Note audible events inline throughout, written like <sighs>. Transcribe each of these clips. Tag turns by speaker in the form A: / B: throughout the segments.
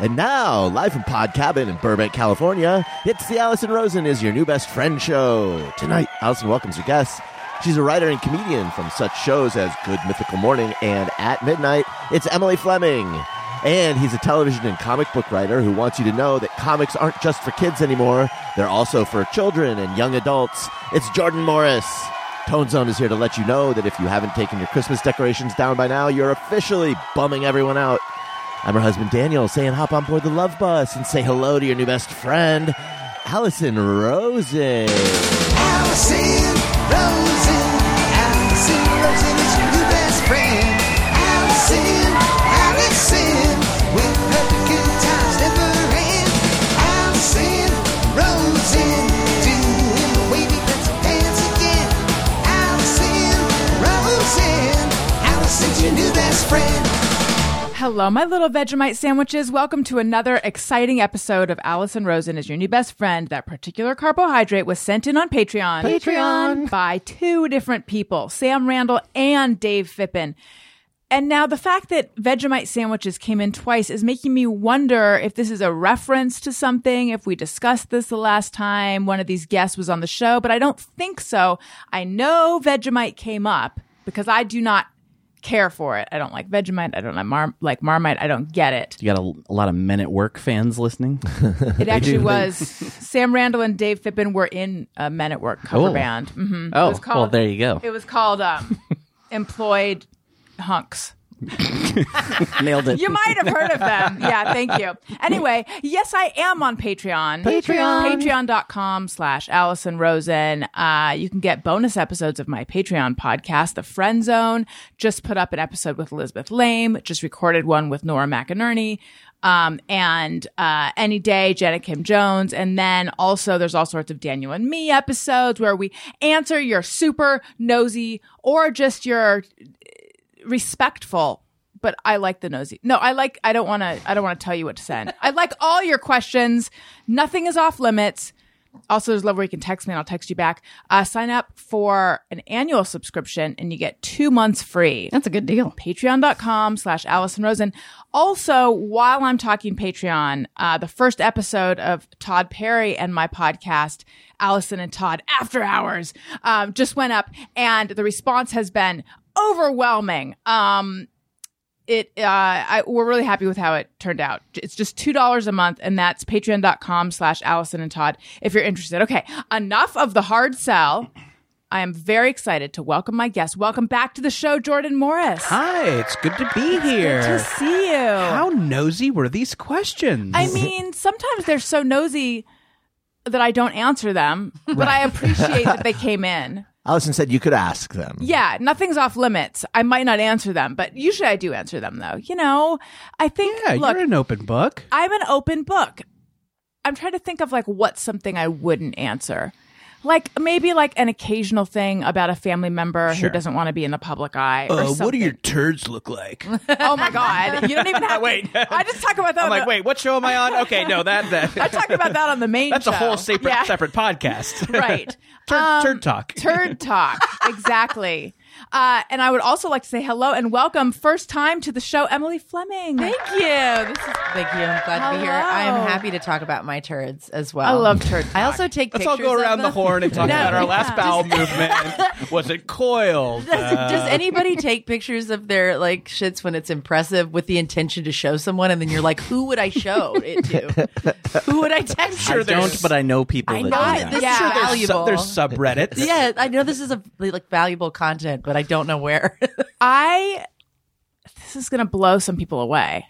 A: And now, live from Pod Cabin in Burbank, California, it's the Allison Rosen is your new best friend show. Tonight, Allison welcomes her guests. She's a writer and comedian from such shows as Good Mythical Morning and At Midnight. It's Emily Fleming. And he's a television and comic book writer who wants you to know that comics aren't just for kids anymore. They're also for children and young adults. It's Jordan Morris. Tone Zone is here to let you know that if you haven't taken your Christmas decorations down by now, you're officially bumming everyone out. I'm her husband Daniel saying hop on board the love bus and say hello to your new best friend, Allison Rosen.
B: Allison Rosen, Allison Rosen is your new best friend. Allison, Allison, with her the good times never end. Allison Rosen, doing the wavy let's dance again. Allison Rosen, Allison's your new best friend.
C: Hello, my little Vegemite sandwiches. Welcome to another exciting episode of Allison Rosen is your new best friend. That particular carbohydrate was sent in on Patreon.
A: Patreon.
C: By two different people, Sam Randall and Dave Fippen. And now the fact that Vegemite sandwiches came in twice is making me wonder if this is a reference to something, if we discussed this the last time one of these guests was on the show, but I don't think so. I know Vegemite came up because I do not care for it. I don't like Vegemite. I don't like, Mar- like Marmite. I don't get it.
D: <laughs> You got a, a lot of men at work fans listening.
C: It actually was Sam Randall and Dave Fippen were in a Men at Work cover
D: Oh.
C: band. hmm
D: oh,
C: called-
D: well, there you go.
C: It was called
D: <laughs>
C: um, Employed Hunks.
D: Nailed it.
C: You might have heard of them. Yeah, thank you. Anyway, yes, I am on Patreon.
A: Patreon.
C: Patreon.com slash Allison Rosen. Uh, you can get bonus episodes of my Patreon podcast, The Friend Zone. Just put up an episode with Elizabeth Lame. Just recorded one with Nora McInerney. Um, and uh, any day, Jenna Kim Jones. And then also, there's all sorts of Daniel and me episodes where we answer your super nosy or just your respectful but i like the nosy no i like i don't want to i don't want to tell you what to send i like all your questions nothing is off limits also there's a level where you can text me and i'll text you back uh, sign up for an annual subscription and you get two months free
E: That's a good deal.
C: patreon.com slash allison rosen also while i'm talking patreon uh, the first episode of todd perry and my podcast allison and todd after hours um, just went up and the response has been overwhelming um, it uh, I, we're really happy with how it turned out it's just two dollars a month and that's patreon.com slash allison and todd if you're interested okay enough of the hard sell I am very excited to welcome my guest. Welcome back to the show, Jordan Morris.
D: Hi, it's good to be here.
C: Good to see you.
D: How nosy were these questions?
C: I mean, sometimes they're so nosy that I don't answer them, but I appreciate that
D: <laughs>
C: they came in.
A: Allison said you could ask them.
C: Yeah, nothing's off limits. I might not answer them, but usually I do answer them, though. You know, I think,
D: yeah,
C: look,
D: you're an open book.
C: I'm an open book. I'm trying to think of like what's something I wouldn't answer. Like maybe like an occasional thing about a family member who doesn't want to be in the public eye. or
D: Uh, Oh,
C: something.
D: turds look like?
C: Oh my god! You don't
D: <laughs>
C: even have.
D: Wait.
C: I just talk about that. on
D: I'm like,
C: the-
D: wait, what show am I on? Okay, no, that,
C: I <laughs>
D: that
C: talk about that on the main.
D: <laughs> that's a whole
C: show.
D: separate <laughs>
C: Yeah,
D: separate podcast.
C: Right.
D: turd,
C: Um,
D: turd talk.
C: Turd talk. Exactly. Uh, and I would also like to say hello and welcome first time to the show, Emily Fleming.
E: Thank you. This is, thank you. I'm glad to be here. I
C: Hello.
E: am happy to talk about my turds as well.
C: I love turd
E: I also take
D: <laughs> Let's all
E: pictures.
D: go
E: of
D: around the
E: them.
D: horn and talk
E: No,
D: about our
E: yeah.
D: last bowel movement. <laughs> Was it coiled?
E: Does,
D: Uh,
E: <laughs> does anybody take pictures of their like shits when it's impressive with the intention to show someone, and then you're like, who would I show
D: <laughs>
E: it to? who would I text?
D: sure
E: it to?
D: there's-
F: don't, but I know people.
E: I
F: that
E: know
F: do
E: that
F: that.
E: this
C: Yeah.
E: is
C: Sure,
D: there's
E: valuable.
D: sub- there's subreddits.
E: yeah, I know this is a like valuable content, but I don't know where. <laughs>
C: I. This is gonna blow some people away.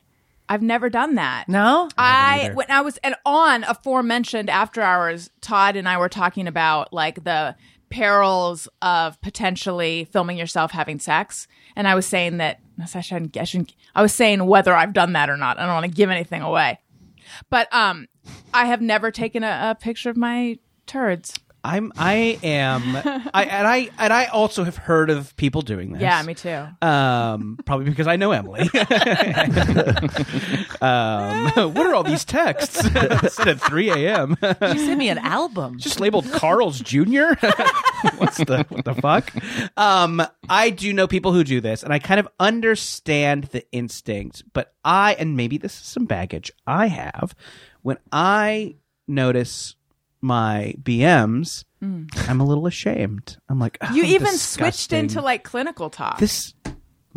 C: I've never done that.
E: no,
C: I when I was and on aforementioned after hours, Todd and I were talking about like the perils of potentially filming yourself having sex, and I was saying that I shouldn't, I shouldn't. I was saying whether I've done that or not. I don't want to give anything away, but um, I have never taken a, a picture of my turds.
D: I'm I am I and I and I also have heard of people doing this.
C: Yeah, me too.
D: Um probably because I know Emily. <laughs> Um, <laughs> what are all these texts? <laughs> it's at 3 a.m.
E: She sent me an album.
D: just labeled Carl's Jr. <laughs> What's the what the fuck? Um, I do know people who do this, and I kind of understand the instinct, but I and maybe this is some baggage I have when I notice my BMs, I'm a little ashamed. I'm like, "Oh,
C: Hmm. You
D: I'm
C: even switched
D: disgusting.
C: into like clinical talk.
D: this.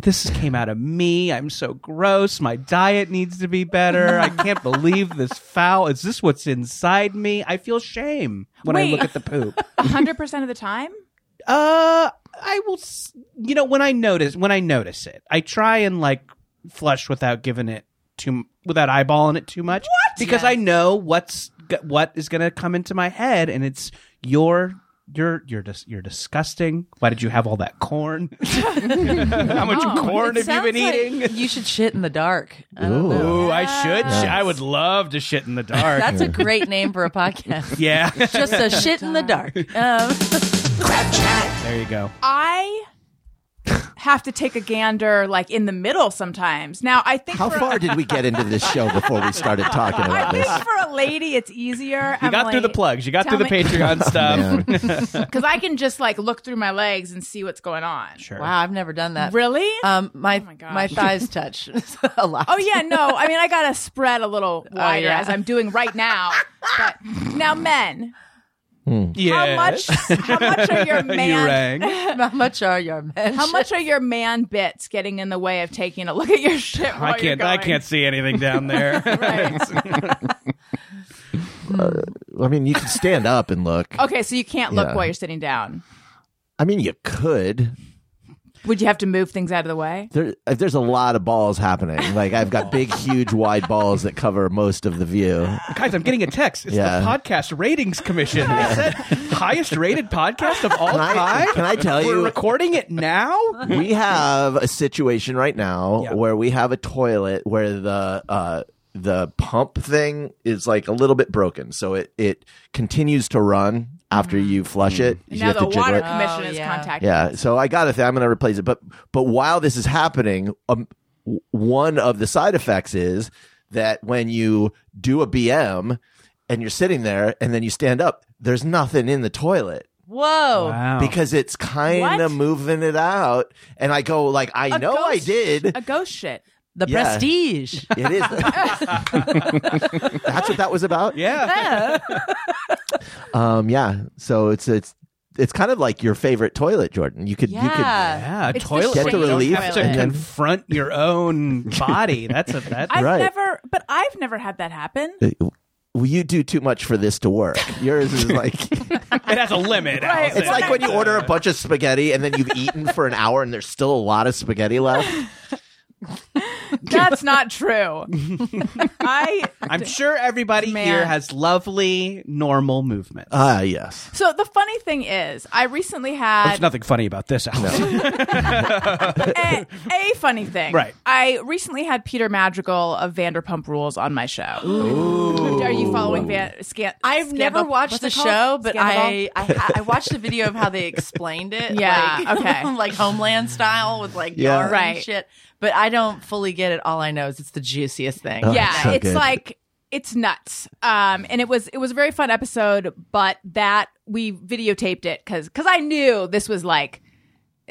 D: This came out of me. I'm so gross. My diet needs to be better. I can't believe this foul. Is this what's inside me? I feel shame when I
C: Wait.
D: look at the poop.
C: hundred percent of the time.
D: Uh, I will. s- You know, when I notice when I notice it, I try and like flush without giving it too m- without eyeballing it too much. What? Because I know what's g- what is going to come into my head, and it's your. You're you're dis- you're disgusting. Why did you have all that
E: <laughs>
D: corn? How much corn
E: Oh, It
D: have you been
E: sounds
D: eating?
E: like You should shit in the dark. I don't
D: <laughs>
E: know.
D: Ooh, I should. sh I would love to shit in the dark.
E: That's a great name for a
D: <laughs>
E: podcast.
D: yeah.
E: <laughs> Just a shit in the dark. <laughs> Um,
D: there you go.
C: I have to take a gander like in the middle sometimes. Now I think
A: How
C: for a-
A: far did we get into this show before we started talking
C: I
A: about
C: think
A: this?
C: for a lady it's easier.
D: You got through the plugs. You got through the
E: <laughs>
D: Patreon <laughs> stuff.
C: because I can just like look through my legs and see what's going on.
D: Sure.
E: wow, I've never done that.
C: Really?
A: Uh,
E: Um, my
C: Oh my
E: my,
C: gosh.
E: thighs touch <laughs> a lot.
C: Oh yeah, no. I mean, I gotta spread a
D: <laughs>
C: little
D: Oh,
C: wider
E: yeah.
C: as I'm doing right now. But now, men, how
D: Yes.
C: much? How much are
D: <laughs>
C: your
D: You
C: man?
D: rang.
E: <laughs> How much are your men?
C: How much are your man bits getting in the way of taking a look at your shit? While
D: I can't.
C: You're
D: I
C: going?
D: can't see anything down there.
C: Right.
A: I mean, you can stand up and look.
C: Okay, so you can't look
A: Yeah.
C: while you're sitting down.
A: I mean, you could.
C: Would you have to move things out of the way?
A: There, if there's a lot of balls happening. Like I've got big, huge, wide balls that cover most of the view.
D: <laughs> Guys, I'm getting a text. It's
A: Yeah.
D: the podcast ratings commission. It said highest rated podcast of all
A: Can I,
D: time.
A: can I tell
D: We're
A: you?
D: recording it now.
A: <laughs> we have a situation right now
D: Yeah.
A: where we have a toilet where the uh, the pump thing is like a little bit broken, so it it continues to run after you flush it.
C: Mm-hmm.
A: You
C: And now
A: have
C: the
A: to jiggle
C: water
A: it.
C: commission
E: Oh,
C: is
E: yeah.
C: contacting.
A: Yeah, so I got it. I'm going to replace it, but but while this is happening, um, w- one of the side effects is that when you do a BM and you're sitting there and then you stand up, there's nothing in the toilet
E: Whoa.
D: Oh.
A: because it's kind
C: What?
A: of moving it out. And I go like, I
C: A
A: know I
C: ghost-
A: did.
C: a ghost shit.
E: The
A: Yeah.
C: <laughs>
E: prestige.
A: It is. <laughs> That's what that was about.
D: yeah.
A: Um. Yeah. So it's it's it's kind of like your favorite toilet, Jordan. You could you could.
E: Yeah.
D: Yeah, a
C: It's the
D: toilet.
C: Get
A: the
D: where you don't
A: relief
D: have to
A: and then-
D: confront
A: <laughs>
D: your own body. That's a that.
C: I've
A: Right.
C: never, but I've never had that happen.
A: Well, you do too much for this to work. Yours is like
C: <laughs>
D: it has a limit. Allison.
A: it's like when you order a bunch of spaghetti and then you've eaten for an hour and there's still a lot of spaghetti left.
C: That's <laughs>
A: <laughs>
C: not true. I
D: I'm sure everybody
C: Man.
D: here has lovely normal movements.
A: Ah, yes.
C: so the funny thing is, I recently
D: There's
C: had
D: nothing funny about this. Allison.
C: a, a funny thing.
D: Right.
C: I recently had Peter Madrigal of Vanderpump Rules on my show. Are you following Van? Scan-
E: I've never watched the show, but <laughs> I, I ha- I watched a video of how they explained it.
C: Yeah,
E: like, <laughs>
C: okay.
E: like Homeland style with like
A: Yeah.
E: yarn
C: Right.
E: and shit. But I don't fully get it. All I know is it's the juiciest thing.
C: yeah,
A: Oh, so
C: it's
A: good.
C: like it's nuts. Um, and it was it was a very fun episode, but that we videotaped it because because I knew this was like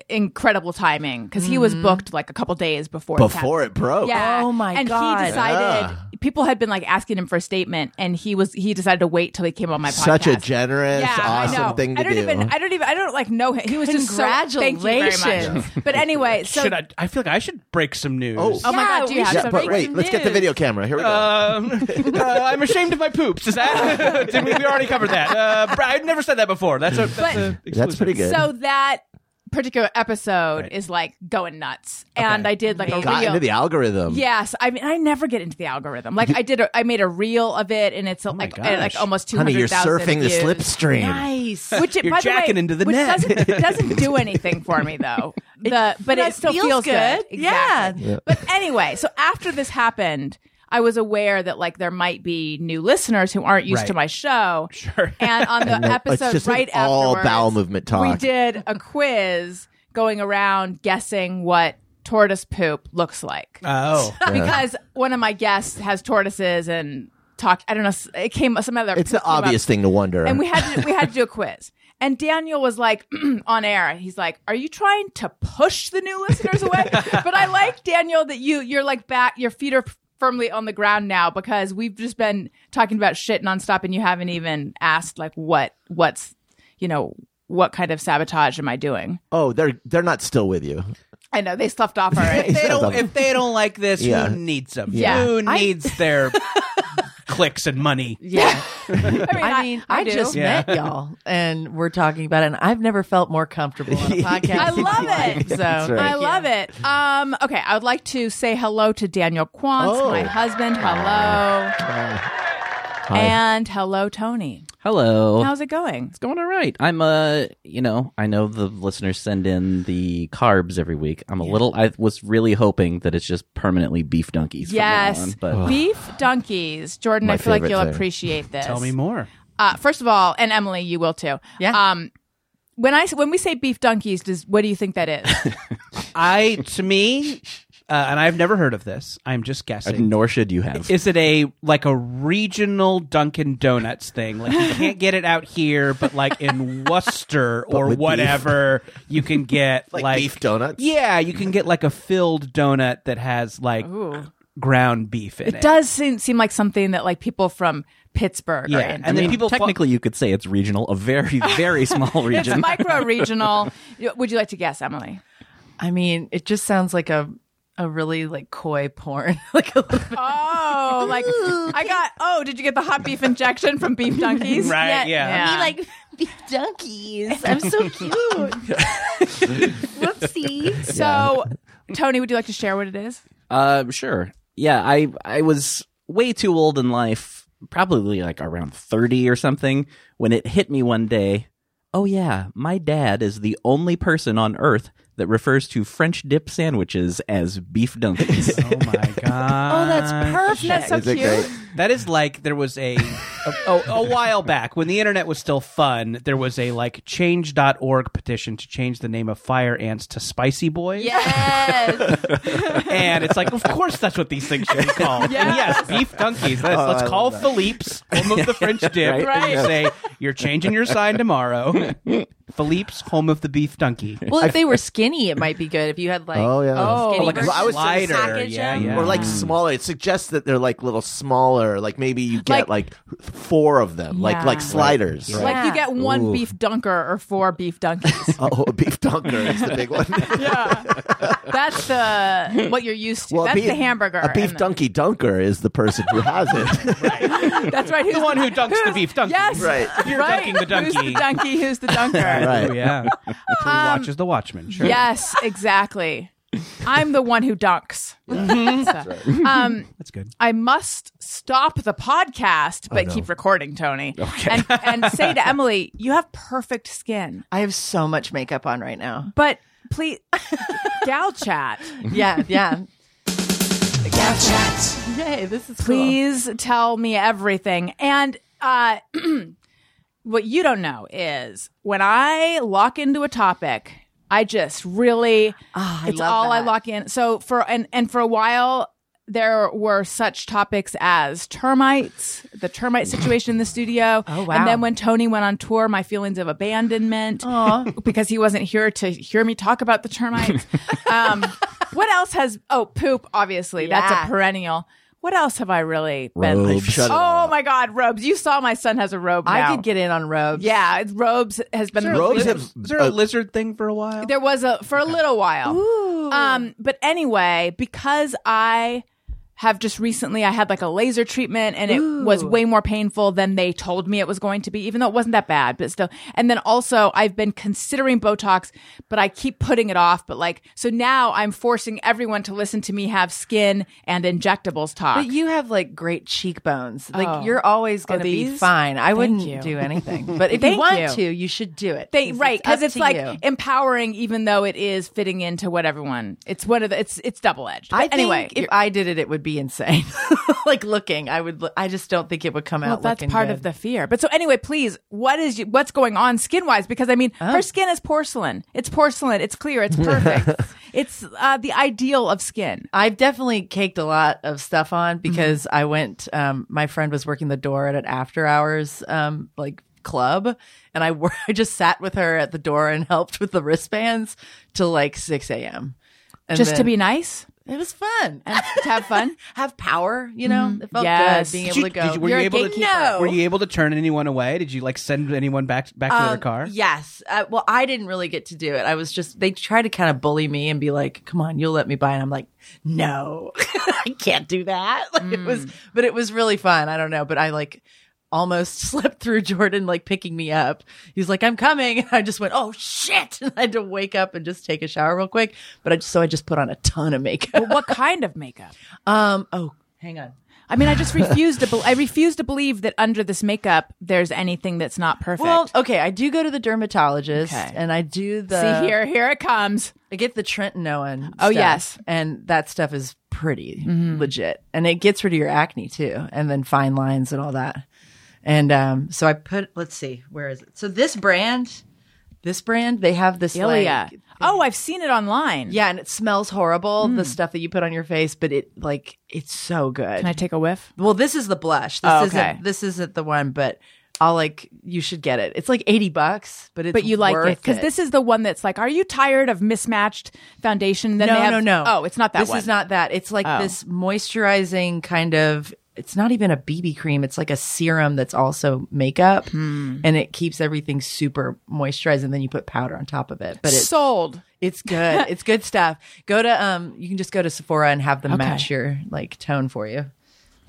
C: incredible timing because he was booked like a couple days before this
A: Before
C: happened.
A: it broke. Ah.
C: Yeah.
E: Mm-hmm. Oh, my
C: and
E: God.
C: he decided
A: Yeah.
C: people had been like asking him for a statement, and he was he decided to wait till he came on my podcast.
A: Such a generous,
C: yeah, I know.
A: awesome thing to
C: I don't
A: do.
C: even. I don't even. I don't like know him. He was just so. Thank you very much.
E: Congratulations.
C: But anyway, so
D: should I? I feel like I should break some news.
A: Oh.
C: oh my
E: Yeah,
C: god, do
E: we
C: you have
E: should
A: yeah,
C: some
A: but wait,
E: breaking
A: let's get the
E: news.
A: video camera. Here we go.
D: Um, uh, I'm ashamed of my poops. Is that? <laughs> Did we, we already covered that. Uh, Bri- I've never said that before. That's a, that's,
C: But-
D: a
A: That's
D: exclusive.
A: pretty good.
C: So that particular episode
D: Right.
C: is like going nuts, and I did like a
A: Got
C: reel.
A: into the algorithm.
C: yes, I mean I never get into the algorithm. Like I did, a, I made a reel of it, and it's like
D: Oh gosh.
C: like almost two
A: Honey,
C: hundred
A: you're
C: thousand.
A: surfing the slipstream.
E: Nice.
C: Which it,
D: You're
C: by
D: jacking
C: the way,
D: into the
C: which
D: net.
C: doesn't, doesn't
D: <laughs>
C: do anything for me though. The, but, it,
E: it
C: still
E: feels
C: feels
E: good.
C: Exactly.
E: Yeah.
C: But anyway, so after this happened, I was aware that like there might be new listeners who aren't used
D: Right.
C: to my show. Sure.
A: <laughs>
C: And on the
A: It's
C: episode
A: just an
C: right
A: all
C: afterwards,
A: bowel movement talk.
C: we did a quiz going around guessing what tortoise poop looks like. <laughs>
D: Oh.
C: because one of my guests has tortoises and talked. I don't know. s- It came some other.
A: It's an
C: came up,
A: obvious thing to wonder.
C: and we had to, we had to do a quiz. And Daniel was like <clears throat> on air. He's like, "Are you trying to push the new listeners away?" but I like Daniel that you you're like back. Your feet are firmly on the ground now because we've just been talking about shit nonstop, and you haven't even asked like what what's you know what kind of sabotage am I doing?
A: oh, they're they're not still with you.
C: I know they slept <laughs> off already.
D: They don't, if they don't like this,
A: Yeah.
D: who needs them?
C: Yeah.
D: Who
C: I-
D: needs their clicks and money?
E: Yeah.
C: I mean,
E: <laughs> I mean, I,
C: do.
E: just
D: Yeah.
E: met y'all and we're talking about it, and I've never felt more comfortable <laughs> on a podcast.
C: I love it.
E: So
C: That's
A: right.
C: I love it. Um, okay, I would like to say hello to Daniel Quantz,
A: Oh.
C: my husband. Hello. And hello, Tony.
F: Hello.
C: How's it going?
F: it's going all right. I'm uh, you know, I know the listeners send in the carbs every week. I'm a little. I was really hoping that it's just permanently beef donkeys. from now
C: Yes, Oh,
F: on, but
C: beef donkeys, Jordan.
A: My
C: I feel like
A: favorite
C: you'll
A: thing.
C: appreciate this.
D: Tell me more.
C: Uh, first of all, and Emily, you will too.
E: Yeah.
C: Um, when I when we say beef donkeys, does what do you think that is?
D: I, to me, uh, and I've never heard of this, I'm just guessing.
F: nor should you have.
D: Is it a like a regional Dunkin' Donuts thing? Like you can't get it out here, but
A: <laughs>
D: like in Worcester or
A: with
D: whatever, you
A: <laughs>
D: can get like,
A: beef donuts?
D: Yeah, you can get like a filled donut that has like
C: Ooh.
D: ground beef in it.
C: it does seem, seem like something that like people from Pittsburgh
D: Yeah,
C: are into.
D: and then people fu-
F: technically you could say it's regional, a very very small
C: it's
F: <laughs> region.
C: micro regional. <laughs> Would you like to guess, Emily?
E: I mean, it just sounds like a a really like coy porn, <laughs> like a little bit.
C: Oh, like I got. Oh, did you get the hot beef injection from Beef Donkeys?
D: Right, yeah.
C: Yeah.
G: like beef donkeys. I'm
C: <laughs>
G: so cute. Whoopsie.
C: So, Tony, would you like to share what it is?
F: Uh, sure. Yeah, I I was way too old in life, probably like around thirty or something, when it hit me one day. Oh yeah, my dad is the only person on Earth that refers to French dip sandwiches as beef donkeys.
D: <laughs> <laughs> Oh my god!
E: Oh, that's perfect.
C: That's so
A: Uh, Is it
C: cute.
A: great?
D: That is like there was a a, a a while back when the internet was still fun, there was a like change.org petition to change the name of fire ants to spicy boys.
A: <laughs>
C: Yes.
D: And it's like, of course that's what these things should be
E: <laughs>
D: called. And yes, beef donkeys. Let's,
A: Oh, I
D: let's call
A: love that.
D: Philippe's. Home of <laughs> the French dip.
F: Right?
D: And you say, you're changing your sign <laughs> tomorrow. Philippe's home of the beef donkey.
E: Well, if they were skinny, it might be good. If you had like
A: Oh, yeah.
E: skinny
A: Oh, like a
E: versions,
A: I was saying
E: slider, package
D: Yeah,
E: them.
D: yeah.
A: Or like smaller. It suggests that they're like little smaller. Like maybe you get like, four of them, like
C: Yeah.
A: like sliders.
C: Like you get one
A: Ooh.
C: beef dunker or four
A: <laughs>
C: beef donkeys.
A: Oh, a beef dunker is the big
C: <laughs>
A: one.
C: yeah. That's the what you're used to.
A: Well, a
C: that's
A: beef-
C: the hamburger.
A: A beef
C: and the-
A: donkey dunker is the person who has
C: <laughs>
A: it.
C: That's right. Who's
D: The one who dunks the beef donkey.
C: Yes.
A: Right.
D: You're
C: Right.
D: dunking the donkey.
C: Who's the donkey? Who's the dunker?
A: Right.
D: Oh, yeah. Who
E: Um,
D: watches the Watchmen? Sure.
C: Yes, exactly. I'm the one who dunks. So, um,
D: That's good.
C: I must stop the podcast, but keep recording, Tony. Okay. And, and say to Emily, you have perfect skin,
E: I have so much makeup on
C: <laughs>
E: right now.
C: but please, gal chat,
E: Yeah, yeah.
B: Gal Chat.
E: Yay, this is cool.
C: please tell me everything. And uh, <clears throat> what you don't know is when I lock into a topic, I just really
E: I
C: it's
E: love
C: all I
E: that.
C: lock in. So for and and for a while there were such topics as termites, the termite situation in the studio.
E: <laughs> Oh, wow.
C: And then when Tony went on tour, my feelings of abandonment <laughs> because he wasn't here to hear me talk about the
E: <laughs>
C: termites. um, what else has oh poop, obviously. That's
E: Yeah.
C: a perennial. What else have I really been
F: Robes.
A: Shut it all
C: Oh my god, robes. You saw my son has a robe.
E: I
C: now.
E: could get in on robes.
C: Yeah, it's, robes has been
A: Robes have.
D: Is there a lizard thing for a while?
C: there was a for a little while.
E: Ooh.
C: Um, but anyway, because I have just recently I had like a laser treatment and it was way more painful than they told me it was going to be, even though it wasn't that bad, but still. And then also I've been considering Botox, but I keep putting it off. But like so now I'm forcing everyone to listen to me have skin and injectables talk.
E: But you have like great cheekbones. Like
C: Oh.
E: you're always going to be
C: these?
E: fine. I wouldn't
C: you.
E: do
C: <laughs>
E: anything. But if you
C: Thank
E: want
C: you.
E: to, you should do it.
C: They, right, because
E: up
C: it's
E: to
C: like
E: you.
C: empowering, even though it is fitting into what everyone. It's one of the. It's it's double edged.
E: I
C: Anyway,
E: think if I did it, it would would be insane. like looking, I would. look- I just don't think it would come
C: Well,
E: out.
C: that's
E: looking
C: part
E: good.
C: of the fear. But so anyway, please, what is you, what's going on skin wise? Because I mean,
E: Oh.
C: her skin is porcelain. It's porcelain. It's clear.
E: <laughs>
C: It's perfect. it's uh, the ideal of skin.
E: I've definitely caked a lot of stuff on
D: Mm-hmm.
E: because I went. Um, my friend was working the door at an after hours um, like club, and I wor- <laughs> I just sat with her at the door and <laughs> helped with the wristbands till like six a.m. And
C: Just to
E: then-
C: be nice
E: it was fun.
C: and to have
E: <laughs>
C: fun.
E: Have power, you know. It felt
C: Yes.
E: good being
D: Mm-hmm. Did
E: able
D: you-
E: to go.
D: did you- were you
E: You're a
D: able to-
E: gatekeeper.
D: Were you able to turn anyone away? Did you like send anyone back back to their
E: Um,
D: car?
E: Yes. Uh, well, I didn't really get to do it. I was just they tried to kind of bully me and be like, "Come on, you'll let me by," and I'm like, "No, <laughs> I can't do that." <laughs> Like it was, but it was really fun. I don't know, but I like almost <laughs> slipped through Jordan like picking me up. He was like, "I'm coming," <laughs> and I just went, "Oh shit!" <laughs> And I had to wake up and just take a shower real quick. But I just so I just put on a ton of makeup.
C: But what kind of makeup?
E: Um. Oh, hang on.
C: I mean, I just refuse to. Be- I refuse to believe that under this makeup, there's anything that's not perfect.
E: Well, okay. I do go to the dermatologist,
C: Okay.
E: and I do the
C: see here, here it comes.
E: I get the Trentinoin.
C: Oh,
E: stuff,
C: yes. Mm-hmm.
E: and that stuff is pretty legit, and it gets rid of your acne too, and then fine lines and all that. And um, so I put. Let's see, where is it? So this brand, this brand, they have this
C: Ilia.
E: like,
C: Oh, I've seen it online.
E: yeah, and it smells horrible.
C: Mm.
E: The stuff that you put on your face, but it like it's so good.
C: Can I take a whiff?
E: well, this is the blush. This
C: Oh, okay.
E: isn't. This isn't the one, but. I'll like you should get it. It's like eighty bucks, but it's
C: But you like it
E: worth
C: because this is the one that's like, are you tired of mismatched foundation? Then
E: no,
C: they have-
E: no, no.
C: Oh, it's not that
E: This
C: one. Oh.
E: is not that. It's like this moisturizing kind of. It's not even a BB cream. It's like a serum that's also makeup,
C: Hmm.
E: and it keeps everything super moisturized. And then you put powder on top of it.
C: <laughs>
E: But it's
C: sold.
E: it's good. it's good stuff. Go to um. You can just go to Sephora and have them
C: Okay.
E: match your like tone for you.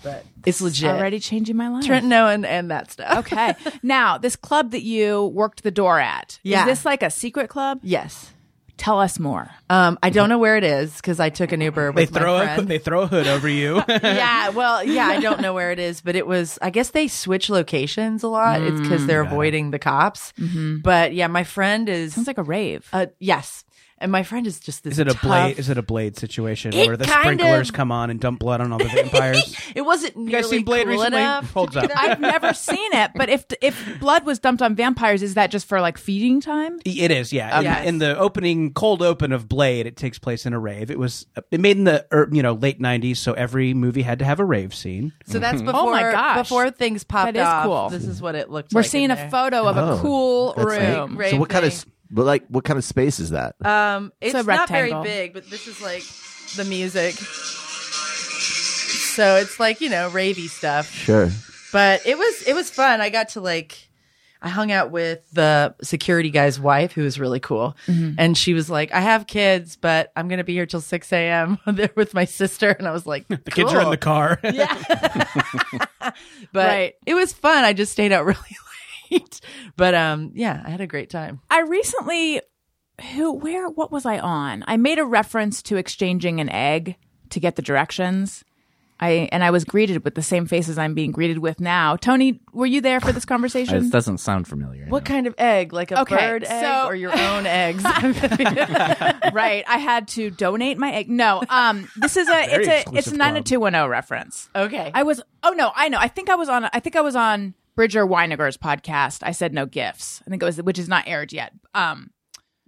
E: But it's legit.
C: Already changing my life.
E: Trent Noen and that stuff.
C: <laughs> Okay. now, this club that you worked the door at,
E: Yeah.
C: is this like a secret club?
E: <laughs> yes.
C: Tell us more.
E: Um. I don't know where it is because I took an Uber.
D: They
E: With my
D: throw a, <laughs>
E: friend.
D: they throw a hood over you.
E: yeah, well, yeah, I don't know where it is, but it was. I guess they switch locations a lot. it's because they're avoiding the cops. But yeah, my friend is.
C: Sounds like a rave.
E: uh, yes, and my friend is just this.
D: Is it a
E: <laughs> tough-
D: blade? Is it a blade situation
E: It
D: where the
E: kind
D: sprinklers
E: of-
D: come on and dump blood on all the
E: <laughs>
D: vampires?
E: It wasn't.
D: you guys
E: nearly
D: seen Blade
E: cool
D: recently?
E: Enough.
D: Holds up.
E: <laughs>
C: I've never seen it, but if if blood was dumped on vampires, is that just for like feeding time?
D: It is, yeah. In,
E: Yes.
D: in the opening, cold open of Blade, it takes place in a rave. It was uh, it made in the er, you know late '90s, so every movie had to have a rave scene.
E: So that's before.
C: my gosh.
E: Before things popped
C: That is
E: off.
C: cool.
E: This is what it looked.
C: We're
E: like
C: seeing
E: in
C: a
E: there.
C: photo of a
A: Oh,
C: cool
A: that's neat.
C: room.
E: Right.
A: So what kind of
E: thing.
A: s- but like what kind of space is that?
C: Uh,
E: Um, it's,
C: a
E: not very
C: rectangle.
E: big, but this is like the music. So it's like you know ravey stuff.
A: sure.
E: but it was it was fun. I got to like I hung out with the security guy's wife, who was really cool, and she was like, "I have kids, but I'm gonna be here till six a.m. <laughs> there with my sister," and I was like, "The
D: Kids are in the <laughs> car.
E: But
C: Right.
E: it was fun. I just stayed out <laughs> really late, but um, yeah, I had a great time.
C: I recently who where what was I on? I made a reference to exchanging an egg to get the directions. I and I was greeted with the same faces I'm being greeted with now. Tony, were you there for this conversation?
F: This doesn't sound familiar.
E: What kind of egg? Like a
C: Okay,
E: bird egg
C: so-
E: or your own eggs?
C: <laughs>
E: <laughs>
C: right. I had to donate my egg. No, um, this is a it's a it's
D: exclusive
C: not a
D: club.
C: two one zero reference.
E: okay,
C: I was oh no, I know. I think I was on I think I was on Bridger Weiniger's podcast. I said no gifts. I think it was which is not aired yet. Um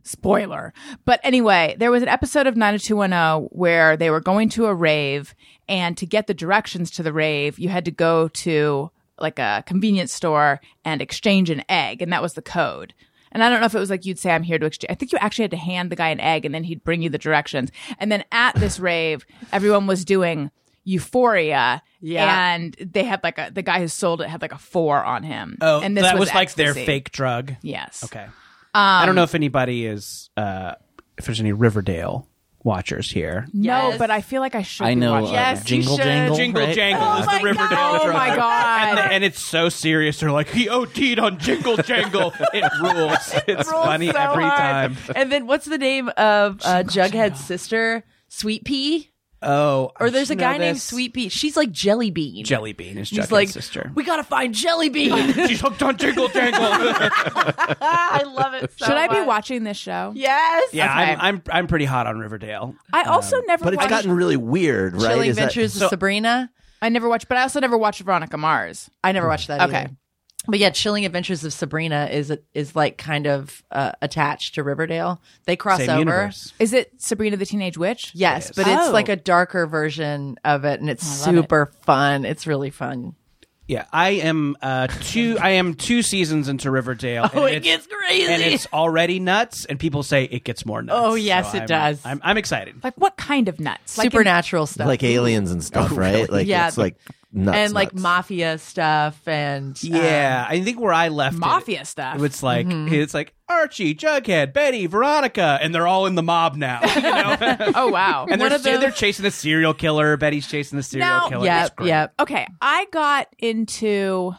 C: spoiler. But anyway, there was an episode of 90210 where they were going to a rave and to get the directions to the rave, you had to go to like a convenience store and exchange an egg and that was the code. And I don't know if it was like you'd say I'm here to exchange. I think you actually had to hand the guy an egg and then he'd bring you the directions. And then at this <laughs> rave, everyone was doing Euphoria.
E: Yeah.
C: And they had like a the guy who sold it had like a four on him.
D: Oh,
C: and this
D: that was, Um, like their
C: ecstasy.
D: fake drug.
C: Yes.
D: Okay. I don't know if anybody is uh, if there's any Riverdale watchers here.
C: No,
E: Yes.
C: but I feel like I should.
F: I
C: be
F: know.
C: watching.
F: uh,
E: Yes, you
F: jingle
E: should.
F: jangle.
D: Jingle
F: right?
D: jangle
C: Oh
D: is the
C: my
D: Riverdale
C: God.
D: drug.
C: Oh my God.
D: And, and it's so serious. They're like, he OD'd on jingle <laughs> jangle. it rules. It's
E: Rolls
D: funny
E: so
D: every
E: hard.
D: time.
E: And then what's the name of uh, Jughead's sister? Sweet Pea.
D: Oh, I
E: Or there's a
D: know
E: guy named
D: this.
E: Sweet Bean. She's like Jelly Bean.
D: Jelly Bean is
E: She's
D: Jughead's
E: like,
D: sister.
E: we gotta find Jelly Bean.
D: <laughs> She's hooked on Jingle
E: <laughs>
D: Jangle.
G: I love it. So
C: Should I be
G: much.
C: watching this show?
E: yes.
D: yeah,
C: Okay.
D: I'm, I'm I'm pretty hot on Riverdale.
C: I also never
A: But it's
C: watched.
A: gotten really weird, right?
E: Chilling
A: Is that-
E: Adventures of Sabrina.
C: I never watched, but I also never watched Veronica Mars.
E: I never watched that.
C: Okay.
E: either. But yeah, Chilling Adventures of Sabrina is is like kind of uh, attached to Riverdale. They cross
D: Same
E: over.
D: universe.
C: Is it Sabrina the Teenage Witch?
E: Yes, but
C: Oh.
E: it's like a darker version of it, and it's super fun. It's really fun.
D: Yeah, I am uh two. I am two seasons into Riverdale.
E: <laughs> Oh,
D: and
E: it
D: it's-
E: gets crazy.
D: and
E: <laughs>
D: it's already nuts. And people say it gets more nuts.
E: Oh, yes,
D: So
E: it
D: I'm-
E: does.
D: I'm, I'm excited.
C: Like what kind of nuts? Like in-
E: Supernatural stuff,
A: like aliens and stuff,
C: Oh,
A: right? Like
E: Yeah.
A: it's like nuts,
E: and like
A: nuts.
E: mafia stuff, and uh,
D: Yeah, I think where I left it-
C: mafia stuff.
D: It, was like
E: Mm-hmm.
D: it's like Archie, Jughead, Betty, Veronica, and they're all in the mob
E: <laughs>
D: now. You know?
C: oh wow.
D: and
C: One
D: they're,
C: of the-
D: they're chasing the serial killer. Betty's chasing the serial
C: Now-
D: killer. It's
E: yep,
D: great.
E: yep.
C: okay, I got into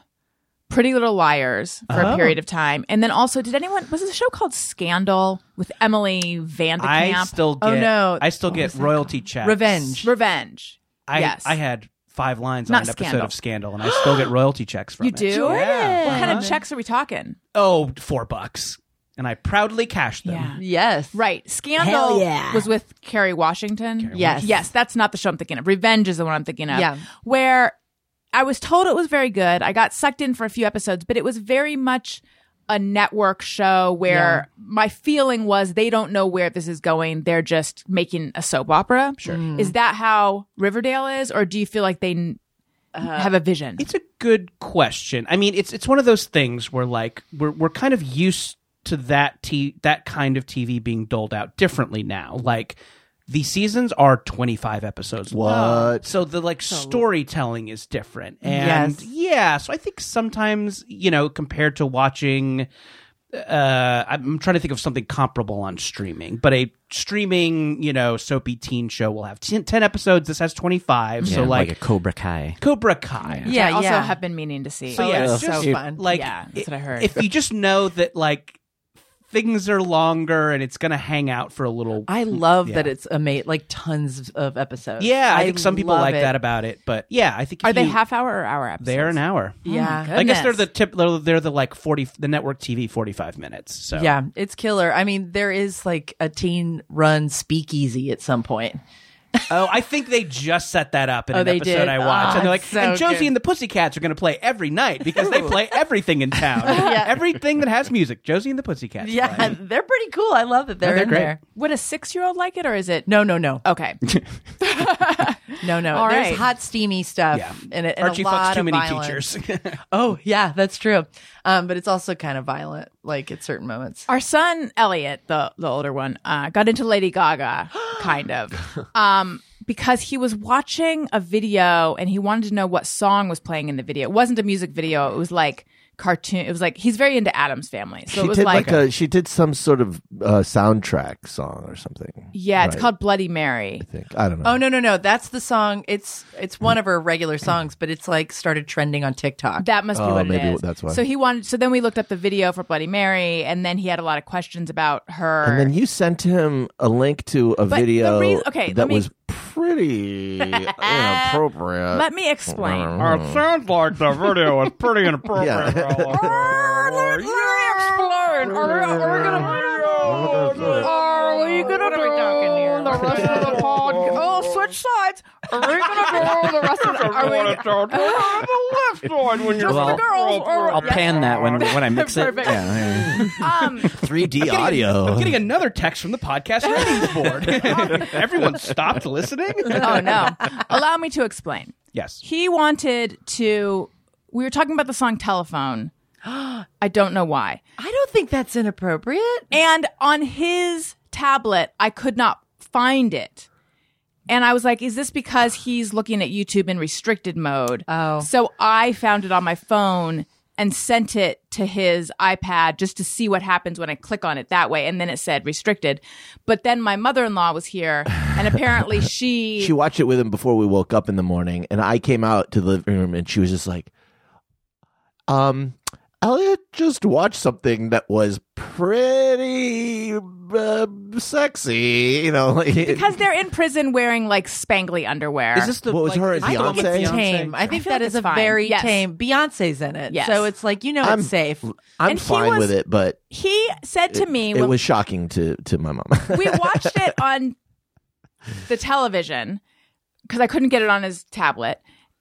C: Pretty Little Liars for
D: Oh.
C: a period of time, and then also did anyone was this a show called Scandal with Emily Vandekamp?
D: I still get.
E: Oh, no.
D: I still get royalty checks.
E: Revenge.
C: Revenge.
D: I,
C: yes.
D: I had five lines
C: Not
D: on an
C: Scandal.
D: episode of Scandal, and I still get royalty checks from
C: you
D: it.
C: do?
D: Yeah. Uh-huh.
C: What kind of checks are we talking?
D: Oh, four bucks, and I proudly cashed them.
C: Yeah.
E: yes,
C: Right. Scandal
G: Hell yeah.
C: was with Kerry Washington.
E: Yes.
C: Yes, that's not the show I'm thinking of. Revenge is the one I'm thinking of.
E: Yeah.
C: Where I was told it was very good. I got sucked in for a few episodes, but it was very much a network show where my feeling was they don't know where this is going. They're just making a soap opera. Sure. Is that how Riverdale is, or do you feel like they n- have a vision?
D: It's a good question. I mean, it's it's one of those things where like we're we're kind of used to that t that kind of TV being doled out differently now. Like the seasons are 25 episodes long.
A: What?
D: So the like storytelling is different. And
E: Yes.
D: yeah, so I think sometimes, you know, compared to watching uh I'm trying to think of something comparable on streaming, but a streaming, you know, soapy teen show will have 10, 10 episodes. This has 25.
F: Yeah,
D: so like,
F: a Cobra Kai.
D: Cobra Kai.
E: yeah,
C: I also
E: yeah.
C: have been meaning to see.
D: So yeah, it's
E: it's so
D: just
E: fun.
D: Like,
C: Yeah, that's
D: i-
C: what I heard.
D: If you just know that like things are longer and it's gonna hang out for a little,
E: I love
D: Yeah.
E: that it's a mate like tons of episodes.
D: yeah, I, think some people
E: love
D: like
E: it.
D: that about it. But yeah, I think if
C: Are they
D: you-
C: half hour or hour episodes?
D: They are an hour.
E: Yeah,
C: good.
D: I guess they're
C: Goodness.
D: the tip. They're, they're the like forty. The network TV forty five minutes. So
E: Yeah, it's killer. I mean, there is like a teen run speakeasy at some point.
D: Oh, I think they just set that up in
E: Oh,
D: an
E: they
D: episode
E: did?
D: I watched,
E: Oh,
D: and they're like,
E: it's so
D: and Josie
E: good.
D: and the Pussycats are gonna play every night because they
E: <laughs>
D: play everything in town. Everything that has music, Josie and the Pussycats.
E: Yeah,
D: play.
E: <laughs> they're pretty cool. I love that they're,
D: they're
E: in
D: great.
E: there.
C: Would a six year old like it, or is it
E: No, no, no,
C: Okay.
E: <laughs> no, no.
C: All
E: There's
C: right.
E: hot, steamy stuff
D: Yeah.
E: in it. And
D: Archie
E: a lot
D: fucks too
E: of
D: many
E: violence.
D: teachers.
E: Oh, yeah, that's true. Um, but it's also kind of violent, like at certain moments.
C: Our son Elliot, the the older one, uh, got into Lady Gaga, kind of, um, because he was watching a video and he wanted to know what song was playing in the video. It wasn't a music video. It was like cartoon. It was like he's very into Adam's Family, so
A: she
C: it was
A: did
C: like,
A: like, a she did some sort of uh, soundtrack song or something.
C: yeah, it's
A: Right.
C: called Bloody Mary.
A: I think I don't know.
E: Oh no, no, no. That's the song. It's it's one of her regular songs, but it's like started trending on TikTok.
C: That must be
A: Oh,
C: what it
A: maybe
C: is.
A: that's why.
C: So he wanted. So then we looked up the video for Bloody Mary, and then he had a lot of questions about her.
A: And then you sent him a link to a
C: But the
A: video
C: reas- okay, let
A: that
C: me-
A: was
C: <laughs>
A: pretty inappropriate.
C: Let
A: <laughs>
C: me explain.
H: It sounds like the video is
D: <laughs>
H: pretty inappropriate.
A: Yeah.
C: Are we gonna do the rest of the pod? Oh, switch sides. Are we gonna do the rest of the? Are we
H: when you're
C: just
F: Well,
C: the girls? Or,
F: I'll pan that when when I mix it.
C: Perfect.
F: Yeah.
D: <laughs>
F: <laughs>
C: Um,
A: 3D
D: I'm
A: audio.
D: getting another text from the podcast ratings board. <laughs> Everyone
F: <laughs>
D: stopped listening.
C: oh no! Allow me to explain.
D: Yes.
C: He wanted to. We were talking about the song <gasps> "Telephone." I don't know why.
E: I don't think that's inappropriate.
C: And on his tablet, I could not find it. And I was like, is this because he's looking at YouTube in restricted mode?
E: Oh.
C: So I found it on my phone and sent it to his iPad just to see what happens when I click on it that way. And then it said restricted. But then my mother in law was here and apparently she.
A: She watched it with him before we woke up in the morning, and I came out to the living room, and she was just like, "Um, Elliot just watched something that was pretty uh, sexy, you know. Like,
C: because they're in prison wearing like spangly underwear.
D: Is this the
A: What was her and
D: is this the one with
A: Beyonce?
E: It's tame. I think
C: feel
E: that
C: like
E: is
C: it's
E: a
C: fine.
E: very
C: Yes.
E: tame. Beyonce's in it,
C: Yes.
E: so it's like you know
A: I'm-
E: it's safe.
A: I'm
C: and he
A: fine
C: was-
A: with it, but
C: he said to me,
A: it
C: when
A: was shocking to to my mom. <laughs>
C: we watched it on the television because I couldn't get it on his tablet.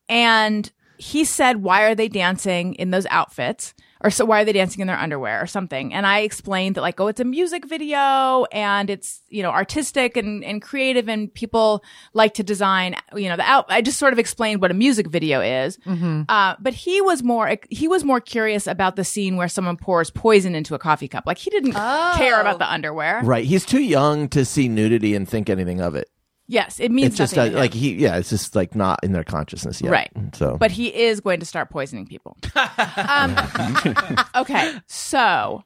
C: And he said, Why are they dancing in those outfits? Or so, why are they dancing in their underwear or something? And I explained that, like, oh, it's a music video and it's, you know, artistic and, and creative and people like to design, you know, the out. I just sort of explained what a music video is. Uh, but he was more, he was more curious about the scene where someone pours poison into a coffee cup. Like, he didn't care about the underwear.
A: right, he's too young to see nudity and think anything of it.
C: Yes, it means
A: It's just
C: nothing.
A: uh, like he, yeah, it's just like not in their consciousness yet.
C: Right.
A: So,
C: but he is going to start poisoning people. um, <laughs> okay, so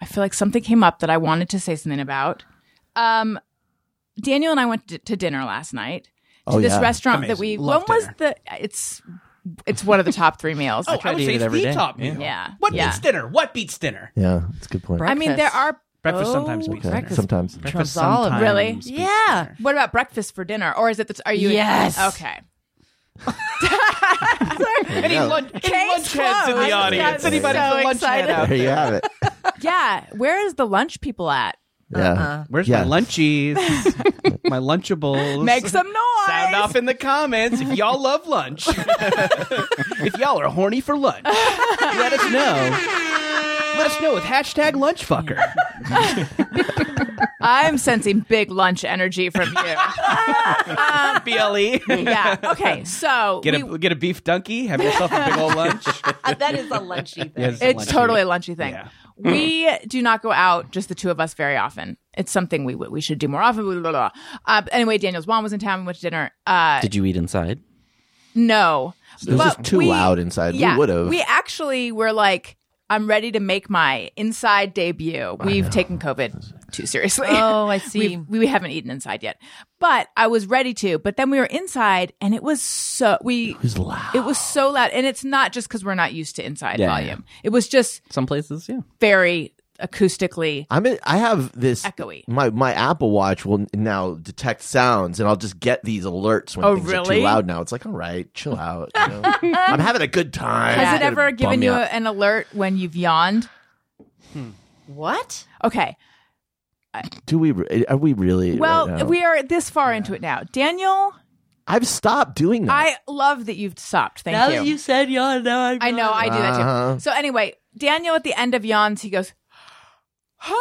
C: I feel like something came up that I wanted to say something about. Um, Daniel and I went to, to dinner last night to
A: Oh,
C: this
A: yeah.
C: restaurant that we.
D: Amazing. Love
C: when
D: dinner.
C: was the? It's it's one of the top three meals.
D: Oh, I
F: to
D: would
F: eat
D: say
F: it
D: it's
F: every
D: the
F: day.
D: top meal.
C: Yeah.
D: What
C: Yeah.
D: beats dinner? What beats dinner?
A: yeah, that's a good point.
C: I mean, there
E: Breakfast.
C: are
D: Breakfast sometimes
C: Oh,
D: beats
A: Yeah,
D: dinner.
A: sometimes.
D: Breakfast
E: Trozala.
D: sometimes
C: Really?
D: beats
E: Yeah.
D: dinner.
C: What about breakfast for dinner, or is it? The, are you?
E: Yes.
C: Okay.
D: Any, lunch, any
C: Case
D: lunch heads in
C: closed.
D: the audience?
C: I'm
D: Anybody
C: so
D: with a lunch head
C: excited.
D: out
A: There you
D: there?
A: have it.
C: Yeah. Where is the lunch people at?
A: Yeah.
C: Uh-huh.
D: Where's
A: Yeah.
D: my lunchies? my Lunchables.
C: Make some noise.
D: <laughs> Sound off in the comments if y'all love
C: <laughs>
D: lunch. if y'all are horny for lunch, let us know. Let us know with hashtag lunchfucker.
C: <laughs> I'm sensing big lunch energy from <laughs> you.
D: BLE.
C: yeah. Okay. So
D: Get
C: we-
D: a get a beef donkey. Have yourself a big old lunch.
E: Uh, that is a <laughs> lunchy thing.
D: <laughs> Yes.
C: it's
D: lunchy.
C: totally a lunchy thing.
D: Yeah.
C: We do not go out, just the two of us, very often. It's something we we should do more often. Blah, blah, blah. Uh, but anyway, Daniel's mom was in town. We went to dinner. Uh,
F: Did you eat inside?
C: no,
A: It was
C: But
A: just too
C: we-
A: loud inside.
C: Yeah,
A: we would have.
C: We actually were like, I'm ready to make my inside debut. We've taken COVID too seriously.
E: Oh, I see.
C: We've- we, we haven't eaten inside yet, but I was ready to. But then we were inside, and it was so we. It was loud. It was so loud, and it's not just because we're not used to inside
F: Yeah, yeah.
C: volume. It was just
F: Some places, yeah.
C: very acoustically.
A: I'm in, I have this
C: Echoey.
A: My my Apple Watch will now detect sounds, and I'll just get these alerts when
C: Oh,
A: things are
C: really?
A: too loud. Now it's like, all right, chill
C: <laughs>
A: out. you know? I'm having a good time.
C: Has it
A: Gonna
C: ever
A: bum
C: given
A: me
C: you a,
A: out.
C: an alert when you've yawned?
E: What?
C: Okay.
A: Do we? re- Are we really?
C: Well,
A: right now?
C: we are this far into it now. Daniel,
A: I've stopped doing that.
C: I love that you've stopped. Thank
E: now that you said y'all, now I'm
C: I know, I do that too.
A: Uh-huh.
C: So anyway, Daniel at the end of yawns, he goes, <gasps>
D: That's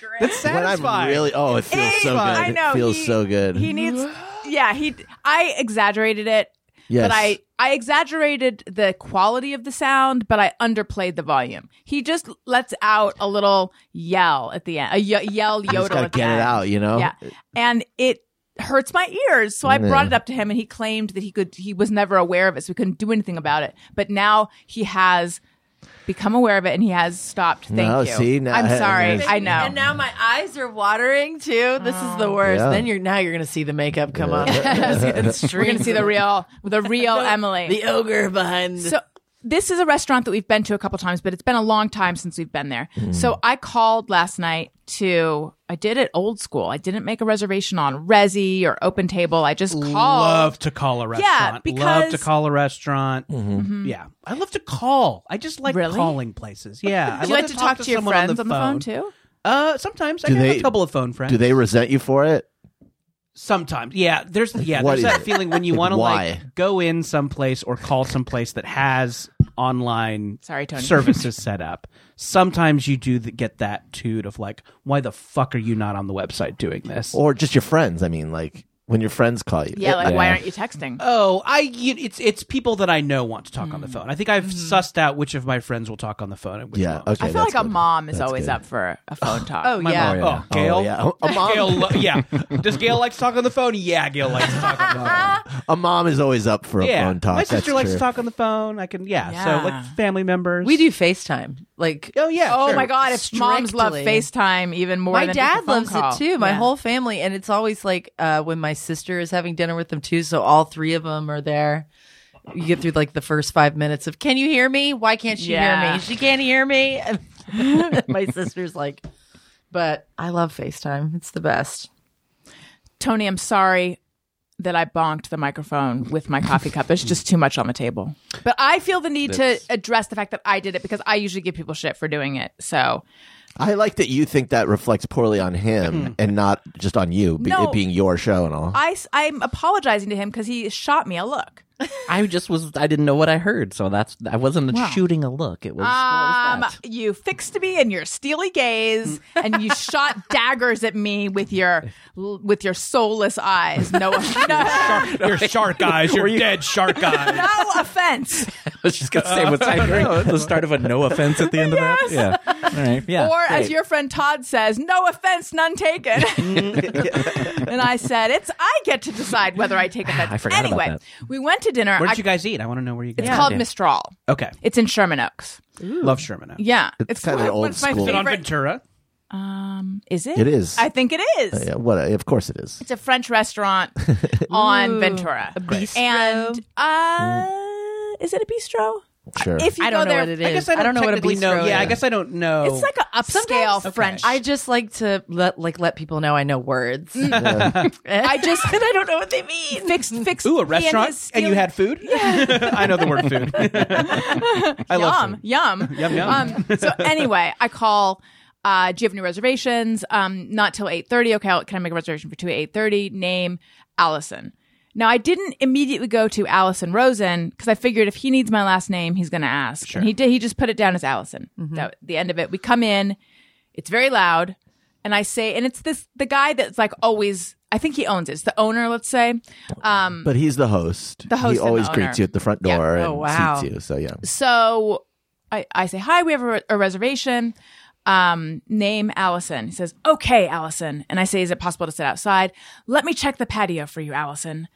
A: when I'm
D: satisfying.
A: really, oh, it feels so good.
C: I know,
A: it feels
C: he-
A: so good.
C: he
A: <gasps>
C: needs Yeah, he I exaggerated it,
A: yes.
C: but I I exaggerated the quality of the sound, but I underplayed the volume. He just lets out a little yell at the end. A y- yell
A: You just
C: yodel
A: gotta
C: at the
A: get
C: end.
A: it out. You know.
C: Yeah. And it hurts my ears. So I
A: Yeah.
C: brought it up to him and he claimed that he could he was never aware of it, so we couldn't do anything about it. But now he has become aware of it and he has stopped. Thank
A: No,
C: you.
A: see, now-
C: I'm sorry.
A: Yeah.
C: I know.
E: And now my eyes are watering too. This is the worst.
A: Yeah.
E: Then you're now you're gonna see the makeup come up. You're gonna see the
C: We're gonna see the real the real Emily.
E: <laughs> the ogre behind.
C: so this is a restaurant that we've been to a couple times, but it's been a long time since we've been there. So I called last night to I did it old school. I didn't make a reservation on Resi or Open Table. I just called.
D: Love to call a restaurant. love
C: because- Mm-hmm.
D: to call a restaurant. Mm-hmm. Yeah, I love to call. I just like
C: Really?
D: calling places. Yeah, I
C: <laughs> Do you like to talk to, your
D: someone
C: friends on the, phone. too?
D: Uh, sometimes I
A: Do
D: can have
A: they-
D: a couple of phone friends.
A: Do they resent you for it?
D: Sometimes, yeah. There's yeah.
A: What is
D: there's that
A: it?
D: feeling when you want to
A: Why?
D: like go in someplace or call someplace that has online
C: Sorry, Tony.
D: services set up. Sometimes you do th- get that toot of like, why the fuck are you not on the website doing this?
A: Or just your friends? I mean, like when your friends call you.
C: Yeah, like why
F: Yeah.
C: aren't you texting?
D: Oh, I you, it's it's people that I know want to talk
C: Mm.
D: on the phone. I think I've sussed out which of my friends will talk on the phone. And which
A: Yeah.
D: won't.
A: Okay.
C: I feel like
A: that's
C: a
A: good.
C: mom is
A: That's
C: always
A: good.
C: up for a phone talk.
E: oh yeah.
F: mom-
D: Oh, Gail.
A: Oh, yeah. A mom,
D: Gail, lo- yeah.
C: <laughs>
D: Does Gail like to talk on the phone? Yeah, Gail likes to talk on the phone.
A: a mom is always up for a
D: yeah,
A: phone talk.
D: my sister
A: That's
D: likes
A: true.
D: to talk on the phone. I can, yeah.
C: Yeah.
D: So like family members,
E: We do FaceTime. Like
D: Oh yeah.
C: Oh
D: sure.
C: my god, if moms love
E: Strictly.
C: FaceTime even more
E: my
C: than just a
E: dad
C: phone
E: loves
C: call.
E: it too. My
C: Yeah.
E: whole family, and it's always like uh, when my sister is having dinner with them too. So all three of them are there. you get through like the first five minutes of can you hear me why can't she hear
C: Yeah.
E: me she can't hear me
C: <laughs>
E: <laughs> my sister's like but i love facetime it's the best
C: Tony, I'm sorry that I bonked the microphone with my coffee cup. It's just too much on the table. But I feel the need
F: That's-
C: to address the fact that I did it because I usually give people shit for doing it. So
A: I like that you think that reflects poorly on him and not just on you, be,
C: Hmm. No.
A: it being your show and all.
C: I, am apologizing to him because he shot me a
F: <laughs>
C: look.
F: I just was. I didn't know what I heard, so that's. I wasn't shooting a look. It was.
C: Um,
F: what was that?
C: you fixed me in your steely gaze and
F: <laughs>
C: you shot daggers at me with your with your soulless eyes. No, <laughs> no,
D: Your shark
A: <laughs>
D: eyes, your dead shark
C: <laughs>
D: eyes.
C: no offense.
F: I was just gonna say what's I heard. the start of a no offense at the end of that. Yeah. All right. Yeah.
C: or as
F: great.
C: your friend Todd says, no offense, none
F: <laughs>
C: taken. and I said, it's I get to decide whether I take offense.
F: <sighs> I forgot about
C: anyway, we went to dinner.
D: Where
C: I-
D: did you guys eat? I want to know where you guys.
C: it's called
F: Yeah.
C: Mistral.
D: Okay,
C: It's in Sherman Oaks.
D: love Sherman. Oaks.
C: Yeah, it's,
A: kinda
C: cool.
A: old
C: It's my
A: school. Is it
D: Is it on
C: favorite-
D: Ventura?
C: Um, is it?
A: It is. Oh,
C: I think it is.
A: yeah, what? Of course it is.
C: It's a French
F: <laughs>
C: restaurant on Ventura. And uh, is it a bistro?
A: Sure.
C: If you
E: i
C: go
E: don't know
C: there,
E: what it is Oh.
D: I guess I don't,
E: know what a
D: technically
E: bistro
D: know.
E: is
D: Yeah, I guess I don't know.
C: It's like an upscale French.
E: i just like to let like let people know i know words
C: Mm,
E: i <laughs> just and i don't know what they mean
C: fixed, fixed.
D: Ooh,
C: me
D: a
C: in
D: restaurant,
C: his
D: and you
C: steely-
D: had food. <laughs> I know the word food. I love
C: yum, yum,
D: food. <laughs> Yum, yum.
C: Um, so anyway, I call. Uh, do you have any reservations? Um, not till eight thirty. Okay, I'll- can I make a reservation for two eight thirty? Name Allison. Now I didn't immediately go to Allison Rosen because I figured if he needs my last name, he's going to ask. And he did. He just put it down as Allison.
D: Mm-hmm.
C: That- the end of it. We come in. It's very loud, and I say, and it's this the guy that's like always. I think he owns it. It's the owner, let's say. Um,
A: but he's the host.
C: The host
A: He
C: and the
A: always
C: owner.
A: greets you at the front
C: Yeah.
A: door
E: Oh,
A: and
E: wow.
A: seats you. So yeah.
C: so I, I say, Hi, we have a, a reservation. Um, name Allison. He says, Okay, Allison. And I say, Is it possible to sit outside? Let me check the patio for you, Allison.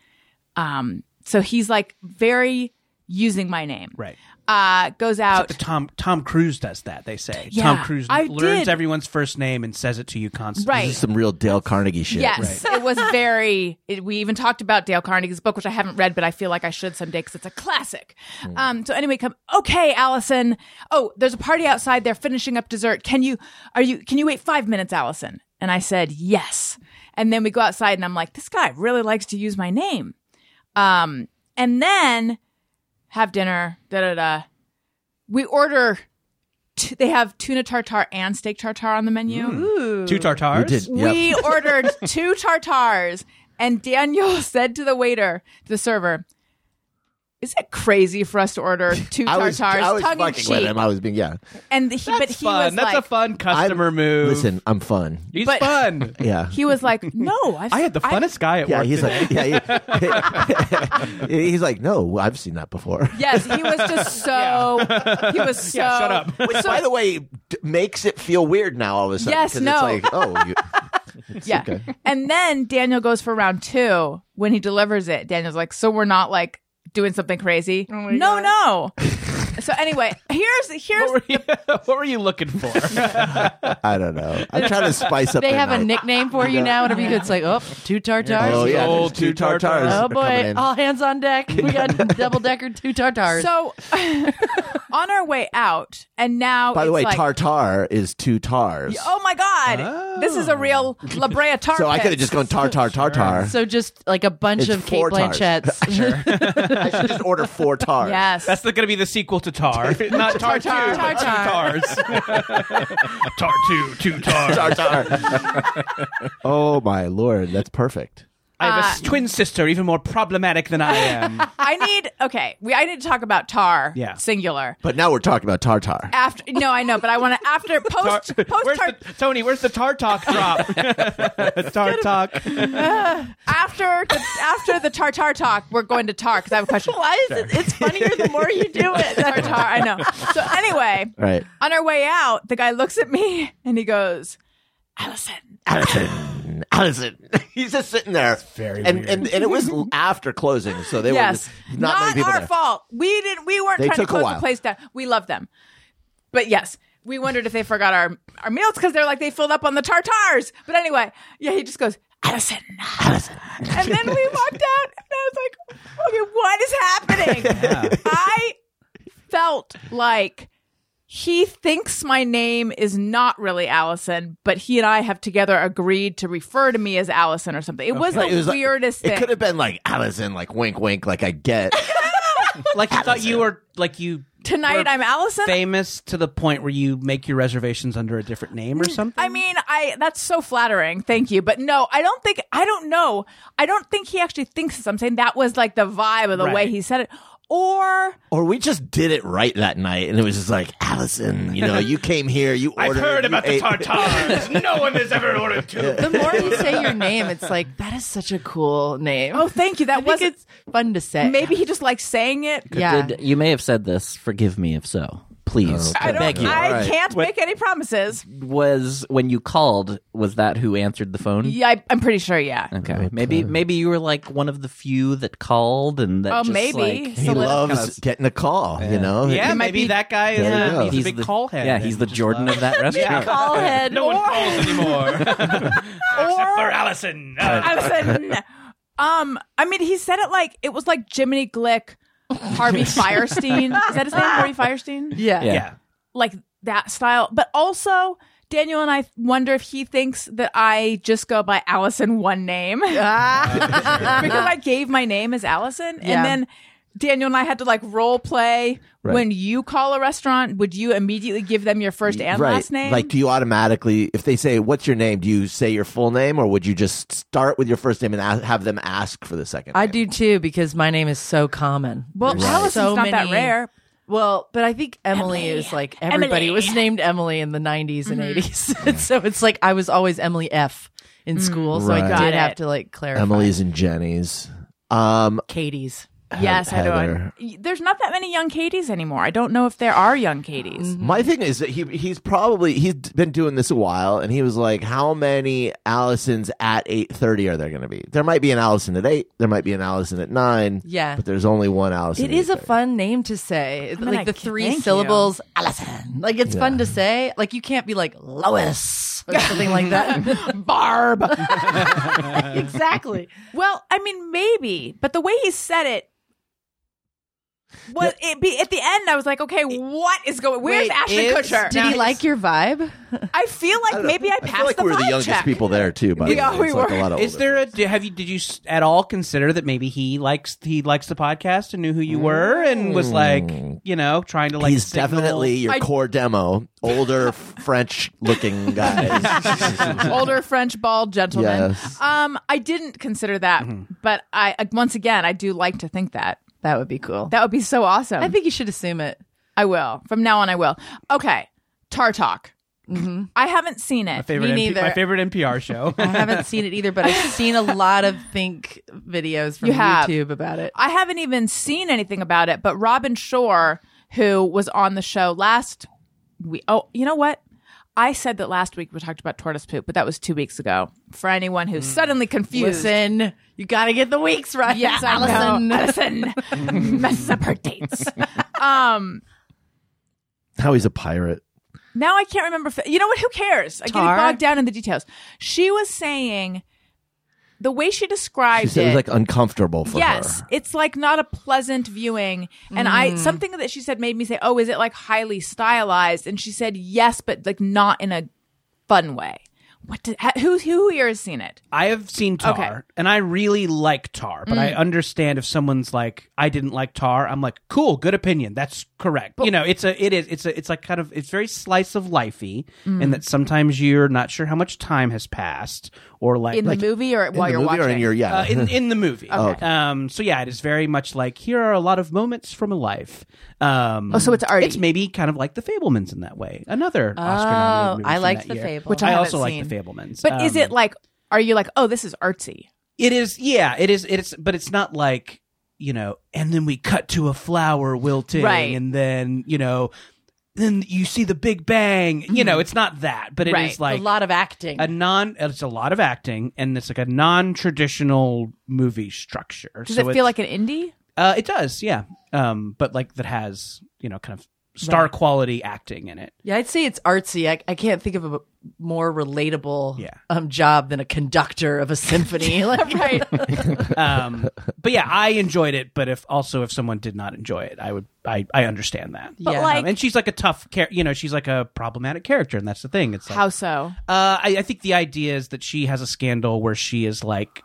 C: Um, so he's like very using my name.
D: <laughs> Right.
C: Uh, goes out.
D: Tom Tom Cruise does that. They say
C: Yeah,
D: Tom Cruise
C: I
D: learns
C: did.
D: everyone's first name and says it to you constantly.
A: This is
C: Right.
A: some real Dale Carnegie shit.
C: Yes, it was very. It, we even talked about Dale Carnegie's book, which I haven't read, but I feel like I should someday because it's a classic. Um, so anyway, come. Okay, Allison. Oh, there's a party outside. They're finishing up dessert. Can you? Are you? Can you wait five minutes, Allison? And I said yes. And then we go outside, and I'm like, this guy really likes to use my name. Um, and then have dinner. Da da da. We order. T- they have tuna tartare and steak tartare on the menu.
D: Two tartars.
A: You did. Yep. <laughs>
C: We ordered two tartars, and Daniel <laughs> said to the waiter, to the server, "Is it crazy for us
A: <laughs>
C: to order two
A: I
C: tartars,
A: was, I was
C: tongue in
A: fucking with
C: cheek?"
A: him. I was being yeah.
C: And he, but
D: That's
C: he was
D: fun. That's
C: like,
D: a fun customer
A: I'm-
D: move.
A: Listen, I'm fun.
D: he's
C: but-
D: <laughs> fun.
A: Yeah.
C: he was like,
D: <laughs>
C: "No, I've,
D: I had the funnest guy at
A: yeah,
D: work.
A: he's
D: today.
A: like, yeah, he- <laughs> he's like, no, I've seen that before.
C: Yes, he was
D: <laughs>
C: just so. He was so.
D: Yeah,
C: <laughs>
D: shut up.
A: Which, by the way, d- makes it feel weird now all of a sudden.
C: Yes,
A: 'cause
C: no.
A: It's like, oh, you, <laughs>
C: yeah.
A: okay.
C: And then Daniel goes for round two. When he delivers it, Daniel's like, "So we're not like doing something crazy."
D: Oh
C: no,
D: <laughs>
C: no. so anyway, here's here's
D: <laughs> what, were you, <laughs> what were you looking for?
A: I don't know. I'm trying to spice up.
E: they
A: their
E: have a
A: night.
E: nickname for you now whatever you it's like oh two tartars
A: Oh yeah,
D: Oh,
A: there's two
D: two tartars.
A: tartars.
E: Oh
A: are coming
E: boy!
A: in.
E: All hands on deck.
A: <laughs>
E: We got double decker, two tartars.
C: So <laughs> on our way out, and now
A: By the
C: it's
A: way,
C: like,
A: tartar is two tars.
C: Oh my God! This is a real La Brea
A: <laughs>
C: tar.
A: so I
C: pit.
A: could have just gone tartar tartar.
E: <laughs> So just like a bunch
A: It's
E: of Kate
A: four tars. <laughs>
E: Blanchetts.
A: I should just order
C: <laughs>
A: four tars.
C: Yes.
D: That's going to be the sequel to Tar. <laughs> Not Tar 2,
C: Tar.
D: but two <laughs> Tars. tar 2, two Tars.
A: Tartar. oh my lord, that's perfect.
D: I have a
C: Uh,
D: s- twin sister, even more problematic than
C: <laughs>
D: I am.
C: I need. Okay, we. I need to talk about tar.
D: Yeah.
C: Singular.
A: But now we're talking about tartar.
C: After no, I know, but I want to after
D: Tar-
C: post post
D: <laughs> where's
C: tar,
D: the, Tony, where's the Tar Talk <laughs> drop? tar Talk.
C: after the, after the tartar talk. We're going to tar because I have a question.
E: Why is it? It's funnier the more you do it.
C: Tartar. I know. So anyway,
A: Right. <laughs>
C: on our way out, the guy looks at me and he goes, "Allison,
A: Allison, Allison. He's just sitting there. very and, and and it was after closing, so they
C: yes,
A: were just not, many people
C: our
A: there.
C: fault. We didn't. We weren't
A: They
C: trying to
A: took a
C: close
A: while.
C: the place down. We love them, but yes, we wondered if they forgot our our meals because they're like they filled up on the tartars. But anyway, yeah, he just goes.
A: <laughs>
C: Allison, Allison, and then we walked out, and I was like, "Okay, what is happening?" happening? I felt like he thinks my name is not really Allison, but he and I have together agreed to refer to me as Allison or something. It was
A: Right,
C: the
A: it was like-
C: weirdest
A: It
C: thing.
A: could have been like Allison, like wink, wink, like I get.
D: <laughs> like you thought you were like you
C: Tonight
D: were
C: I'm Allison.
D: famous to the point where you make your reservations under a different name or something.
C: I mean, I that's so flattering. Thank you. But no, I don't think I don't know. I don't think he actually thinks this. I'm saying that was like the vibe of the way
D: Right.
C: he said it. Or
A: or we just did it right that night, and it was just like Allison. You know, you came here. You ordered. you ate-
H: tartars. no one has ever ordered
E: <laughs>
H: two.
E: The more you say your name, it's like that is such a cool name.
C: oh thank you.
E: I
C: That
E: think
C: wasn't
E: it's eh, fun to say.
C: maybe he just likes saying it.
E: yeah.
F: Did- you may have said this. Forgive me if so. Please.
C: I
F: I,
C: don't
F: beg you.
C: I
A: Alright.
C: can't make any promises.
F: Mm-hmm. was when you called, was that who answered the phone?
C: Yeah, I, I'm pretty sure, yeah.
F: Okay. Maybe maybe you were like one of the few that called and that
C: Oh,
F: just,
C: maybe.
F: like-
A: He
C: So let-
A: loves getting a call. You know.
D: yeah,
A: He-
C: might
D: maybe
C: be-
D: that guy is
A: There you go.
D: a, he's, a big
F: the,
D: call head.
F: Yeah, he's the Jordan of that restaurant.
C: Call head
H: No one
C: or
H: calls anymore.
C: or
H: Allison.
D: Uh,
C: Allison. Um, I mean, he said it like it was like Jiminy Glick, Harvey Firestein. Is that his name, Harvey Firestein?
E: <laughs> yeah.
F: Yeah.
D: yeah.
C: like that style. But also, Daniel and I wonder if he thinks that I just go by Allison one
E: <laughs>
C: name <laughs> because I gave my name as Allison,
E: Yeah.
C: and then Daniel and I had to like role play.
F: Right.
C: When you call a restaurant, would you immediately give them your first and
A: right.
C: last name?
A: Like, do you automatically, if they say, "What's your name?" Do you say your full name, or would you just start with your first name and a- have them ask for the second?
E: I
A: name?
E: do too because my name is so common.
C: well,
E: There's
C: Allison's
E: so
C: not that
E: many-
C: rare.
E: Well, but I think Emily,
C: Emily.
E: is like everybody
C: Emily. Mm-hmm.
E: was named Emily in the 90s and <laughs> 80s. and so it's like I was always Emily F in school. So
A: Right.
E: I
C: Mm. Got
E: did
C: it.
E: have to like clarify.
A: Emily's and Jenny's. Um,
E: Katie's.
C: Yes,
A: Heather.
C: I don't. There's not that many young Katies anymore. I don't know if there are young Katies.
A: My thing is that he he's probably he's been doing this a while, and he was like, "How many Allisons at eight thirty are there going to be? There might be an Allison at eight, there might be an Allison at nine,
E: Yeah.
A: but there's only one Allison."
E: It
A: at
E: is a
A: 8:30.
E: fun name to say. It's
C: mean,
E: like
C: I
E: the
C: ca-
E: three
C: thank you.
E: syllables, Allison. Like it's fun to say. Like you can't be like Lois or something like that.
C: <laughs> Barb.
E: exactly.
C: Well, I mean, maybe, but the way he said it. Was it be at the end? I was like, okay, what is going? Where's
E: Wait,
C: Ashton
E: is-
C: Kutcher?
E: Did he like your vibe?
C: I feel like maybe I
A: I
C: passed
A: feel like
C: the
A: we were the
C: vibe
A: youngest
C: check.
A: people there too. By the
C: Yeah,
A: way,
C: we
A: It's like
C: were.
A: a lot of
D: Is
A: older
D: there a do- have you did you s- at all consider that maybe he likes he likes the podcast and knew who you were and was like you know trying to like
A: Hmm. he's
D: signal-
A: definitely your core demo,
C: <laughs>
A: older French-looking guys.
C: <laughs> older French bald gentleman.
A: Yes.
C: Um, I didn't consider that, but I uh, once again I do like to think that
E: That would be cool.
C: that would be so awesome.
E: I think you should assume it.
C: I will from now on. I will. Okay, Tar Talk. I haven't seen it.
D: favorite
E: Me
D: NP
E: neither.
D: my favorite
C: <laughs>
D: NPR show.
E: I haven't seen it either, but I've seen a lot of think videos from
C: You have.
E: YouTube about it.
C: I haven't even seen anything about it, but Robin Shore, who was on the show last week. Oh, you know what? I said that last week we talked about tortoise poop, but that was two weeks ago. For anyone who's suddenly confused.
E: Mm. Listen, you got to get the weeks
C: <laughs>
E: right.
C: Yes, I know. <laughs>
E: <laughs>
C: Allison messes up her dates. um,
A: How he's a pirate.
C: now I can't remember. If, you know what? Who cares? I'm
E: Tar?
C: getting bogged down in the details. She was saying the way she described
A: She said it
C: it
A: was like uncomfortable for
C: yes
A: her.
C: it's like not a pleasant viewing and i something that she said made me say oh is it like highly stylized and she said yes but like not in a fun way what did, ha- who who here has seen it
D: I have seen Tar,
C: Okay. Mm.
D: and I really like Tar, but I understand if someone's like, "I didn't like Tar," I'm like, "Cool, good opinion, that's correct." you know, it's a, it is, it's a, it's like kind of, it's very slice of lifey,
C: Mm.
D: and that sometimes you're not sure how much time has passed, or like
C: in
D: like,
C: the movie or
A: In
C: while
A: the
C: you're
A: movie
C: watching
A: or in your yeah.
D: uh,
C: <laughs>
D: in in the movie.
A: Okay.
D: Um. So yeah, it is very much like here are a lot of moments from a life. Um.
C: Oh, so it's already-
D: it's maybe kind of like the Fablemans in that way. Another
C: Oh,
D: Oscar-nominated movie
E: Oh, I
D: from
E: liked
D: that
E: The
D: year,
E: Fable.
C: Which I
D: I,
C: haven't
D: also like the
C: seen.
D: Fablemans.
C: but is
D: Um,
C: it like are you like oh this is artsy
D: It is, yeah, it is, it is, but it's not like, you know, and then we cut to a flower wilting,
C: Right.
D: and then, you know, then you see the Big Bang. You know, it's not that, but it is
C: Mm-hmm. Right. A
D: like
E: a lot of acting.
D: a non, it's a lot of acting, and it's like a non traditional movie structure.
C: does it
D: So it's-
C: feel like an indie
D: uh, it does, yeah. Um, but like that has, you know, kind of star quality acting in it.
E: Yeah, I'd say it's artsy. I, I can't think of a more relatable
D: Yeah.
E: um, job than a conductor of
D: <laughs>
E: a symphony. <laughs> Like,
C: Right.
D: Um, but yeah, I enjoyed it. But if also if someone did not enjoy it, I would I, I understand that.
E: But,
D: Um,
C: like-
D: and she's like a tough char- you know she's like a problematic character, and that's the thing. It's like,
C: How so?
D: Uh, I, I think the idea is that she has a scandal where she is like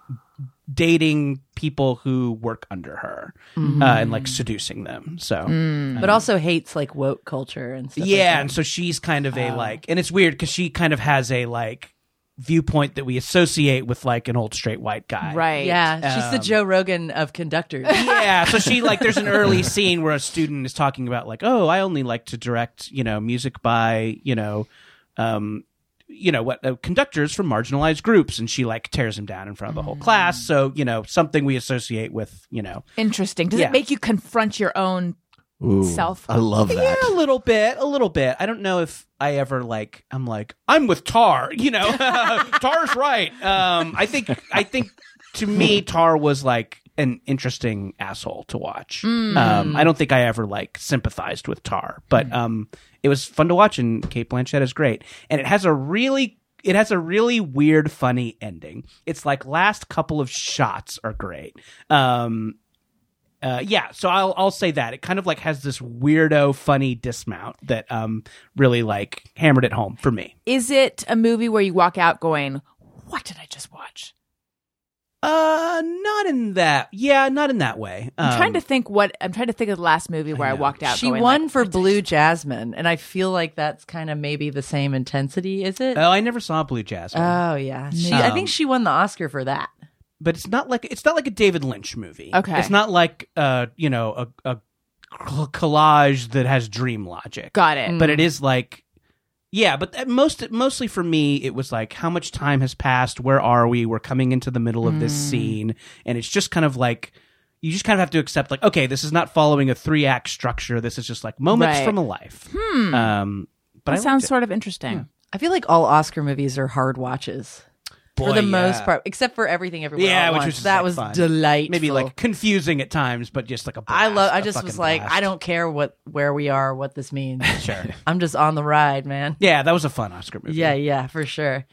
D: dating people who work under her uh, and like seducing them. So
E: but also hates like woke culture and stuff. like
D: Mm. Mm-hmm. yeah,
E: that.
D: and so she's kind of a like, and it's weird because she kind of has a like viewpoint that we associate with like an old straight white guy,
C: Right.
E: yeah, she's
D: Um,
E: the Joe Rogan
C: <laughs>
E: of conductors.
D: yeah so she like there's an early scene where a student is talking about like oh i only like to direct you know music by you know um you know what uh, conductors from marginalized groups and she like tears him down in front of the whole class so you know something we associate with you know
C: Interesting. Does
D: Yeah.
C: it make you confront your own?
A: Ooh,
C: Self.
A: I love
D: yeah
A: that.
D: a little bit a little bit i don't know if i ever like i'm like i'm with tar you know <laughs> tar's right um i think i think to me tar was like an interesting asshole to watch um i don't think i ever like sympathized with tar but um it was fun to watch and kate blanchett is great and it has a really it has a really weird funny ending it's like last couple of shots are great um uh, yeah, so I'll I'll say that it kind of like has this weirdo funny dismount that um really like hammered it home for me.
C: Is it a movie where you walk out going, "What did I just watch?"
D: Uh, not in that. Yeah, not in that way. Um,
C: I'm trying to think what I'm trying to think of the last movie where I, walked out.
E: she
C: going
E: won
C: like,
E: for Blue Jasmine, and I feel like that's kind of maybe the same intensity, is it?
D: Oh, Um, I never saw Blue Jasmine,
E: Oh, yeah, she, I think she won the Oscar for that.
D: but it's not like it's not like a David Lynch movie.
C: Okay.
D: it's not like uh you know a a cl- collage that has dream logic.
C: Got it.
E: Mm.
D: but it is like yeah but that most mostly for me it was like how much time has passed where are we we're coming into the middle of this
E: Mm.
D: scene and it's just kind of like you just kind of have to accept like okay this is not following a three act structure this is just like moments
C: Right.
D: from a life
E: Hmm.
D: um but
C: That
D: I
C: sounds
D: liked
C: sort of interesting.
E: I feel like all Oscar movies are hard watches
D: it.
E: for the
D: Boy,
E: most
D: yeah.
E: part, except for everything everywhere.
D: Yeah,
E: All at
D: which was
E: Once.
D: just,
E: that
D: like,
E: was
D: fun.
E: delightful.
D: maybe like confusing at times but just like a
E: I
D: blast,
E: love. I
D: a
E: just
D: fucking
E: was like,
D: blast.
E: I don't care what where we are, what this
D: <laughs>
E: means. <laughs>
D: sure
E: I'm just on the ride, man.
D: yeah that was a fun oscar movie
E: Yeah, yeah, for sure.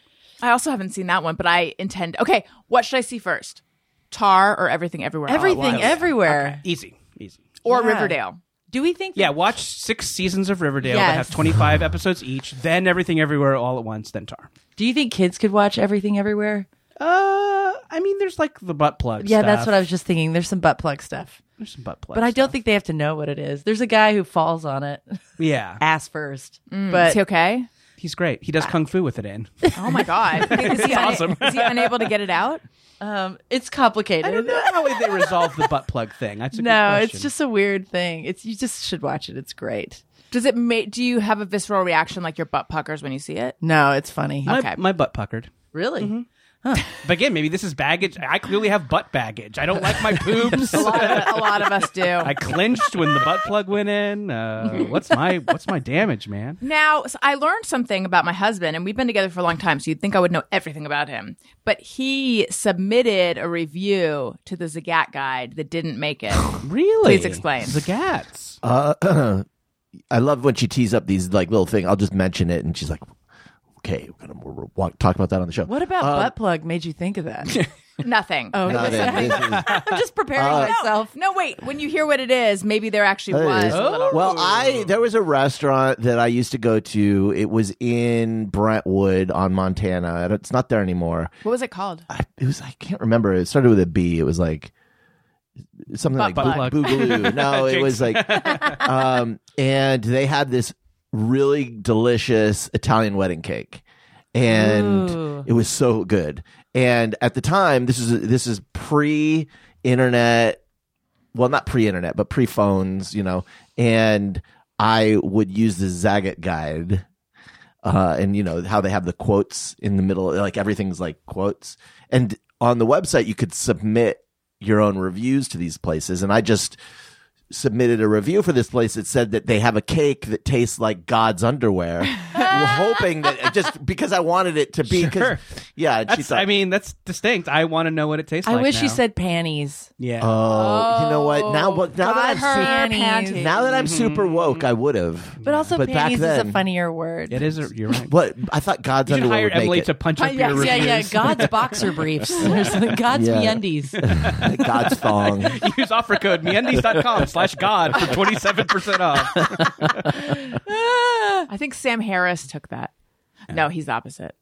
C: I also haven't seen that one, but I intend. Okay, what should I see first? Tar or Everything Everywhere? All at
E: Everything,
C: Once?
E: everywhere.
D: easy easy
C: or
E: Yeah.
C: Riverdale?
E: Do we think?
D: yeah, watch six seasons of Riverdale that
E: Yes.
D: have <sighs> 25 episodes each, then Everything Everywhere All at Once, then Tar.
E: Do you think kids could watch Everything Everywhere?
D: Uh, I mean, there's like the butt plug.
E: Yeah, that's what I was just thinking. There's some butt plug stuff,
D: There's some butt plug.
E: but I don't think they have to know what it is. There's a guy who falls on it <laughs>
D: Yeah,
E: ass first,
D: Mm,
C: Is
E: but
C: he okay?
D: he's great. He does kung fu with it <laughs> in.
C: Oh my god, <laughs> is he awesome? is he unable to get it out?
E: um, it's complicated.
D: I don't know how they resolve the butt plug thing. That's a good
E: No,
D: question.
E: it's just a weird thing. It's you just should watch it. It's great.
C: Does it make? Do you have a visceral reaction like your butt puckers when you see it?
E: No, it's funny.
D: my,
C: okay.
D: my butt puckered.
E: Really?
D: Mm-hmm. But again, maybe this is baggage. I clearly have butt baggage. I don't like my <laughs> poops.
C: A lot of, <laughs> a lot of us do.
D: I clinched when the butt plug went in. Uh, what's my what's my damage, man?
C: Now, so I learned something about my husband, and we've been together for a long time, so you'd think I would know everything about him. But he submitted a review to the Zagat guide that didn't make <laughs> it.
D: Really?
C: Please explain.
D: The gats.
A: Uh, <clears throat> I love when she tees up these like little thing. I'll just mention it, and she's like, "Okay, we're gonna we're, we're talk about that on the show."
E: What about
D: Uh,
E: butt plug made you think
D: <laughs>
E: of that?
C: Nothing. Oh,
E: <laughs>
A: Not it. This is-
E: I'm just preparing
A: Uh,
C: no,
E: myself.
C: no, wait. When you hear what it is, maybe there actually
A: That
C: was.
A: is-
C: a little-
A: Well, I there was a restaurant that I used to go to. It was in Brentwood on Montana. and It's not there anymore.
C: What was it called?
A: I, it was I can't remember. It started with a B. It was like something
C: Butt
A: like
D: plug.
A: boo- boogaloo. No, it was like um and they had this really delicious Italian wedding cake. And
E: Ooh.
A: it was so good. And at the time, this is this is pre internet well, not pre internet, but pre phones, you know. And I would use the Zagat guide. Uh, and you know how they have the quotes in the middle, like everything's like quotes. And on the website, you could submit your own reviews to these places. And I just submitted a review for this place that said that they have a cake that tastes like God's
E: <laughs>
A: underwear, hoping that just because I wanted it to be. 'cause-
D: Sure.
A: Yeah, and she
D: That's,
A: thought.
D: I mean, that's distinct. I want to know what it tastes
E: I
D: like.
E: wish
D: now. Uh,
E: she said panties.
D: yeah.
A: Oh, you know what? Now, what? Now
E: God,
A: that I'm
E: her
A: super,
E: panties.
A: now that I'm super
D: Mm-hmm.
A: woke, I would have.
E: But also,
A: But back
E: panties is
A: then-
E: a funnier word.
D: it is. A, you're
A: <laughs>
D: right.
A: But I thought God's
D: You should
A: underwear
D: hire
A: would make
D: Emily
A: it.
D: to punch
C: Uh,
D: up
C: yes,
D: your <laughs>
E: Yeah, yeah.
A: <laughs>
D: reviews.
E: God's boxer <laughs> briefs. Or something. God's
A: Yeah. <laughs>
D: <laughs>
E: meundies.
A: God's thong.
D: Use offer code meandies.com slash god for
C: <laughs>
D: 27% off.
C: I think Sam Harris took that. No, he's opposite.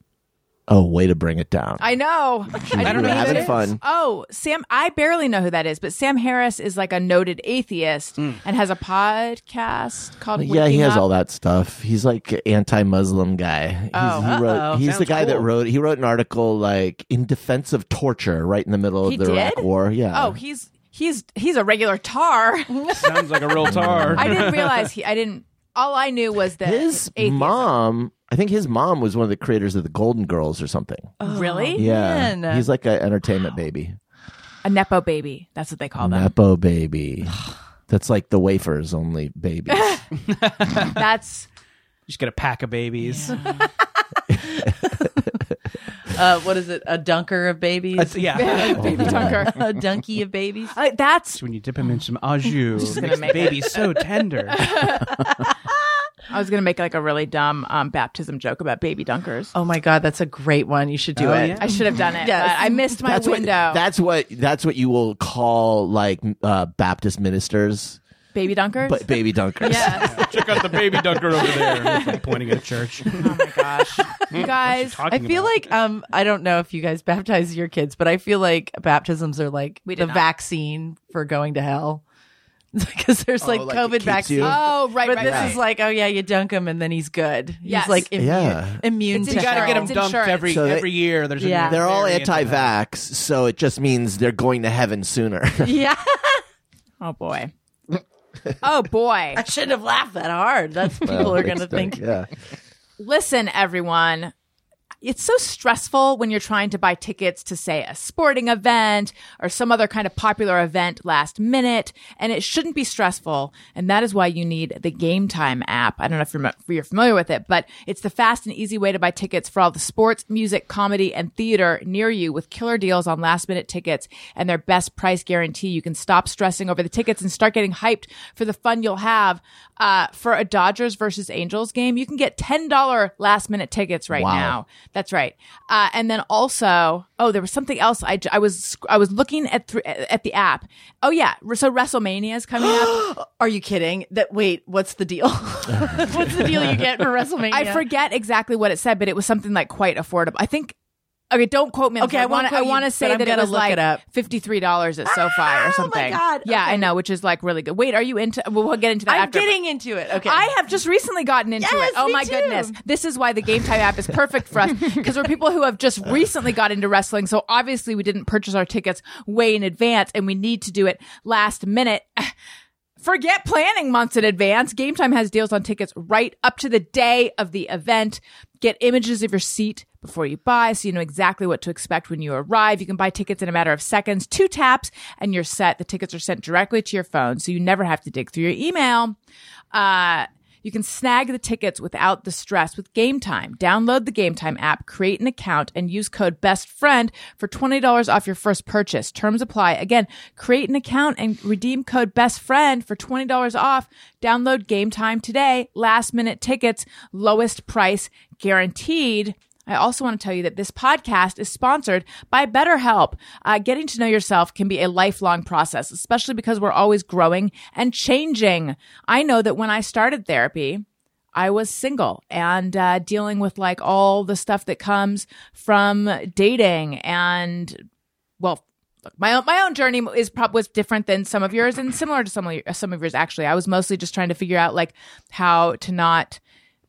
A: Oh, way to bring it down.
C: I know. I
A: You
C: don't
A: were
C: know who that
A: having
C: is.
A: fun.
C: Oh, Sam. I barely know who that is, but Sam Harris is like a noted atheist and has a podcast called.
A: Mm. Yeah, he
C: Waking
A: has
C: Up.
A: all that stuff. He's like anti-Muslim guy. He's,
C: Oh.
A: he wrote, he's the
D: Sounds
A: guy that
D: cool.
A: wrote. He wrote an article like in defense of torture, right in the middle
C: He
A: of the Iraq
C: did?
A: War. Yeah.
C: Oh, he's he's he's a
A: <laughs>
C: regular tar.
D: Sounds like a real tar.
C: I didn't realize he. I didn't. All I knew was that
A: his
C: atheism-
A: mom. I think his mom was one of the creators of the Golden Girls or something.
C: Oh, Really?
A: yeah,
E: man.
A: he's like an entertainment baby,
C: A nepo baby. That's what they call them.
A: Nepo
C: <sighs>
A: baby. That's like the wafers only babies. <laughs>
C: That's
D: Just get a pack of babies.
E: uh, what is it? A dunker of
D: <laughs>
E: babies?
C: <laughs>
D: That's-
E: <laughs>
A: Oh,
D: yeah.
C: baby Tucker.
A: <laughs>
E: a donkey of babies?
C: Uh, that's
D: When you dip them in some au jus, it
C: gonna
D: makes the
C: make it-
D: baby
C: <laughs>
D: so tender.
C: I was gonna make like a really dumb um, baptism joke about baby dunkers.
E: Oh my God, that's a great one. You should do
D: Oh,
E: it.
D: yeah.
C: I should have done it.
E: Yes.
C: but I missed <laughs> my
A: that's what.
C: window.
A: That's what. That's what you will call like uh, Baptist ministers,
C: baby dunkers. <laughs>
A: but baby dunkers.
E: <laughs>
C: yes.
D: Check out the baby dunker over
C: <laughs>
D: there. pointing at a church.
C: oh my
D: <laughs>
C: gosh, you guys.
E: I feel like um I don't know if you guys baptize your kids, but I feel like baptisms are like
C: We did
E: the
C: not.
E: vaccine for going to hell <laughs> because there's like,
A: Oh, like it
E: COVID
A: keeps
E: vaccine.
A: you-
C: Oh right,
E: but
C: right,
E: this
C: right.
E: is like, oh yeah, you dunk him and then he's good. He's
C: Yes.
E: like immune,
A: Yeah.
E: immune
C: It's
E: to
D: You gotta get them
C: It's
D: dumped
C: insurance.
D: every
A: So they-
D: every year. There's
E: Yeah.
D: a new
A: They're all
D: variant of that.
A: anti-vax, so it just means they're going to heaven sooner. <laughs>
E: Yeah,
C: oh
E: <laughs>
C: boy. Oh boy.
E: I shouldn't have laughed that hard. That's what people are gonna think.
A: Yeah.
C: Listen, everyone. It's so stressful when you're trying to buy tickets to, say, a sporting event or some other kind of popular event last minute, and it shouldn't be stressful. And that is why you need the Game Time app. I don't know if you're, if you're familiar with it, but it's the fast and easy way to buy tickets for all the sports, music, comedy, and theater near you with killer deals on last minute tickets and their best price guarantee. You can stop stressing over the tickets and start getting hyped for the fun you'll have. Uh, for a Dodgers versus Angels game, you can get $10 last minute tickets right
A: Wow.
C: now. That's right. Uh, and then also, oh, there was something else. I, j- I was I was looking at thr at the app. Oh yeah, so WrestleMania is coming up.
E: Are you kidding? That wait, what's the deal? what's the deal you get for WrestleMania?
C: I forget exactly what it said, but it was something like quite affordable. I think. Okay, don't quote me. on this.
E: Okay, I
C: I
E: won't
C: want to.
E: quote
C: I
E: you,
C: want to
E: but
C: say
E: I'm
C: that it
E: gonna
C: was
E: look
C: like
E: it up.
C: fifty three dollars at SoFi
E: Oh my
C: or something.
E: God,
C: Yeah, I
E: okay.
C: know, which is like really good. Wait, are you into? Well, we'll get into that.
E: I'm
C: after.
E: getting into it. Okay,
C: I have just recently gotten into
E: Yes,
C: it. Oh
E: me
C: my
E: too.
C: goodness. This is why the Game Time app is perfect for
E: <laughs>
C: us because we're people who have just recently got into wrestling. So obviously we didn't purchase our tickets way in advance and we need to do it last minute. <sighs> Forget planning months in advance. Game Time has deals on tickets right up to the day of the event. Get images of your seat before you buy so you know exactly what to expect when you arrive. You can buy tickets in a matter of seconds, two taps, and you're set. The tickets are sent directly to your phone so you never have to dig through your email. Uh, you can snag the tickets without the stress with Game Time. Download the Game Time app, create an account, and use code BESTFRIEND for $20 off your first purchase. Terms apply. Again, create an account and redeem code BESTFRIEND for $20 off. Download Game Time today. Last minute tickets, lowest price guaranteed. I also want to tell you that this podcast is sponsored by BetterHelp. Uh, getting to know yourself can be a lifelong process, especially because we're always growing and changing. I know that when I started therapy, I was single and uh, dealing with like all the stuff that comes from dating and well, look, my own, my own journey is prob- was different than some of yours and similar to some of, your- some of yours actually. I was mostly just trying to figure out like how to not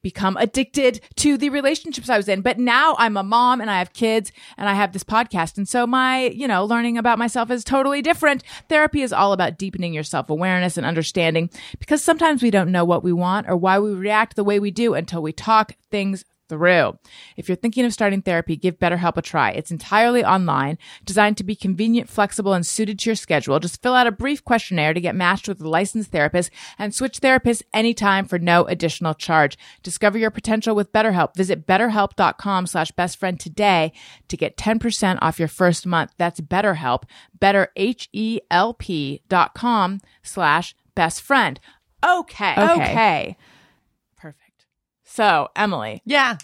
C: become addicted to the relationships I was in. But now I'm a mom and I have kids and I have this podcast. And so my, you know, learning about myself is totally different. Therapy is all about deepening your self awareness and understanding because sometimes we don't know what we want or why we react the way we do until we talk things through. If you're thinking of starting therapy, give BetterHelp a try. It's entirely online, designed to be convenient, flexible, and suited to your schedule. Just fill out a brief questionnaire to get matched with a licensed therapist and switch therapists anytime for no additional charge. Discover your potential with BetterHelp. Visit betterhelp.com slash bestfriend today to get 10% off your first month. That's BetterHelp, better H-E-L-P dot com slash bestfriend. Okay.
E: Okay.
C: Okay. Perfect. So, Emily,
E: Yeah.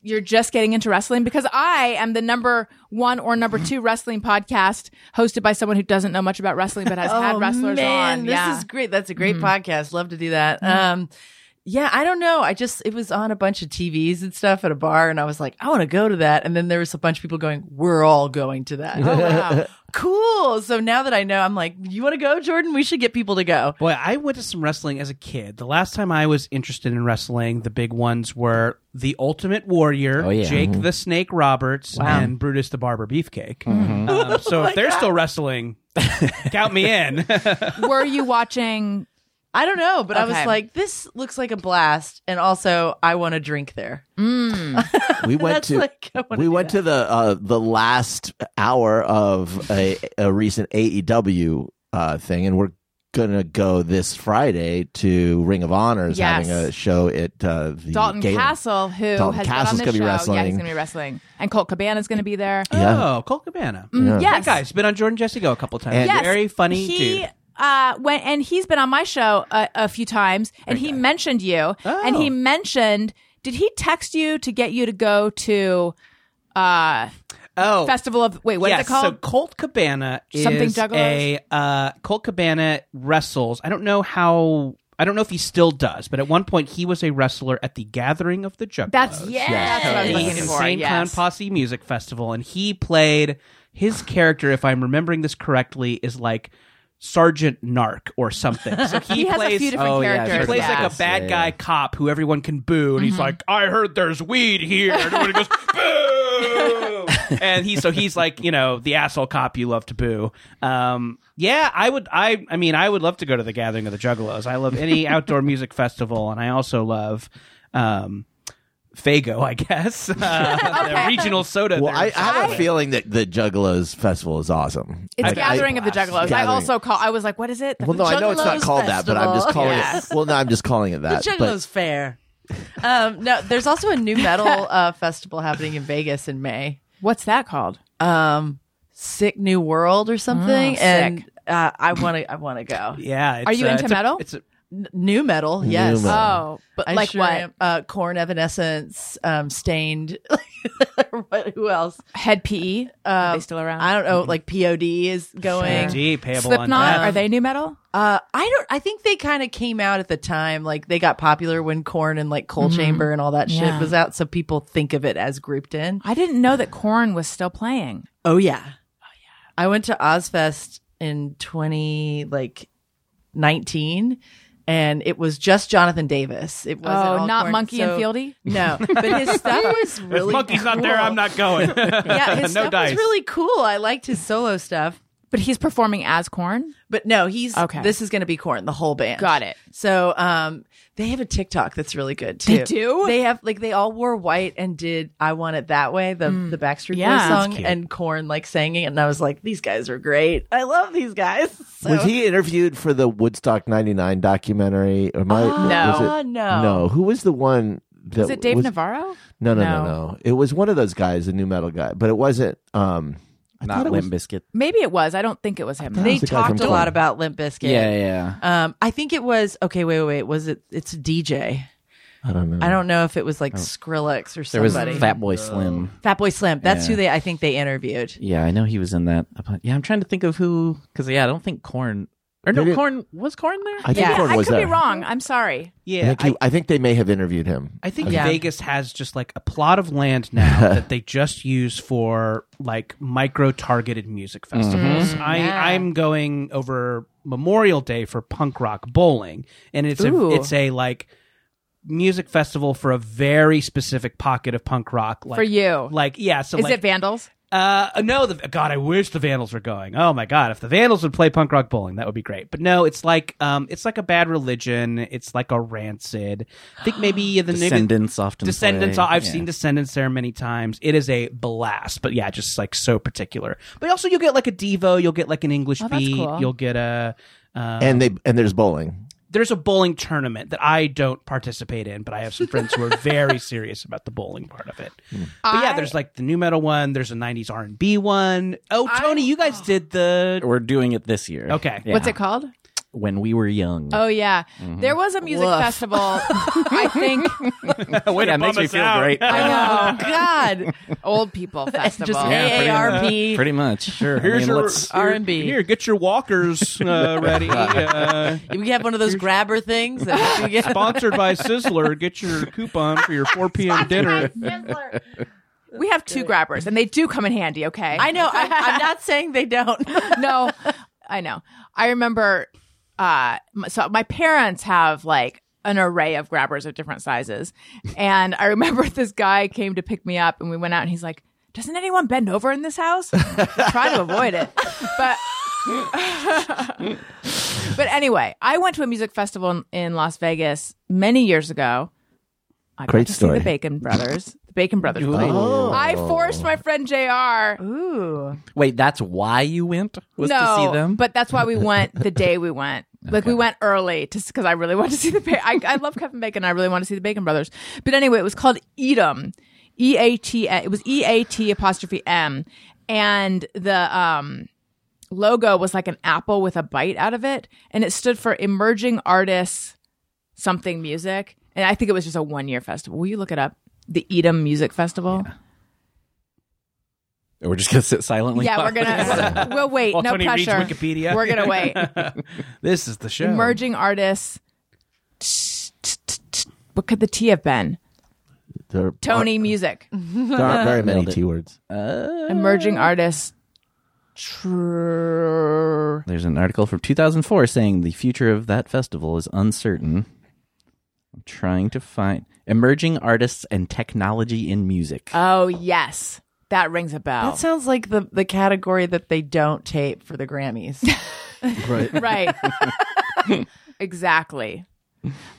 C: you're just getting into wrestling because I am the number one or number two wrestling podcast hosted by someone who doesn't know much about wrestling but has had wrestlers
E: Oh, man,
C: on.
E: This
C: yeah. <laughs>
E: is great. That's a great
A: Mm-hmm.
E: podcast. Love to do that. Um, yeah, I don't know. I just it was on a bunch of TVs and stuff at a bar, and I was like, I want to go to that. And then there was a bunch of people going, "We're all going to that."
A: <laughs>
C: oh, wow.
E: <laughs> cool. So now that I know, I'm like, you want to go, Jordan? We should get people to go.
D: Boy, I went to some wrestling as a kid. The last time I was interested in wrestling, the big ones were The Ultimate Warrior,
F: Oh, yeah.
D: Jake the Snake Roberts, and Brutus the Barber Beefcake.
C: Mm-hmm. <laughs> Oh
D: Um, so if they're still wrestling, count
F: <laughs>
D: me in.
C: Were you watching?
E: I don't know, but I was
C: Okay.
E: like, this looks like a blast, and also I want to drink there.
C: mm,
A: We went
E: <laughs> That's
A: to
E: like- I wanna
A: we
E: do
A: went
E: that.
A: to the uh, the last hour of a, a recent AEW uh, thing, and we're gonna go this Friday to Ring of Honor is
C: Yes.
A: having a show at uh, the
C: Dalton
A: Galen.
C: Castle, who
A: Dalton
C: has
A: Castle's gonna
C: been
A: be
C: on this show. Yeah,
A: wrestling.
C: he's going to be wrestling. And Colt Cabana's going to be there.
A: Yeah.
D: <laughs> Oh, Colt Cabana.
C: Mm,
D: That
C: Yes.
D: guy's been on Jordan Jesse Go a couple times.
A: And-
C: yes.
D: Very funny
C: he,
D: dude.
C: Uh, when and he's been on my show a, a few times, and he mentioned you, and he mentioned. Did he text you to get you to go to uh
D: Oh,
C: festival of wait what's
D: yes,
C: it called
D: So Colt Cabana is
C: Something jugglers?
D: a uh, Colt Cabana wrestles. I don't know how. I don't know if he still does, but at one point he was a wrestler at the Gathering of the Juggalos.
C: That's yeah. That's what I was
D: the
C: looking for.
D: Insane
C: yes.
D: Clown Posse Music Festival, and he played his character. If I'm remembering this correctly, is like Sergeant Narc or something. So
C: <laughs>
D: he,
C: He has
D: plays
C: a few different
F: oh, yeah,
C: characters.
D: he plays
C: yeah.
D: like a bad
F: Yeah,
D: guy
F: yeah.
D: cop who everyone can boo, and he's like, "I heard there's weed here," and everybody goes, "Boo!" and he so he's like, you know, the asshole cop you love to boo. Um, yeah, I would. I I mean, I would love to go to the Gathering of the Juggalos. I love any outdoor music festival, and I also love. Um, Fago, I guess. <laughs> Uh, the regional soda.
A: Well,
D: there.
A: I, I have a feeling that the Juggalos Festival is awesome.
C: It's
A: I-
C: gathering of the juggalos. I
A: Gathering.
C: also call. I was like, what is it?
A: well, no, I know it's not
E: Juggalos
A: called that, but I'm just
E: Festival.
A: calling it. Well, no, I'm just calling it that.
E: The
A: but-
E: Juggalos Fair. um, no, there's also a new
A: <laughs>
E: metal uh, festival happening in Vegas in May.
C: What's that called?
E: Um, Sick New World or something,
C: Mm,
E: and
C: sick.
E: uh, I want to. I want
D: <laughs>
E: to go.
D: yeah. It's,
C: Are you
D: uh,
C: into
D: it's a-
C: metal?
D: it's a,
E: N- new metal, yes.
A: metal.
C: Oh, but
E: I
C: like
E: sure
C: what?
E: am. Uh, Corn Evanescence, um,
C: <laughs>
E: Stained. what, who else?
C: Head PE? Are they still around?
E: Uh,
C: Mm-hmm.
E: I don't know. Like POD is going.
D: Gee, payable on
C: Slipknot?
D: that.
C: Are they new metal?
E: Uh, I don't. I think they kind of came out at the time. Like they got popular when Corn and like Coal Chamber and all that shit
C: Mm-hmm. Yeah.
E: was out, so people think of it as grouped in.
C: I didn't know that Corn was still playing.
E: Oh yeah. Oh yeah. I went to Ozfest in twenty like nineteen and it was just Jonathan Davis. It wasn't
C: Oh,
E: all
C: not
E: Korn,
C: Monkey
E: so-
C: and Fieldy.
E: No. <laughs> But his stuff was really
D: Monkey's not there.
E: cool.
D: I'm not going.
E: Yeah, <laughs>
D: <laughs>
E: his
D: no
E: stuff
D: dice.
E: was really cool. I liked his solo stuff.
C: But he's performing as Corn.
E: But no, he's
C: Okay.
E: this is going to be corn, the whole band.
C: Got it.
E: So, um, they have a TikTok that's really good too.
C: They do?
E: They have like they all wore white and did "I Want It That Way" the the Backstreet
C: Mm. Yeah. That's
E: Boys song, and corn like sang it, and I was like, these guys are great. I love these guys. So,
A: Was he interviewed for the Woodstock '99 documentary? Or my,
C: Ah, No.
A: was it-
E: no.
A: no. Who was the one? That
C: Is it Dave
A: was-
C: Navarro?
A: No, no, no,
C: No.
A: no. It was one of those guys, the new metal guy, but it wasn't. Um, I thought
F: Not
A: it was-
F: Limp Biscuit.
C: Maybe it was. I don't think it was him.
A: That
E: They
A: was the guy from
E: talked a
A: Korn.
E: lot about Limp Bizkit.
F: Yeah, yeah.
E: Um, I think it was okay. Wait, wait, wait. Was it? It's a DJ.
A: I don't know.
E: I don't know if it was like Skrillex or
F: There was
E: somebody.
F: Fat Boy Slim.
E: Fatboy Slim. That's
F: Yeah.
E: who they. I think they interviewed.
F: Yeah, I know he was in that. Yeah, I'm trying to think of who. Because yeah, I don't think Corn or no
A: Maybe-
F: Corn was Corn there.
A: I think
C: Yeah,
A: Korn
C: I
A: was
C: could
A: there.
C: be wrong. I'm sorry.
A: I
D: yeah,
A: think, he- I think they may have interviewed him.
D: I think
E: Yeah.
D: Vegas has just like a plot of land now that they just use for like micro targeted music festivals.
C: Mm-hmm.
D: I, I'm going over Memorial Day for punk rock bowling, and it's
C: Ooh.
D: a it's a like music festival for a very specific pocket of punk rock. Like
C: For you.
D: like yeah. So
C: Is
D: like,
C: it Vandals?
D: Uh, no, the, God, I wish the Vandals were going. Oh my God, if the Vandals would play punk rock bowling, that would be great. But no, it's like um, it's like a bad religion. It's like a rancid. I
F: <gasps>
D: think maybe the
F: Descendants often
D: Descendants.
F: play.
D: I've
F: Yeah.
D: seen Descendants there many times. It is a blast, but yeah, just like so particular. But also, you'll get like a Devo, you'll get like an English
C: Oh, that's
D: beat,
C: cool.
D: you'll get a. Uh,
A: and they and there's bowling.
D: there's a bowling tournament that I don't participate in, but I have some friends who are very <laughs> serious about the bowling part of it.
F: Hmm.
D: But yeah,
C: I-
D: there's like the new metal one. There's a '90s R&B one. Oh,
C: I-
D: Tony, you guys did the
F: We're doing it this year.
D: okay.
F: Yeah.
C: What's it called?
F: When we were young.
C: Oh yeah, there was a music
E: Woof.
C: festival. I think
D: Oh,
F: Wait, yeah, it makes me
D: us
F: feel
D: out.
C: <laughs>
F: great.
C: I know. God, old people festival.
E: Oh, <laughs> Just
F: Yeah, pretty
E: AARP.
F: Pretty much. Sure. I mean, let's-
E: R&B.
D: Here, get
F: <laughs>
D: your walkers uh, ready. Uh,
E: We have one of those grabber things that you get.
D: sponsored by Sizzler. Get your coupon for your 4 p.m. dinner.
C: we have two grabbers, and they do come in handy. Okay,
E: I know. I, I'm not saying they <laughs> don't.
C: <laughs> no, I know. I remember. Uh, m- so my parents have like an array of grabbers of different sizes, and I remember <laughs> this guy came to pick me up, and we went out, and he's like, "Doesn't anyone bend over in this house? I Try to avoid it." But <laughs> but anyway, I went to a music festival in, in Las Vegas many years ago. I got
A: Great
C: to see
A: story.
C: the Bacon Brothers. The Bacon Brothers. played.
A: Oh.
C: I forced my friend Jr.
E: Ooh.
F: Wait, that's why you went? Was
C: no,
F: to see them?
C: But that's why we went the day we
F: <laughs>
C: went. Like we went early just because I really wanted to see the. Ba- I, I love Kevin Bacon. I really want to see the Bacon Brothers. But anyway, it was called Edom, E A T. It was E A T apostrophe M, and the um logo was like an apple with a bite out of it, and it stood for Emerging Artists Something Music. And I think it was just a one year festival. Will you look it up? The Edom Music Festival.
F: We're just going to sit silently.
C: Yeah,
F: while
C: we're
F: <laughs>
C: gonna. we'll wait.
D: While
C: no
D: Tony reads
C: pressure.
D: Wikipedia.
C: We're gonna
D: <laughs>
C: wait.
D: This is the show.
C: emerging artists. Tch, tch, tch, tch. What could the T have been?
A: There,
C: Tony music.
A: aren't, there aren't very many
F: Nailed it.
A: T words.
C: Emerging artists. Tr-
F: There's an article from 2004 saying the future of that festival is uncertain. I'm trying to find emerging artists and technology in music.
C: Oh yes, that rings a bell.
E: That sounds like the, the category that they don't tape for the <laughs> Grammys.
A: Right.
C: right. <laughs> exactly.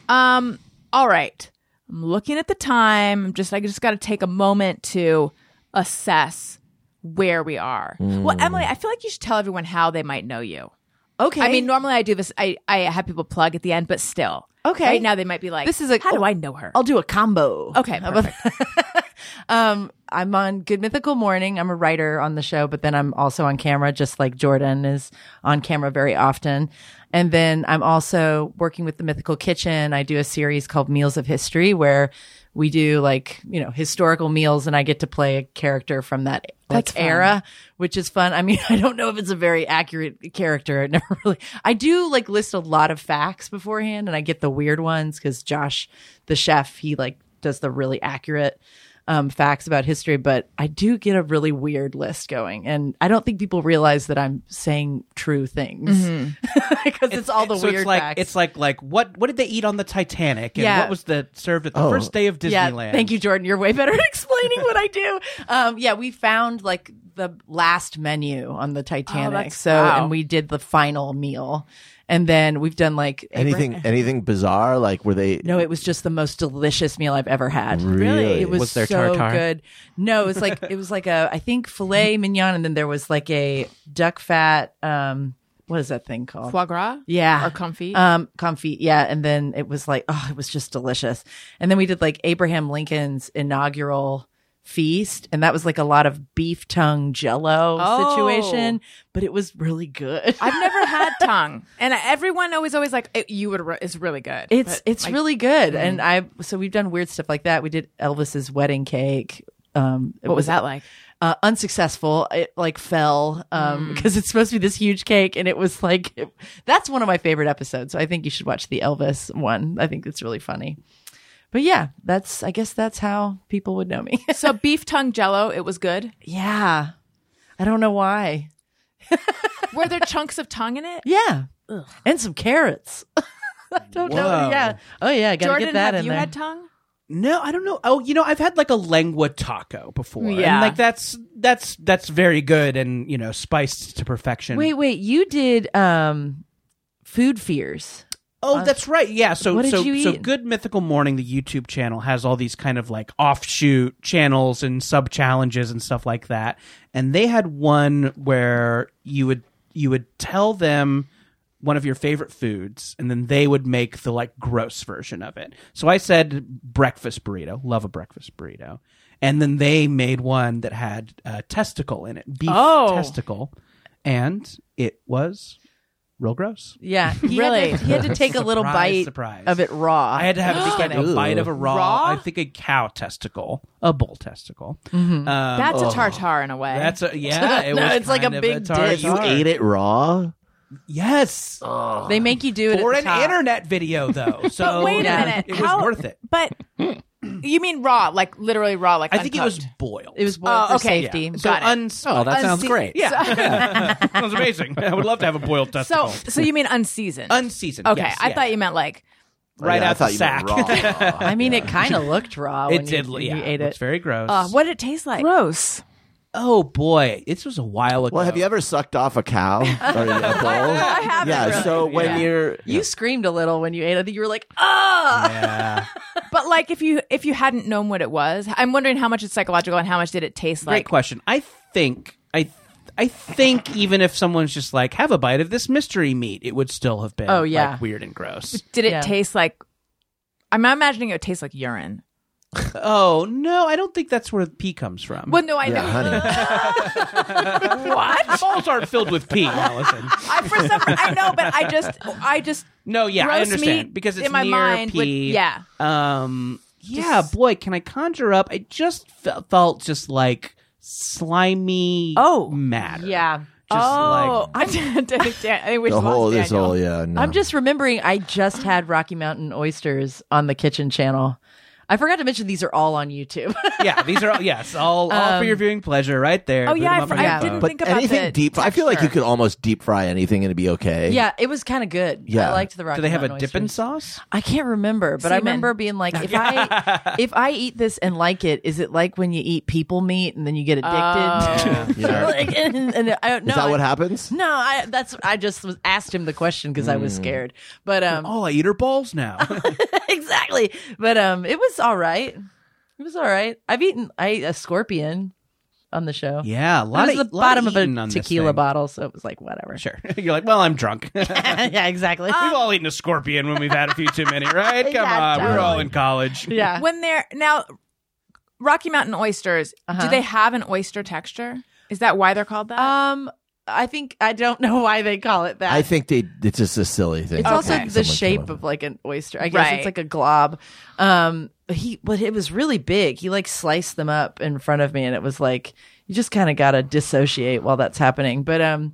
C: Um. All right. I'm looking at the time. I'm just. I just got to take a moment to assess where we are. Well, Emily, I feel like you should tell everyone how they might know you.
E: Hmm. Okay.
C: I mean, normally I do this. I, I have people plug at the end, but still,
E: Okay.
C: Right now they might be like,
E: This is a- oh,
C: how do I know her?
E: I'll do a combo.
C: Okay,
E: How <laughs> about that? um, I'm on Good Mythical Morning. I'm a writer on the show, but then I'm also on camera, just like Jordan is on camera very often. And then I'm also working with the Mythical Kitchen. I do a series called Meals of History where we do like, you know, historical meals and I get to play a character from that like era, which is fun. I mean, <laughs> I don't know if it's a very accurate character. I never <laughs> really, I do like list a lot of facts beforehand and I get the weird ones because Josh, the chef, he like does the really accurate um, facts about history, but I do get a really weird list going. And I don't think people realize that I'm saying true things <laughs> because it's, all the
D: Mm-hmm. so
E: weird
D: it's like
E: facts.
D: it's like like what what did they eat on the Titanic and
E: Yeah.
D: what was the served at the
A: Oh.
D: first day of Disneyland?
E: Yeah, thank you, Jordan. You're way better at <laughs> explaining what I do. Um, yeah, we found like the last menu on the Titanic.
C: that's-
E: so,
C: wow.
E: and we did the final meal. And then we've done like Abra-
A: Anything anything bizarre? Like were they
E: No, it was just the most delicious meal I've ever had.
A: Really?
E: It was,
F: Was there
E: so
F: tartare?
E: good. No, it was like it was like a I think filet mignon and then there was like a duck fat um what is that thing called?
C: foie gras.
E: Yeah.
C: or comfy.
E: Um, comfy, yeah. And then it was like, oh, it was just delicious. And then we did like Abraham Lincoln's inaugural feast, and that was like a lot of beef tongue jello
C: Oh.
E: situation, but it was really good.
C: I've never had tongue, and everyone always always like "Eh, you would. re- It's really good.
E: <laughs> it's
C: But
E: it's
C: I-
E: really good,
C: mm.
E: and I so we've done weird stuff like that. We did Elvis's wedding cake. Um, it
C: What was that like?
E: uh, unsuccessful. It like fell um, because it's supposed to be this huge cake, and it was like it- that's one of my favorite episodes. So I think you should watch the Elvis one. I think it's really funny. But yeah, that's I guess that's how people would know me. <laughs>
C: So beef tongue jello. It was good.
E: yeah, I don't know why.
C: Were
E: <laughs>
C: there chunks of tongue in it?
E: Yeah, and some carrots. <laughs> I don't know.
D: Whoa.
E: Yeah. Oh yeah, I gotta
C: Jordan,
E: get that
C: have
E: in
C: you
E: there.
C: had tongue?
D: No, I don't know. Oh, you know, I've had like a lengua taco before.
C: Yeah.
D: And like that's that's that's very good and, you know, spiced to perfection.
E: Wait, wait. You did um, food fears.
D: Oh, that's right. Yeah. So
E: Uh, what did
D: so
E: you
D: so
E: eat?
D: Good Mythical Morning, the YouTube channel has all these kind of like offshoot channels and sub challenges and stuff like that. And they had one where you would you would tell them one of your favorite foods and then they would make the like gross version of it. So I said breakfast burrito, love a breakfast burrito. And then they made one that had uh, testicle in it, beef
C: Oh.
D: testicle, and it was real gross.
E: <laughs> Yeah, he
C: Really?
E: Had to, he had to take a little
D: Surprise,
E: bite
D: surprise.
E: of it raw.
D: I had to have
A: <gasps>
D: a, big- a bite of a raw,
C: Raw?
D: I think a cow testicle, a bull testicle.
C: Mm-hmm.
D: Um,
C: That's
A: Oh.
C: a tartar in a way. <laughs>
D: that's a yeah. It
E: No,
D: was
E: it's like
D: kind
E: a
D: of
E: big
D: tartar.
E: dish.
A: You ate it raw?
D: yes,
C: Oh,
E: they make you do it
D: or
E: at
D: an
E: the top.
D: internet video though.
C: <laughs>
D: So
C: but wait
E: Yeah.
C: a minute.
D: it was
C: How-
D: worth it. <clears throat>
C: But you mean raw, like literally raw, like
D: I think it was
C: uncooked.
D: boiled.
E: It was boiled
C: Oh,
E: for
C: okay.
E: safety.
D: so
C: Got it.
D: uns-
F: Oh, that sounds
C: Unse-
F: great.
D: <laughs> yeah, that was amazing. I would love to have a boiled
C: So
D: testicle.
C: so you mean unseasoned?
D: Unseasoned.
C: okay,
D: yes,
C: I
D: yeah.
C: thought you meant like
D: right
A: Yeah, I
D: out the
A: thought you
D: sack.
A: meant
D: <laughs>
A: raw.
E: I mean, it kind of looked raw.
D: it
E: when you-
D: did.
E: when
D: yeah,
E: you ate
D: It's
E: it.
D: very gross.
C: uh, what did it taste like?
E: Gross.
D: Oh boy, this was a while ago.
A: Well, have you ever sucked off a cow or a bull?
C: I haven't
A: yeah,
C: really.
A: so when
D: Yeah.
A: you're
E: You screamed a little when you ate it. I think you were like, "Ah!"
D: Yeah.
C: But like if you if you hadn't known what it was, I'm wondering how much it's psychological and how much did it taste
D: Great
C: like?
D: question. I think I I think even if someone's just like have a bite of this mystery meat, it would still have been
E: Oh, yeah.
D: like, weird and gross.
C: Did it
E: Yeah.
C: taste like? I'm imagining it would taste like urine.
D: oh no, I don't think that's where pee comes from.
C: Well, no, I
A: yeah,
C: know.
A: honey.
C: What?
D: <laughs> balls aren't filled with pee, Allison.
C: I for some I know, but I just I just
D: No, yeah, I
C: Gross
D: understand
C: meat
D: because it's
C: in my
D: near
C: mind would-
D: pee.
C: yeah.
D: Um. Yeah, boy, can I conjure up? I just fe- felt just like slimy.
C: Oh.
D: matter.
E: Yeah.
D: Just
C: oh, <laughs>
D: like
C: I'm, I wish
A: the whole,
C: lost
A: this
C: Daniel.
A: whole, yeah. No.
E: I'm just remembering I just had Rocky Mountain oysters on the kitchen channel. I forgot to mention these are all on YouTube. <laughs>
D: yeah, these are all, yes,
C: <laughs>
D: all, all for your viewing pleasure, right there.
C: Um, Oh,
D: Put
C: yeah,
D: them
C: I
D: up
C: for-
D: on your
E: I
D: phone.
C: didn't
A: but
C: think about
A: anything
C: the
A: deep. I feel like you
C: texture.
A: could almost deep fry anything and it'd be okay.
E: yeah, it was kind of good.
A: Yeah.
E: I liked the Rocky
D: Do they have a
E: Mountain
D: dipping
E: oysters.
D: sauce?
E: I can't remember, but I
C: Semen.
E: remember being like, if
D: <laughs>
E: I if I eat this and like it, is it like when you eat people meat and then you get <laughs> addicted?
A: Yeah.
E: Like, and, and I don't know.
A: Is that what
E: I-
A: happens?
E: No, I that's I just was asked him the question because I was scared. But um
D: Hmm. Oh, I eat her balls now.
E: <laughs>
D: <laughs>
E: exactly. But um it was all right. It was all right. I've eaten I ate a scorpion on the show.
D: yeah, a lot
E: it was
D: of
E: the bottom of
D: eating on
E: a
D: this
E: tequila Um,
D: thing.
E: bottle, so it was like whatever.
D: Sure, <laughs> Oh. you're like, well, I'm drunk. <laughs> we've
E: <laughs>
D: <laughs>
E: yeah, exactly.
D: all eaten a scorpion when we've had a few too many, right? Come
E: <laughs> Yeah,
D: on, we're all
A: totally.
D: in college.
E: yeah.
C: When they're now Rocky Mountain oysters,
E: Uh-huh.
C: do they have an oyster texture? Is that why they're called that?
E: Um I think I don't know why they call it that.
A: I think they. It's just a silly thing.
E: It's
A: that
E: also
A: someone
E: the
A: came up
E: shape
A: with.
E: of like an oyster. I guess
C: Right.
E: it's like a glob. Um, but he, but it was really big. He like sliced them up in front of me, and it was like you just kind of gotta dissociate while that's happening. But um,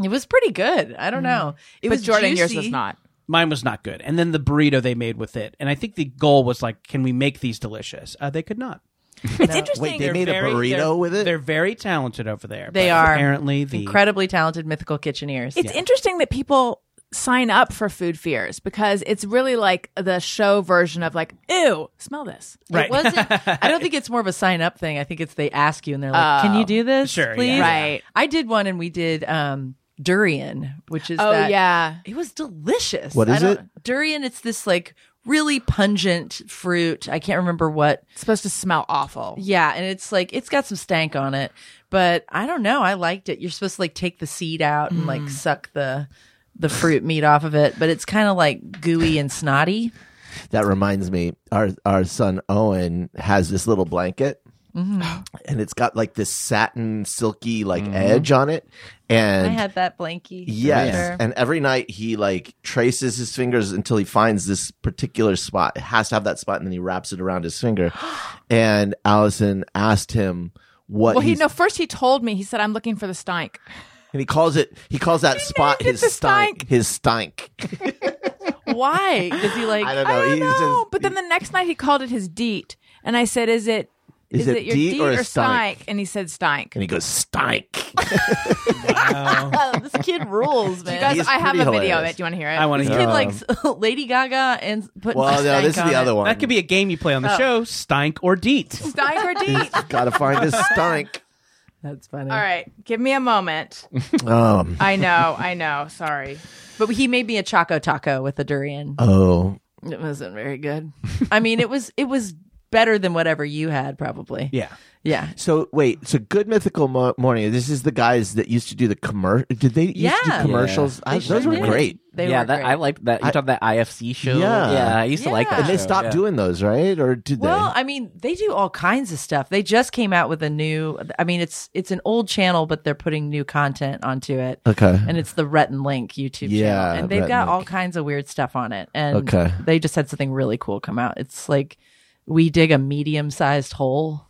E: it was pretty good. I don't know. It
C: Mm. but
E: was
C: Jordan, yours
E: juicy.
C: was not.
D: Mine was not good, and then the burrito they made with it, and I think the goal was like, can we make these delicious? Uh, they could not.
C: <laughs> It's interesting.
A: Wait, they
D: They're
A: made a
D: very-
A: burrito
D: they're-
A: with it.
D: They're very talented over there.
E: They
D: but
E: are
D: apparently the
E: incredibly talented mythical kitcheneers.
C: It's interesting that people sign up for food fears because it's really like the show version of like, ew, smell this.
D: right. <laughs>
E: It wasn't. I don't think it's more of a sign up thing. I think it's they ask you and they're like, "Can you do this,
D: Sure, yeah.
E: please?"
C: Oh. Right.
E: I did one, and we did um, durian, which is
C: Oh
E: that-
C: yeah.
E: It was delicious.
A: What
E: I
A: is
E: don't-
A: it?
E: Durian. It's this like really pungent fruit. I can't remember what.
C: It's supposed to smell awful.
E: Yeah, and it's like it's got some stank on it, but I don't know. I liked it. You're supposed to like take the seed out and
A: Mm.
E: like suck the the fruit meat off of it, but it's kind of like gooey and snotty.
A: That reminds me, our our son Owen has this little blanket, and it's got like this satin, silky like edge on it, and
E: I had that blankie.
A: Yes.
E: Sure.
A: And every night he like traces his fingers until he finds this particular spot. It has to have that spot and then he wraps it around his finger. And Allison asked him what
C: Well, he
A: he's-
C: no. First, he told me. He said, "I'm looking for the stank."
A: and he calls it he calls that spot
C: named it
A: his
C: the
A: stink.
C: stink.
A: His stink.
E: Why? Is he like?
A: I don't know.
C: I don't
A: He's
C: know.
A: just-
C: but then the next night, he called it his deet, and I said, "Is it Is, it, your D, or,
A: Stein?
C: Steink? And he said
E: <laughs>
C: Steink.
A: And he goes, Steink.
E: Oh, this kid rules, man.
C: Guys,
A: He's
C: I have a
A: pretty
C: video of
A: hilarious.
C: it. Do you want to hear it?
D: I want
E: this
D: to
E: kid
D: hear.
E: likes <laughs> Lady Gaga and putting
A: Well, no,
E: stank
A: this is
E: on
A: the
E: it.
A: other one.
D: That
A: <laughs>
D: could be a game you play on
E: Oh.
D: the show, Stink or
E: <laughs>
D: Deet.
C: Steink or
D: <laughs>
C: D?
A: Gotta find this Steink.
E: That's funny.
C: All right, give me a moment.
A: Um,
C: I know, I know. Sorry.
E: But he made me a choco taco with a durian.
A: oh,
E: It wasn't very good. I mean, it was it was better than whatever you had probably.
D: Yeah.
E: Yeah.
A: So wait, so Good Mythical Mo- Morning. This is the guys that used to do the commercial. Did they used to do
E: Yeah.
A: commercials? I,
E: They sure
A: those were
E: did.
A: great.
E: They
F: yeah,
E: were
F: that
E: great.
F: I liked that. You
A: I-
F: talked about that IFC show.
A: Yeah.
F: I used to like
E: Yeah.
F: that.
A: And they
F: show,
A: stopped
F: yeah.
A: doing those, right? Or did
E: Well,
A: they?
E: I mean, they do all kinds of stuff. They just came out with a new. I mean, it's it's an old channel, but they're putting new content onto it.
A: Okay.
E: And it's the Rhett and Link YouTube
A: Yeah,
E: channel, and they've
A: Rhett
E: got
A: and
E: all
A: Link.
E: kinds of weird stuff on it. And
A: Okay.
E: they just had something really cool come out. It's like we dig a medium sized hole.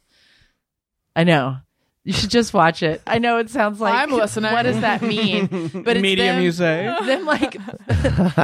E: I know. You should just watch it. I know it sounds like
C: I'm listening.
E: What does
D: <laughs>
E: that mean? But it's
D: Medium,
E: them-
D: you
E: <laughs>
D: say?
E: Them like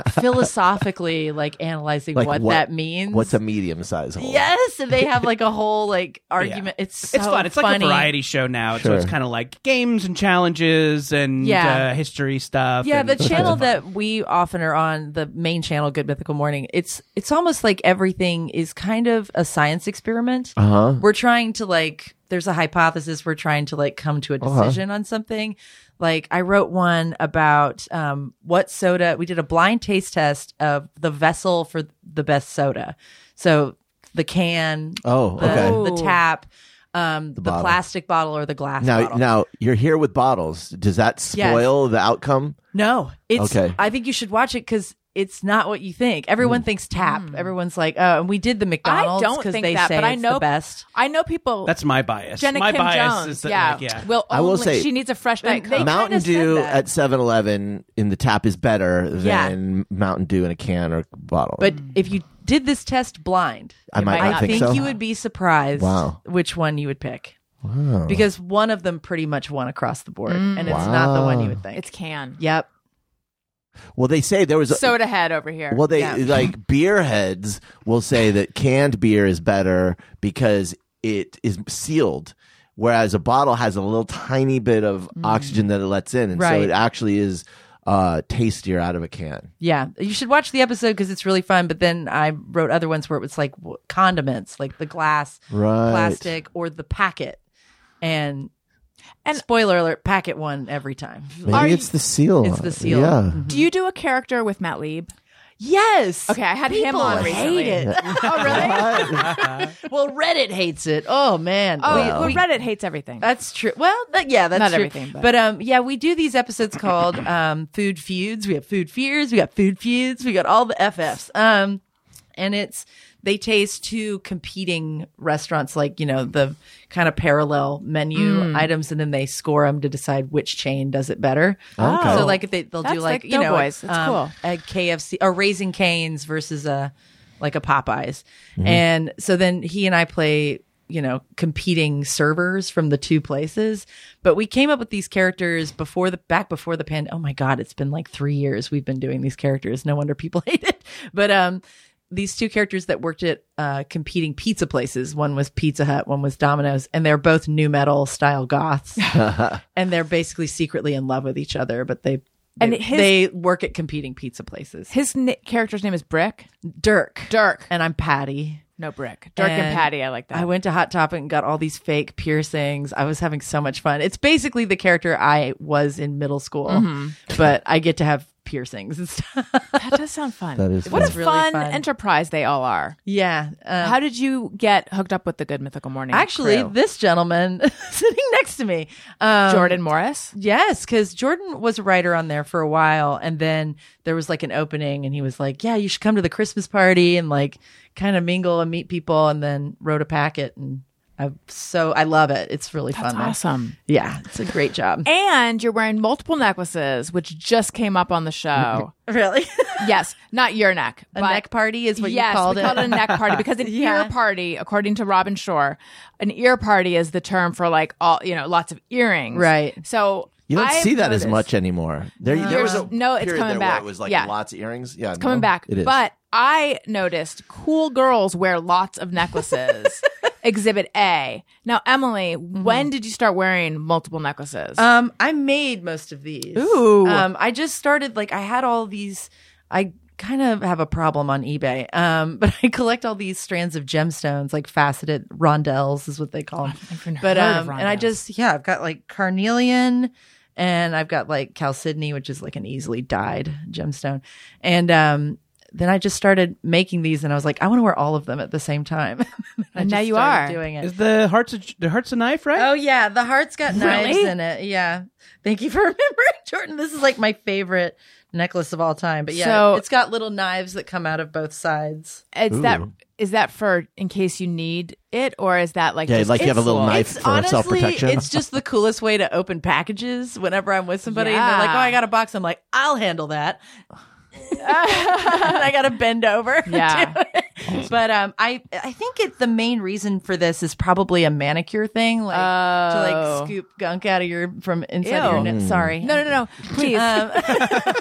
E: philosophically like analyzing
A: Like
E: what,
A: what-
E: that means.
A: What's a medium size hole?
E: Yes, and they have like a whole like argument. It's so
D: it's fun. It's like
E: funny.
D: a variety show now, so
A: Sure.
D: it's kind of like games and challenges and
E: Yeah.
D: uh, history stuff.
E: Yeah,
D: and-
E: the channel that we often are on, the main channel, Good Mythical Morning. It's it's almost like everything is kind of a science experiment.
A: Uh huh.
E: We're trying to like. There's a hypothesis. We're trying to like come to a
A: Uh-huh.
E: decision on something. Like I wrote one about um, what soda. We did a blind taste test of the vessel for the best soda. So the can,
A: Oh,
E: the,
A: okay.
E: the tap, um, the,
A: bottle.
E: plastic bottle or the glass
A: Now,
E: bottle.
A: now you're here with bottles. Does that spoil the outcome?
E: No, it's.
A: Okay. Mm.
E: I think you should watch it because it's not what you think. Everyone thinks tap. Everyone's like, oh, and we did the McDonald's
C: Mm. don't
E: because
C: think
E: they
C: that,
E: say
C: but I
E: it's
C: know-
E: the best.
C: I know people.
D: that's my bias.
C: Jenna
D: my
C: Kim
D: bias
C: Jones.
D: is that
C: yeah.
D: like, yeah.
C: Will
A: I will
C: only-
A: say-
C: she needs a fresh night.
E: they
C: Coke.
E: kinda
A: Mountain
E: said
A: Dew
E: that.
A: at 7-Eleven in the tap is better
E: Yeah.
A: than Mountain Dew in a can or bottle.
E: But
C: Mm.
E: if you did this test blind,
A: I
E: you
A: might not
E: I
A: think
E: think
A: so.
E: you would be surprised
A: Wow.
E: which one you would pick.
A: Oh.
E: Wow. Because one of them pretty much won across the board,
C: Mm.
E: and it's not the one you would think.
C: It's can.
E: yep.
A: well, they say there was a,
C: Soda head over here.
A: Well, they
E: Yeah.
C: <laughs>
A: like beer heads will say that canned beer is better because it is sealed, whereas a bottle has a little tiny bit of
C: Mm.
A: oxygen that it lets in, and so
E: Right.
A: it actually is uh, tastier out of a can.
E: Yeah, you should watch the episode because it's really fun. But then I wrote other ones where it was like w- condiments, like the glass,
A: Right.
E: plastic, or the packet.
C: And-
E: And and spoiler alert, packet won every time.
A: Maybe
C: Are
A: it's the seal.
E: It's the seal.
A: Yeah.
C: Do you do a character with Matt Lieb?
E: Yes.
C: Okay, I had him
E: People
C: on recently.
E: hate it.
C: Oh, really?
E: well, Reddit hates it. Oh man.
C: Oh,
E: We-
C: well, Reddit hates everything.
E: That's true. Well, that, yeah, that's
C: Not
E: true.
C: everything, but-
E: um, yeah, we do these episodes called <clears throat> um, Food Feuds. We have Food Fears. We got Food Feuds. We got all the FFs. Um, and it's they taste two competing restaurants, like you know the kind of parallel menu
C: Mm.
E: items, and then they score them to decide which chain does it better.
C: Oh.
A: Okay.
E: So like if they they'll
C: That's
E: do
C: like
E: like you know um,
C: Doughboys. That's cool.
E: a KFC a Raising Canes versus a like a Popeyes. And so then he and I play, you know, competing servers from the two places. But we came up with these characters before the back before the pan. Oh my god, it's been like 3 years we've been doing these characters. No wonder people <laughs> hate it. But um these two characters that worked at uh, competing pizza places. One was Pizza Hut, one was Domino's, and they're both new metal style goths. and they're basically secretly in love with each other, but they
C: And
E: they,
C: his-
E: they work at competing pizza places.
C: His n- character's name is Brick.
E: Dirk.
C: Dirk.
E: And I'm Patty.
C: No, Brick. Dirk and,
E: And
C: Patty. I like that.
E: I went to Hot Topic and got all these fake piercings. I was having so much fun. It's basically the character I was in middle school,
C: Mm-hmm.
E: but I get to have piercings and stuff. <laughs>
C: that does sound fun.
A: That is
C: what
A: fun.
C: a
E: It's really
C: fun,
E: fun.
C: enterprise they all are.
E: yeah. Um,
C: How did you get hooked up with the Good Mythical Morning?
E: actually,
C: crew?
E: this gentleman <laughs> sitting next to me, um,
C: Jordan Morris.
E: Yes, because Jordan was a writer on there for a while, and then there was like an opening, and he was like, "Yeah, you should come to the Christmas party and like kind of mingle and meet people," and then wrote a packet, and I so I love it. It's really
C: That's
E: fun. there.
C: awesome.
E: Yeah, it's a great job.
C: And you're wearing multiple necklaces, which just came up on the
E: <laughs>
C: show.
E: <laughs>
C: <laughs>
E: really,
C: yes, not your neck.
E: a
C: but-
E: neck party is what
C: yes,
E: you called
C: we
E: it.
C: called it a neck party because an
E: Yeah.
C: ear party, according to Robin Shore, an ear party is the term for like all you know, lots of earrings.
E: Right.
C: So
A: You don't
C: I've
A: see that as
C: noticed-
A: much anymore. There, there was a
C: No, it's
A: period
C: coming
A: there where
C: back.
A: It was like
C: Yeah.
A: lots of earrings. Yeah,
C: It's coming back.
A: It is. <laughs>
C: But I noticed cool girls wear lots of necklaces. Exhibit A. Now, Emily,
A: Mm-hmm.
C: when did you start wearing multiple necklaces?
E: <laughs> Um, I made most of these.
C: Ooh.
E: Um, I just started like I had all these. I kind of have a problem on eBay. Um, <laughs> but I collect all these strands of gemstones, like faceted rondelles is what they call them.
C: never
E: but
C: heard of
E: um, and I
C: rondelles.
E: just yeah, I've got like carnelian. And I've got like chalcedony, which is like an easily dyed gemstone. And um, then I just started making these, and I was like, I want to wear all of them at the same time. <laughs> I
C: And now
E: just
C: you
E: started
C: are.
E: doing it.
D: Is the hearts a, the hearts a knife, right?
E: Oh yeah, the heart's got knives
C: Really?
E: in it. Yeah. Thank you for <laughs> remembering, Jordan. This is like my favorite necklace of all time. But yeah,
C: So-
E: it's got little knives that come out of both sides.
C: Is that is that for in case you need it, or is that like
A: Yeah,
C: just
A: like you have a little
C: insult?
A: knife
E: It's
A: for
E: honestly,
A: self-protection.
E: it's just the coolest way to open packages. Whenever I'm with somebody and they're like, "Oh,
C: Yeah.
E: I got a box," I'm like, "I'll handle that." <laughs>
A: <laughs>
C: <laughs>
E: and I gotta bend over. <laughs> to
C: Yeah.
E: do it. but um, I I think it, the main reason for this is probably a manicure thing, like to
C: Oh.
E: like scoop gunk out of your from inside
C: Ew.
E: your neck. Sorry, Um,
C: No, no, no. Please.
E: Oh.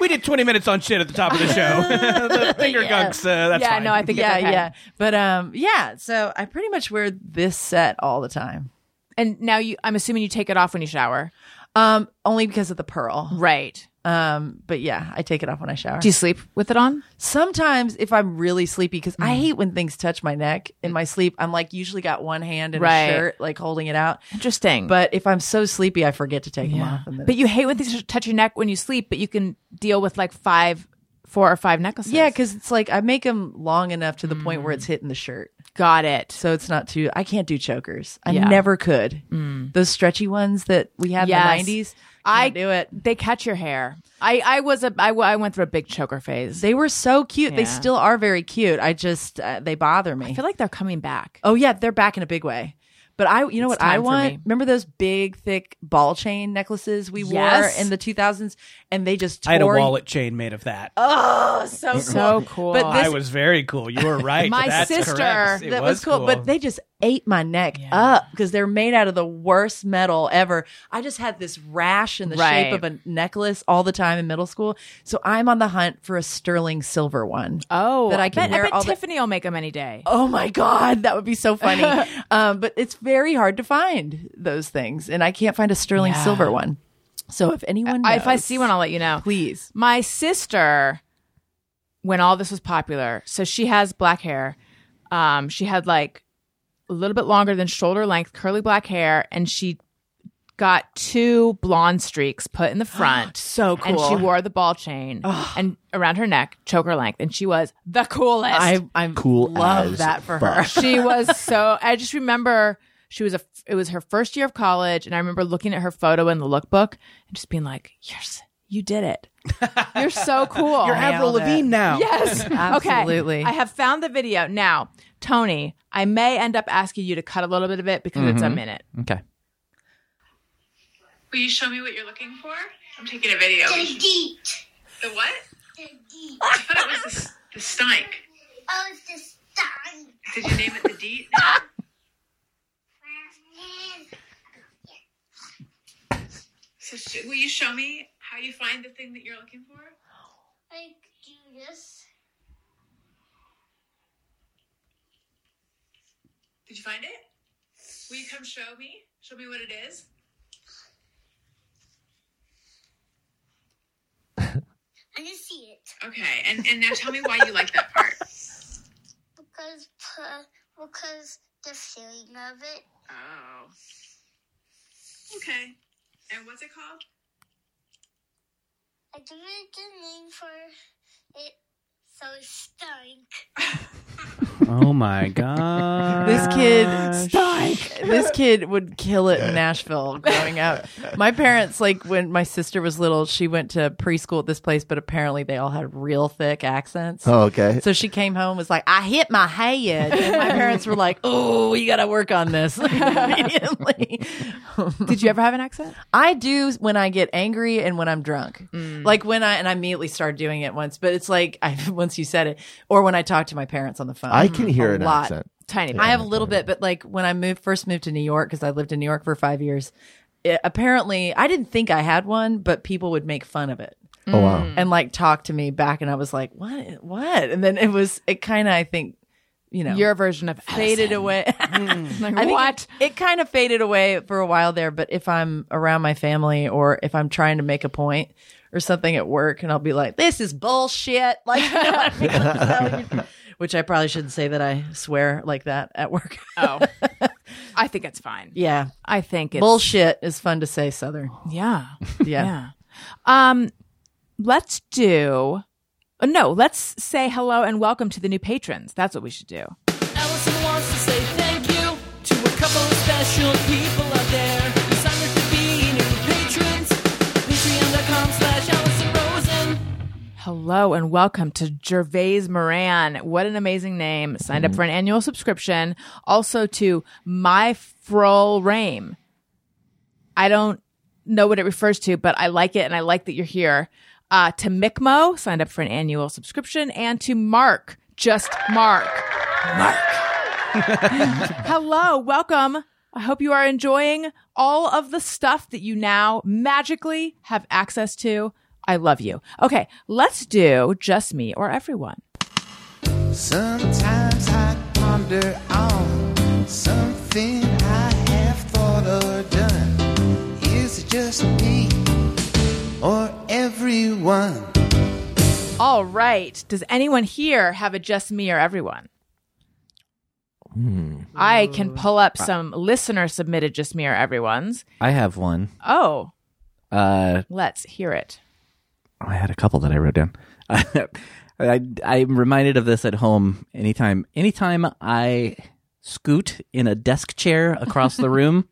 D: We did 20 minutes on shit at the top of the
E: <laughs>
D: show. <laughs> the finger gunks, uh, that's
C: yeah,
D: fine.
C: no, I <laughs> think
E: yeah,
C: it's okay.
E: yeah. But um, yeah. So I pretty much wear this set all the time.
C: And now you, I'm assuming you take it off when you shower,
E: Um, only because of the pearl.
C: right?
E: Um, but yeah, I take it off when I shower.
C: Do you sleep with it on?
E: Sometimes if I'm really sleepy, because I hate when things touch my neck in my sleep. I'm like usually got one hand in
C: Right.
E: a shirt, like holding it out.
C: Interesting,
E: But if I'm so sleepy, I forget to take them
C: Yeah.
E: off. And then-
C: But you hate when things touch your neck when you sleep, but you can deal with like five, four or five necklaces.
E: yeah, because it's Mm. like I make them long enough to the point where it's hitting the shirt.
C: got it.
E: So it's not too. I can't do chokers. I
C: Yeah.
E: never could. Those stretchy ones that we had
C: Yes.
E: in the 90s.
C: I
E: can't do it.
C: They catch your hair. I I was a I, w- I went through a big choker phase.
E: They were so cute. They
C: Yeah.
E: still are very cute. I just uh, they bother me.
C: I feel like they're coming back.
E: oh yeah, they're back in a big way. But I, you know
C: It's
E: what I
C: time for
E: want?
C: me.
E: Remember those big, thick ball chain necklaces we
C: Yes.
E: wore in the 2000s, and they just tore
D: I had a wallet chain made of that.
E: Oh, so cool.
C: So cool.
E: But
D: I
E: this-
D: was very cool. You were right.
C: My
D: That's
C: sister-
D: correct. It
E: that was, cool, but they just ate my neck up because they're made out of the worst metal ever. I just had this rash in the
C: Right.
E: shape of a necklace all the time in middle school, so I'm on the hunt for a sterling silver one.
C: oh,
E: that I can
C: bet,
E: wear
C: I bet
E: all the-
C: Tiffany will make them any day.
E: Oh my god, that would be so funny. <laughs> um, but it's very hard to find those things, and I can't find a sterling
C: Yeah.
E: silver one. So if anyone,
C: I- if I
E: knows,
C: see one, I'll let you know.
E: please.
C: My sister, when all this was popular, so she has black hair. Um, she had like a little bit longer than shoulder length, curly black hair, and she got two blonde streaks put
E: <gasps>
C: in the front.
E: So
C: And she
E: cool.
C: wore the ball chain and around her neck, choker length, and she was the coolest.
E: I I
A: Cool
E: love
A: as
E: that for
A: fuck.
E: her.
C: she was so i just remember she was a it was her first year of college and i remember looking at her photo in the lookbook and just being like yes you did it you're so cool
D: You're Avril
E: nailed it.
D: Lavigne now.
E: <laughs>
C: yes
E: <laughs> Absolutely.
C: okay. i have found the video now tony i may end up asking you to cut a little bit of it because it's
E: Mm-hmm.
C: a minute
F: Okay.
I: Will you show me what you're looking for? I'm taking a video.
J: The geek.
I: The what?
J: The geek.
I: I thought it was the, s- the stink.
J: Oh, it's the star.
I: Did you name it the
D: <laughs>
I: deet? so sh- will you show me how you find the thing that you're looking for?
J: I do this.
I: Did you find it? Will you come show me? Show me what it is?
J: I can see it
I: Okay, and, and now tell me why you like that part.
J: because pu- because the feeling of it.
I: Oh. Okay. And what's it called?
J: I don't know the name for it. So stunk.
D: Oh my <laughs> god.
E: This kid, this kid would kill it in Nashville growing up. My parents, like when my sister was little, she went to preschool at this place, but apparently they all had real thick accents.
A: oh, okay.
E: So she came home and was like, I hit my head. And my parents were like, Oh, you got to work on this <laughs> like, <laughs> immediately.
C: did you ever have an accent
E: I do when I get angry and when I'm drunk. Like when I, and I immediately started doing it once, but it's like, <laughs> I, once you said it, or when I talk to my parents on the phone.
C: Mm,
A: I can hear
E: a
A: an
E: lot.
A: accent.
C: tiny bit.
E: I have a little bit, but like when I moved first moved to New York because I lived in New York for five years. It, apparently, I didn't think I had one, but people would make fun of it
A: Oh
C: Mm.
A: wow.
E: and like talk to me back, and I was like, "What? What?" And then it was it kind of I think you know
C: Your version of faded <laughs> away. like,
E: I think
C: what?
E: It, it kind of faded away for a while there, but if I'm around my family or if I'm trying to make a point or something at work and I'll be like, this is bullshit. Like, you know what I mean?
C: <laughs>
E: Like, so you- which I probably shouldn't say that I swear like that at work. <laughs>
C: Oh, I think it's fine.
E: yeah.
C: I think it's
E: bullshit is fun to
C: <laughs>
E: say, Southern.
C: Yeah.
E: Yeah.
C: Yeah. Um, let's do. uh, No, let's say hello and welcome to the new patrons. That's what we should do.
K: Allison wants to say thank you to a couple of special people out there who signed up to be new patrons. Patreon.com slash Allison Rosen.
C: Hello and welcome to Gervais Moran. What an amazing name. Signed up for an annual subscription. Also to My Frol Rame. I don't know what it refers to, but I like it and I like that you're here. Uh, to Micmo, signed up for an annual subscription, and to Mark, just Mark. Mark. Hello, welcome. I hope you are enjoying all of the stuff that you now magically have access to. I love you. Okay, let's do just me or everyone.
B: Sometimes I ponder on something I have thought or done. Is it just me or everyone?
C: All right. Does anyone here have a just me or everyone? I can pull up some listener submitted just me or everyone's.
F: I have one.
C: Oh,
F: Uh,
C: let's hear it.
F: I had a couple that I wrote down. <laughs> I, I'm reminded of this at home anytime. Anytime I scoot in a desk chair across the
C: <laughs>
F: room,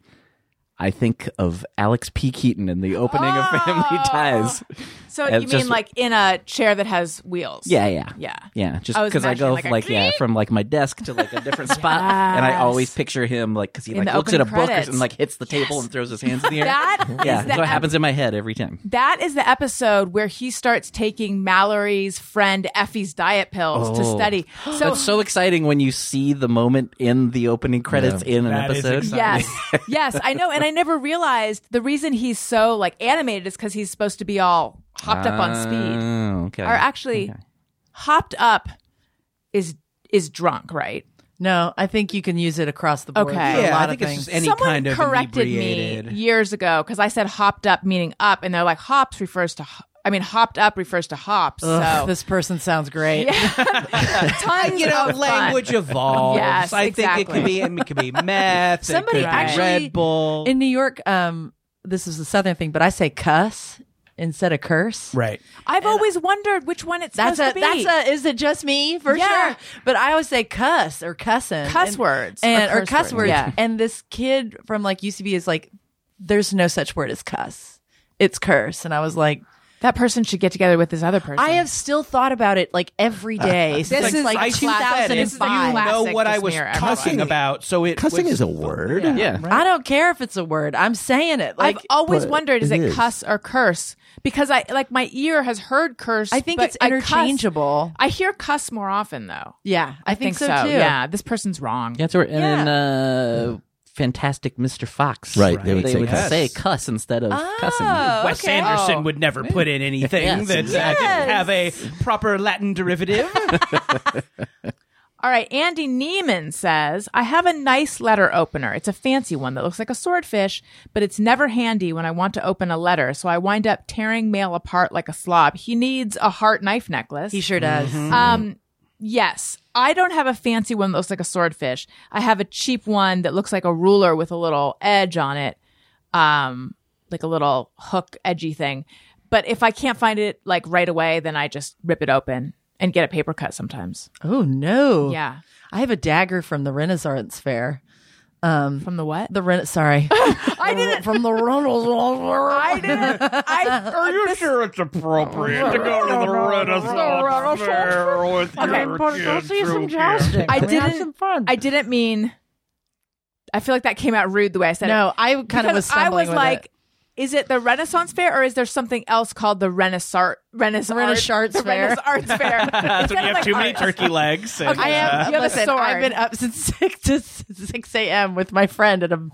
F: I think of Alex P. Keaton in the opening of Family
C: Oh!
F: Ties.
C: So
F: As
C: you mean
F: just-
C: like in a chair that has wheels?
F: Yeah, yeah,
C: Yeah.
F: yeah. Just
C: I was
F: because I,
C: imagining
F: go
C: like
F: like,
C: a
F: yeah,
C: creak.
F: from like my desk to like a different spot, and I always picture him like because he
C: In
F: like
C: the
F: looks at a
C: opening
F: book or
C: credits.
F: and like hits the table and throws his hands in the air. <laughs>
C: That
F: yeah,
C: is the
F: so it happens in my head every time.
C: That is the episode where he starts taking Mallory's friend Effie's diet pills to
F: Oh. <gasps>
C: study. So,
F: That's so exciting when you see the moment in the opening credits in an
C: That is
F: episode.
C: yes,
F: <laughs>
C: yes, I know, and I never realized the reason he's so like animated is because he's supposed to be all hopped up on speed,
F: Oh, okay.
C: or actually, hopped up is is drunk, right?
E: No, I think you can use it across the board.
C: Okay.
E: for a
C: Yeah, I
E: lot
D: think
E: of
D: it's
E: things.
D: just any
C: Someone
D: kind of
C: corrected
D: inebriated.
C: me years ago because I said hopped up meaning up, and they're like hops refers to. ho- I mean, hopped up refers to hops.
E: Ugh,
C: so <laughs>
E: this person sounds <laughs> great.
C: tons
D: you know,
C: of fun.
D: language evolves.
C: Yes,
D: I think it
C: exactly.
D: could be it could be meth.
E: Somebody
D: it could
E: actually-
D: be Red Bull.
E: In New York, um, this is a southern thing, but I say cuss instead of curse.
D: right.
C: I've always wondered which one it's
E: That's a
C: supposed to be.
E: that's a is it just me for
C: Yeah.
E: sure? But I always say cuss or cussing.
C: cuss
E: and,
C: words
E: and or cuss words.
C: Yeah.
E: And this kid from like UCB is like, there's no such word as cuss. It's curse. And I was like,
C: That person should get together with this other person.
E: I have still thought about it like <laughs> every day.
C: This
E: since,
C: is
E: like
D: I
C: classic-
D: said it.
C: this is like
E: 2005.
D: You know
C: classic
D: what I
C: just
D: was
C: mirror
D: cussing
C: everyone.
D: about, so it
A: Cussing
D: was-
A: is a word.
F: yeah.
E: I don't care if it's a word. I'm saying it. Like
C: I've always
A: But
C: wondered is
A: it
C: it,
A: is.
C: cuss or curse because I like my ear has heard curse.
E: I think
C: but
E: it's
C: I cuss-
E: interchangeable.
C: I, hear cuss more often though.
E: yeah, I, think, so, too.
C: Yeah, this person's wrong.
F: That's right. And then uh, Fantastic Mr. Fox.
A: Right, they would say cuss.
F: cuss instead of
C: Oh.
F: cussing.
D: Wes Anderson would never put in anything
F: Yes.
D: that uh, didn't have a proper Latin <laughs> derivative.
C: All right, Andy Neiman says, I have a nice letter opener. It's a fancy one that looks like a swordfish, but it's never handy when I want to open a letter, so I wind up tearing mail apart like a slob. He needs a heart knife necklace.
E: He sure does.
C: Um, yes. I don't have a fancy one that looks like a swordfish. I have a cheap one that looks like a ruler with a little edge on it, um, like a little hook edgy thing. But if I can't find it like right away, then I just rip it open and get a paper cut sometimes.
E: Oh no.
C: Yeah.
E: I have a dagger from the Renaissance fair. Um
C: From the what?
E: the Ren
C: <laughs>
E: sorry. I
C: didn't-
E: <laughs> from the Renaissance.
C: I didn't. <laughs> I
H: Are you sure it's appropriate to go to the Renaissance fair with your kids? Rukia?
C: I didn't- I didn't mean. I feel like that came out rude the way I said it.
E: No, I kind of
C: Because
E: was
C: I
E: stumbling
C: was
E: with
C: like,
E: it.
C: is it the Renaissance Fair or is there something else called the Renaissance Renaissance
E: Renaissance
C: the
E: Fair.
C: Renaissance <laughs> Fair?
D: That's when you have too many turkey legs. And, uh,
E: I am.
C: You have a
E: listen, I've
C: sword.
E: been up since <laughs> six to six a.m. with my friend at a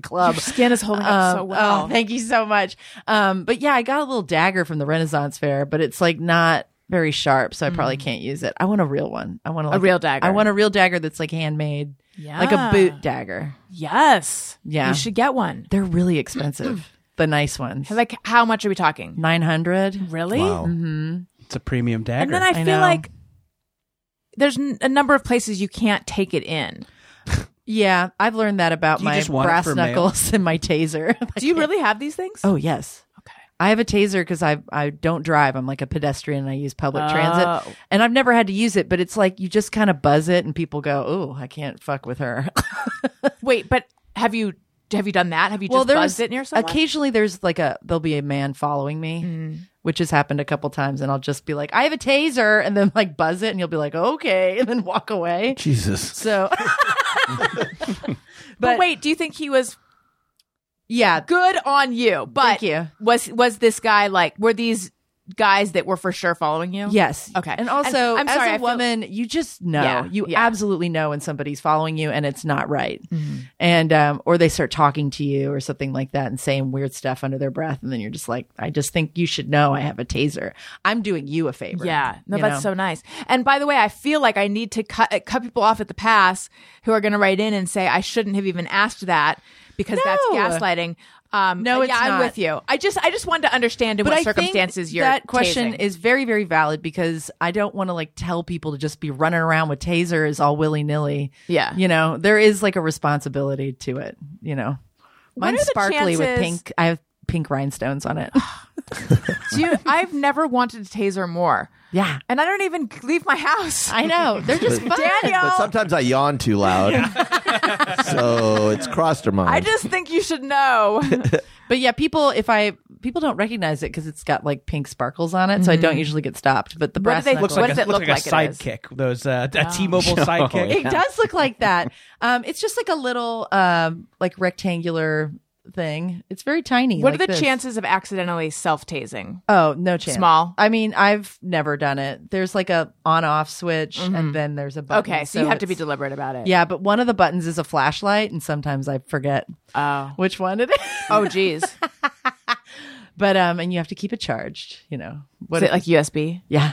C: <laughs>
E: club.
C: Your skin is holding up
E: Um,
C: so well.
E: Oh, thank you so much. Um, but yeah, I got a little dagger from the Renaissance fair, but it's like not very sharp, so I probably can't use it. I want a real one. I want
C: Mm. A
E: like,
C: real dagger.
E: I want a real dagger that's like handmade, like
C: Yeah.
E: a boot dagger.
C: Yes.
E: Yeah,
C: You should get one.
E: They're really expensive.
C: <clears throat>
E: the nice ones,
C: Like, how much are we talking?
E: nine hundred.
C: Really?
E: Mm-hmm.
D: It's a premium dagger.
C: And then I feel
E: know.
C: like there's n- a number of places you can't take it in.
E: Yeah, I've learned that about
C: Do you
E: my
C: just want it
E: brass
C: for mail?
E: knuckles <laughs> and
C: <laughs>
E: my taser.
C: Do you really have these things?
E: Oh yes. Okay. I have a taser because I I don't drive. I'm like a pedestrian and I use public
C: Oh.
E: transit. And I've never had to use it, but it's like you just kind of buzz it and people go, "Oh, I can't fuck with her." <laughs>
C: Wait, but have you have you done that? Have you just buzzed it in yourself?
E: occasionally there's like a there'll be a man following me,
C: Mm.
E: which has happened a couple times, and I'll just be like, "I have a taser," and then like buzz it, and you'll be like, "Okay," <laughs> and then walk away.
A: Jesus.
E: So, <laughs>
C: But, wait, do you think he was
E: yeah,
C: good on you? But
E: Thank you.
C: was was this guy like? Were these guys that were for sure following you?
E: Yes.
C: Okay.
E: And also,
C: I'm
E: as
C: sorry,
E: a
C: I feel-
E: woman, you just know.
C: Yeah,
E: You
C: yeah. Mm-hmm.
E: absolutely know when somebody's following you and it's not right. And um, or they start talking to you or something like that and saying weird stuff under their breath, and then you're just like, I just think you should know I have a taser. I'm doing you a favor.
C: Yeah, no,
E: you
C: that's
E: know?
C: so nice. And by the way, I feel like I need to cut uh, cut people off at the pass who are going to write in and say I shouldn't have even asked that because that's
E: No.
C: gaslighting. Um,
E: No,
C: yeah,
E: it's
C: I'm
E: not.
C: with you. I just I just wanted to understand in
E: But
C: what
E: I think
C: circumstances you're
E: that question
C: tasing.
E: is very, very valid because I don't want to like tell people to just be running around with tasers all willy nilly.
C: Yeah.
E: you know there is like a responsibility to it. You know,
C: What
E: mine's
C: are the
E: sparkly with
C: chances-
E: pink. I have pink rhinestones on <sighs> it.
C: Do you, I've never wanted to taser more.
E: Yeah.
C: And I don't even leave my house.
E: I know. They're <laughs> just fun.
C: Daniel.
A: But sometimes I yawn too loud. <laughs>
C: <laughs>
A: so it's crossed her mind.
C: I just think you
A: <laughs>
C: should know.
E: But yeah, people if I people don't recognize it because it's got like pink sparkles on it, so I don't usually get stopped. But the
C: What
E: brass
C: do they-
E: knuckles-
C: what does it look
D: like a
C: like it is?
D: sidekick. Those uh, a <laughs> T-Mobile sidekick.
E: It does look like that. <laughs> Um, it's just like a little um like rectangular thing. It's very tiny.
C: what
E: like
C: are the
E: this.
C: chances of accidentally self tasing?
E: Oh, no chance.
C: Small?
E: I mean, I've never done it. There's like a on off switch and then there's a button.
C: Okay, Oh, so, you have to be
E: it's-
C: deliberate about it.
E: Yeah, but one of the buttons is a flashlight and sometimes I forget
C: Oh.
E: which one it is.
C: Oh, <laughs> geez. Is
E: But um and you have to keep it charged, you know. What
C: it
E: if-
C: like USB?
E: Yeah.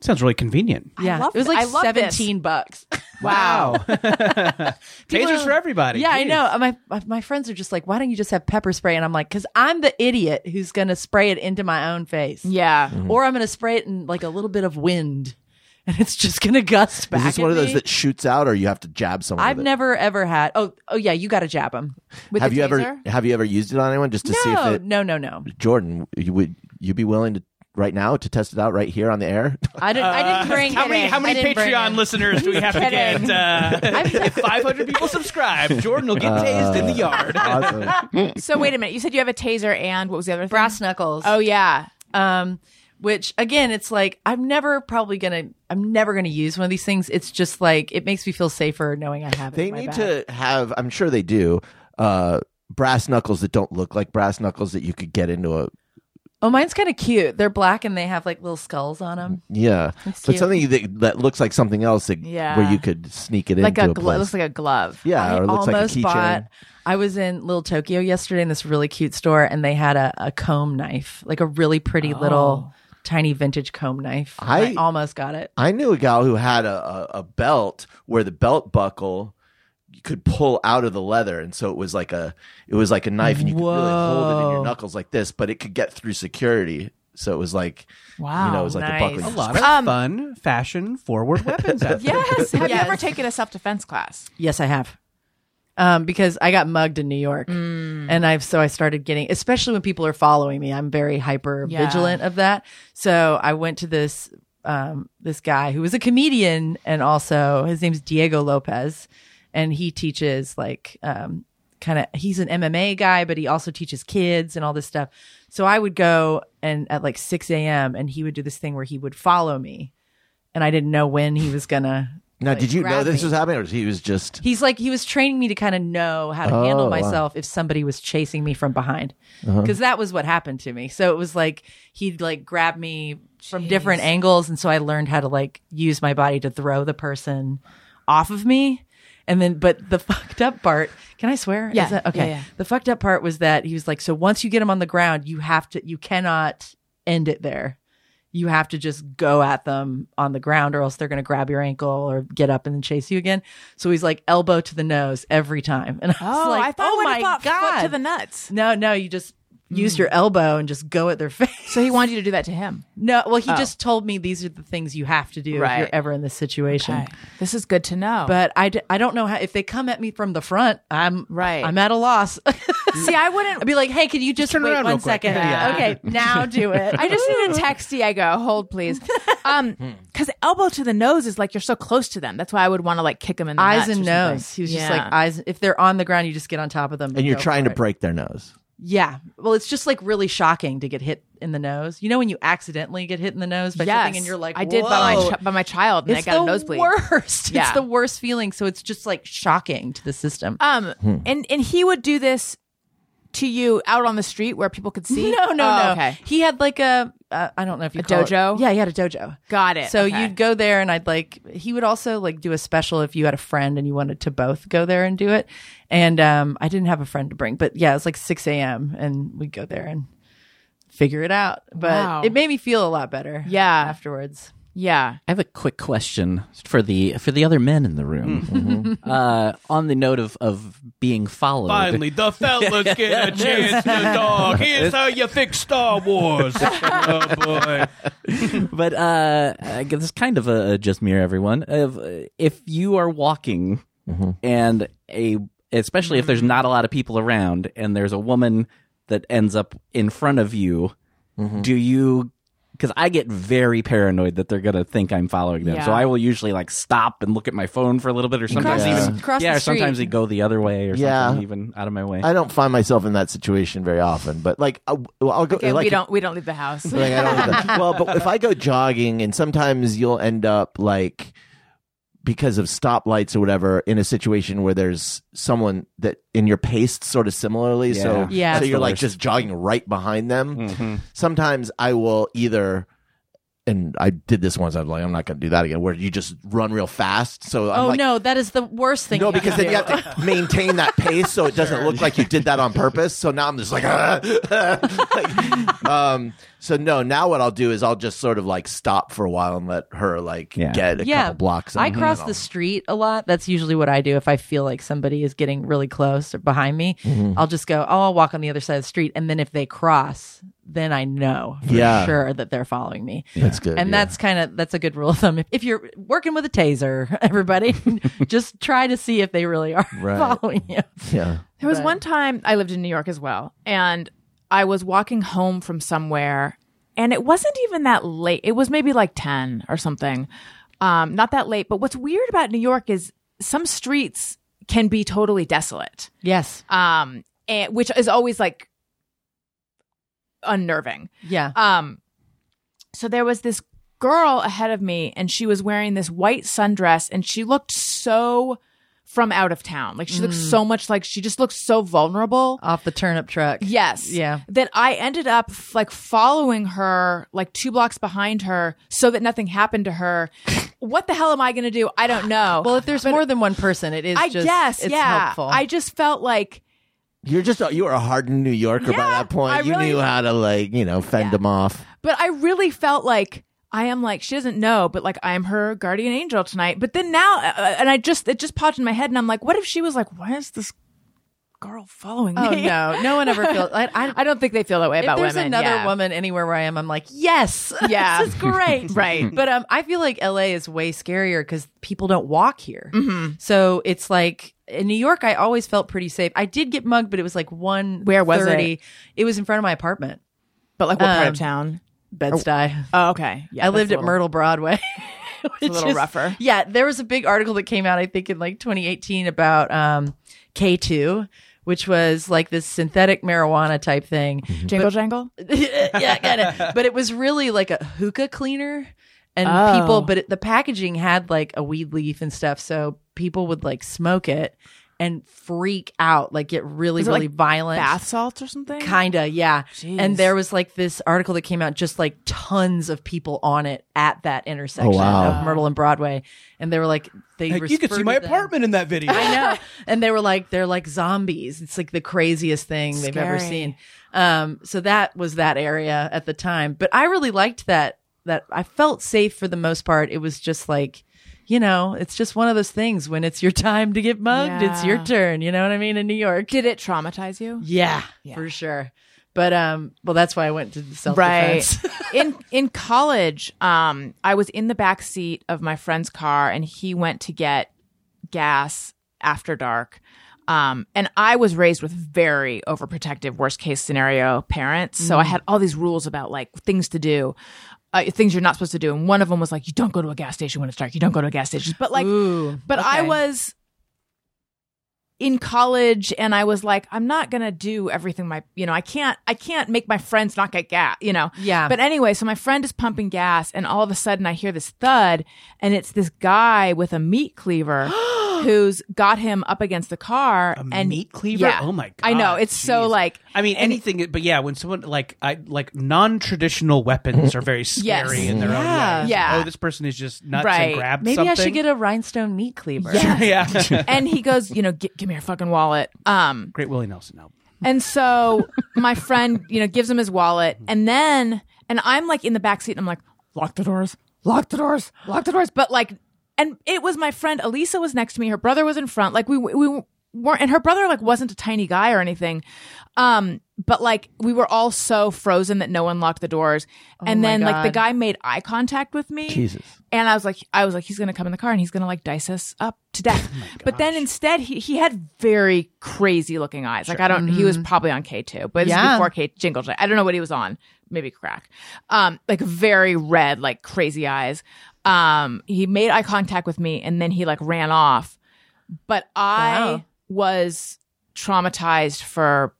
D: Sounds really convenient.
E: Yeah,
C: love
E: it was
C: th-
E: like
C: I love this. <laughs>
E: seventeen bucks.
C: Wow.
E: People
D: Tasers
E: are-
D: for everybody.
E: Yeah, I
D: Jeez.
E: know. Uh, My my- my friends are just like, "Why don't you just have pepper spray?" And I'm like, "Cause I'm the idiot who's gonna spray it into my own face, Mm-hmm.
C: yeah.
E: or I'm gonna spray it in like a little bit of wind, <laughs> and it's just gonna gust back."
A: Is this
E: at
A: one of those
E: me.
A: that shoots out, or you have to jab someone?
E: I've
A: with it?
E: never ever had? Oh, oh yeah, you gotta jab them.
C: With
A: have
C: the
A: you
C: taser?
A: ever have you ever used it on anyone just to see if
E: No,
A: it?
E: no, no, no.
A: Jordan, you, would you be willing to right now to test it out right here on the
C: <laughs>
A: air?
E: I
A: <laughs>
E: didn't. I didn't bring.
D: How
E: it
D: many
E: in.
D: how
E: I
D: many
E: didn't bring
D: Patreon
E: it.
D: listeners do we have to get? <laughs> Uh, if 500 people subscribe, Jordan will get tased in the yard.
A: awesome.
C: So wait a minute. You said you have a taser and what was the other thing?
E: brass knuckles?
C: Oh yeah.
E: um which again it's like i'm never probably gonna i'm never gonna use one of these things it's just like it makes me feel safer knowing i have
A: <laughs>
E: it
A: They
E: in my
A: need
E: bag.
A: to have. I'm sure they do. Uh, brass knuckles that don't look like brass knuckles that you could get into a
E: oh mine's kind of cute they're black and they have like little skulls on them
A: yeah, but
E: cute.
A: something that, that looks like something else that,
C: Yeah.
A: where you could sneak it
C: Like
A: into
C: a,
A: a,
C: glo-
A: place.
C: looks like a glove.
A: yeah,
E: I
A: or it looks like a
E: almost
A: keychain.
E: bought. I was in Little Tokyo yesterday in this really cute store, and they had a, a comb knife, like a really pretty little tiny vintage comb knife. and
A: Oh. I-
E: I almost got it.
A: I knew a gal who had a, a, a belt where the belt buckle you could pull out of the leather, and so it was like a it was like a knife, and you could really hold it in your
E: Whoa.
A: knuckles like this, but it could get through security. So it was like you know, it was like
E: nice.
A: the
E: A
A: buckle.
D: A lot of
C: Um,
D: fun, fashion forward weapons out there.
C: <laughs> Yes. Have you
E: Yes.
C: ever taken a self defense class?
E: Yes, I have. Um, because I got mugged in New York, and I've so I started getting, especially when people are following me, I'm very hyper
C: Yeah.
E: vigilant of that. So I went to this um, this guy who was a comedian, and also his name's Diego Lopez, and he teaches like um, kind of he's an MMA guy, but he also teaches kids and all this stuff. So I would go and at like six a.m. and he would do this thing where he would follow me, and I didn't know when he was gonna
A: Now, did you know
E: grab
A: this
E: me.
A: was happening, or he was just
E: He's like he was training me to kind of know how to
A: Oh,
E: handle
A: wow. Uh-huh.
E: myself if somebody was chasing me from behind, because that was what happened to me. So it was like he'd like grab me from different angles, and so I learned how to like use my body to throw the person off of me. And then, but the <laughs> fucked up part, can I swear? Is
C: Yeah.
E: that- okay.
C: Yeah, yeah.
E: The fucked up part was that he was like, so once you get him on the ground, you have to, you cannot end it there you have to just go at them on the ground or else they're going to grab your ankle or get up and then chase you again. So he's like elbow to the nose every time. <laughs> And I was
C: Oh,
E: like,
C: I thought
E: oh
C: when
E: my
C: I thought
E: God.
C: foot to the Mm. nuts.
E: No, no, you just use your elbow and just go at their <laughs> face. So
C: he wanted you to do that to him.
E: No, well, he
C: Oh.
E: just told me these are the things you have to do if
C: Right.
E: you're ever in this situation.
C: Okay. This is good to know.
E: But I, d- I don't know how, if they come at me from the front, I'm right. I'm at a loss. <laughs>
C: See, I wouldn't.
E: I'd be like, hey, can you just, wait
C: around real
E: one
C: quick. <laughs>
E: second?
C: Yeah.
E: Okay, now do
C: <laughs>
E: it.
C: I just
E: <laughs>
C: need a texty. I go, hold please, um,
A: Hmm.
C: because elbow to the nose is like you're so close to them. That's why I would want to like kick them in the nuts
E: eyes
C: or
E: and
C: something.
E: nose. He was just
C: Yeah.
E: like eyes. If they're on the ground, you just get on top of them.
A: and you're
E: go
A: trying
E: for
A: to
E: it.
A: break their nose.
E: Yeah. Well, it's just like really shocking to get hit in the nose. You know when you accidentally get hit in the nose by
C: Yes.
E: something and you're like,
C: I did by my
E: "Whoa."
C: ch- by my child, and
E: It's
C: I got
E: the
C: a nosebleed.
E: worst.
C: Yeah.
E: It's the worst feeling. So it's just like shocking to the system.
C: Um,
A: Hmm.
C: and and he would do this to you out on the street where people
E: <laughs>
C: could see.
E: No, no,
C: Oh,
E: no.
C: Okay,
E: He had like a uh, I don't know if you
C: A
E: call it-
C: dojo?
E: Yeah, he had a dojo.
C: got it.
E: So
C: Okay.
E: you'd go there, and I'd like. He would also like do a special if you had a friend and you wanted to both go there and do it. And um, I didn't have a friend to bring, but yeah, it was like six a.m. and we'd go there and figure it out. But
C: Wow.
E: it made me feel a lot better.
C: Yeah.
E: afterwards.
C: yeah.
F: I have a quick question for the for the other men in the room.
C: Hmm.
A: Mm-hmm.
F: <laughs> Uh, on the note of of being followed,
D: Finally,
C: <laughs>
D: the fellas get a chance to dog. Here's how you fix Star
C: <laughs>
D: Wars. oh boy.
F: but uh, I guess it's kind of a, a just mirror everyone. If, if you are walking
A: Mm-hmm.
F: and a especially if there's not a lot of people around and there's a woman that ends up in front of you,
A: Mm-hmm.
F: do you? Because I get very paranoid that they're gonna think I'm following them, so
C: Yeah.
F: I will usually like stop and look at my phone for a little bit, or sometimes
E: Cross the-
F: even
E: cross the
F: yeah, or sometimes they
E: street.
F: go the other way, or
A: Yeah.
F: something even out of my way.
A: I don't find myself in that situation very often, but like I, well, I'll go.
C: Okay,
A: like,
C: we don't we don't leave the house.
A: <laughs> Like, I don't have that. well, but if I go jogging, and sometimes you'll end up like because of stoplights or whatever in a situation where there's someone that in your pace sort of similarly. So
F: Yeah.
E: Yeah.
A: so
E: That's
A: you're
F: the
A: like
F: worst. Mm.
A: just jogging right behind them.
F: Mm-hmm.
A: Sometimes I will either. And I did this once. I was like, I'm not going to do that again. Where you just run real fast. So I'm
E: oh
A: like,
E: no, that is the worst thing.
A: no,
E: you can
A: because then you
E: do.
A: have to maintain that pace so it doesn't look like you did that on purpose. So now I'm just like, <laughs> "Ah, ah." <laughs> Like, um, so no. Now what I'll do is I'll just sort of like stop for a while and let her like
F: Yeah.
A: get a couple blocks.
E: I
A: on,
E: cross
A: you know.
E: the street a lot. That's usually what I do if I feel like somebody is getting really close or behind me.
A: Mm-hmm.
E: I'll just go, oh, I'll walk on the other side of the street, and then if they cross, then I know for
A: Yeah.
E: sure that they're following me.
A: That's good.
E: and
A: yeah.
E: that's kind of that's a good rule of thumb. If, if you're working with a taser, <laughs> everybody, just try to see if they really are
A: Right.
E: following you.
A: yeah.
C: There was one time I lived in New York as well, and I was walking home from somewhere, and it wasn't even that late. It was maybe like 10 or something. Um, not that late. But what's weird about New York is some streets can be totally desolate,
E: Yes.
C: um, and, which is always like unnerving.
E: Yeah.
C: Um, so there was this girl ahead of me, and she was wearing this white sundress, and she looked so from out of town. Like she looked
E: Mm.
C: so much like she just looked so vulnerable.
E: Off the turnip truck.
C: Yes.
E: Oh, Yeah.
C: That I ended up f- like following her like two blocks behind her so that nothing happened to her. what the hell am I going to do? I don't know.
E: Well, if there's more than one person, it is
C: I
E: just
C: guess,
E: it's
C: yeah.
E: helpful.
C: I just felt like
A: You're just you were a hardened New Yorker by
C: Yeah,
A: that point.
C: I
A: you
C: really-
A: knew how to like you know fend them off.
C: But I really felt like I am like she doesn't know, but like I am her guardian angel tonight. But then now, uh, and I just it just popped in my head, and I'm like, what if she was like, why is this girl following
E: <laughs> oh
C: me? <laughs>
E: no, no one ever feels. I, I,
C: I don't think they feel that way about
E: if there's
C: women. <laughs>
E: another
C: yeah.
E: woman anywhere where I am, I'm like, yes,
C: Yeah.
E: this is
C: <laughs>
E: great,
C: Right.
E: <laughs> But um, I feel like LA is way scarier because people don't walk here,
C: Mm-hmm.
E: so it's like in New York, I always felt pretty safe. I did get mugged, but it was like one
C: Where was it?
E: it? was in front of my apartment,
C: but like what part of
E: Um,
C: town?
E: Bed Stuy.
C: Oh, okay. Yeah,
E: I
C: that's
E: lived
C: a
E: at
C: little-
E: Myrtle Broadway.
C: <laughs>
E: Which <laughs>
C: little rougher.
E: Yeah, there was a big article that came out, I think, in like 2018 about um, K2, which was like this synthetic marijuana type thing.
C: Jingle jangle.
E: <laughs> yeah, kind of. But it was really like a hookah cleaner, and
C: Oh.
E: people. But it, the packaging had like a weed leaf and stuff, so people would like smoke it and freak out, like get really,
C: Was it, like,
E: really violent.
C: Bath salts or something.
E: Kinda, yeah.
C: Jeez.
E: And there was like this article that came out, just like tons of people on it at that intersection
A: wow.
E: of Myrtle and Broadway, and they were like, they
D: Heck,
E: were
D: you could see my
E: spurted them.
D: apartment in that video.
E: I know. And they were like, they're like zombies. It's like the craziest thing they've ever
C: Scary.
E: seen. Um, so that was that area at the time. But I really liked that that I felt safe for the most part. It was just like, you know, it's just one of those things when it's your time to get mugged, it's your
C: Yeah.
E: turn. You know what I mean? In New York.
C: Did it traumatize you?
E: Yeah, for sure. But um, well, that's why I went to self defense.
C: Right. in in college, um, I was in the back seat of my friend's car, and he went to get gas after dark. Um, and I was raised with very overprotective, worst case scenario parents, so I
E: Mm.
C: had all these rules about like things to do. Uh, things you're not supposed to do, and one of them was like, you don't go to a gas station when it's dark. You don't go to a gas station. But
E: <laughs>
C: like, but I
E: okay.
C: was in college and I was like, I'm not gonna do everything my you know, I can't I can't make my friends not get gas, you know.
E: Yeah.
C: But anyway, so my friend is pumping gas and all of a sudden I hear this thud and it's this guy with a meat cleaver who's got him up against the car and meat
D: cleaver? Oh my
C: I know. It's so like
D: I mean, anything, but yeah, when someone like I like non-traditional weapons are very
C: <laughs> Yes.
D: scary in their
E: Yeah.
D: own way.
C: Yeah.
D: Oh, this person is just nuts
C: Right.
D: and grabbed
E: Maybe I
D: something.
E: should get a rhinestone meat cleaver.
D: Yeah.
C: and he goes, you know, "Gi- give me your fucking wallet. Um
D: <laughs> Great Willie Nelson album.
C: And so my friend, you know, gives him his wallet, and then and I'm like in the back seat, and I'm like, lock the doors, lock the doors, lock the doors. But like, and it was my friend Elisa was next to me. Her brother was in front. Like we we weren't, and her brother like wasn't a tiny guy or anything. Um, but like we were all so frozen that no one locked the doors. and
E: Oh my
C: then like the
E: God.
C: guy made eye contact with me. And I was like, I was like, he's gonna come in the car and he's gonna like dice us up to
E: <laughs>
C: death.
E: Oh
C: but then instead, he he had very crazy looking eyes. Like I don't, he was probably on K two, but this is
E: Mm-hmm. Yeah.
C: before K Jingle J. I don't know what he was on, maybe crack. Um, like very red, like crazy eyes. Um, he made eye contact with me and then he like ran off. But I
E: Wow.
C: was traumatized for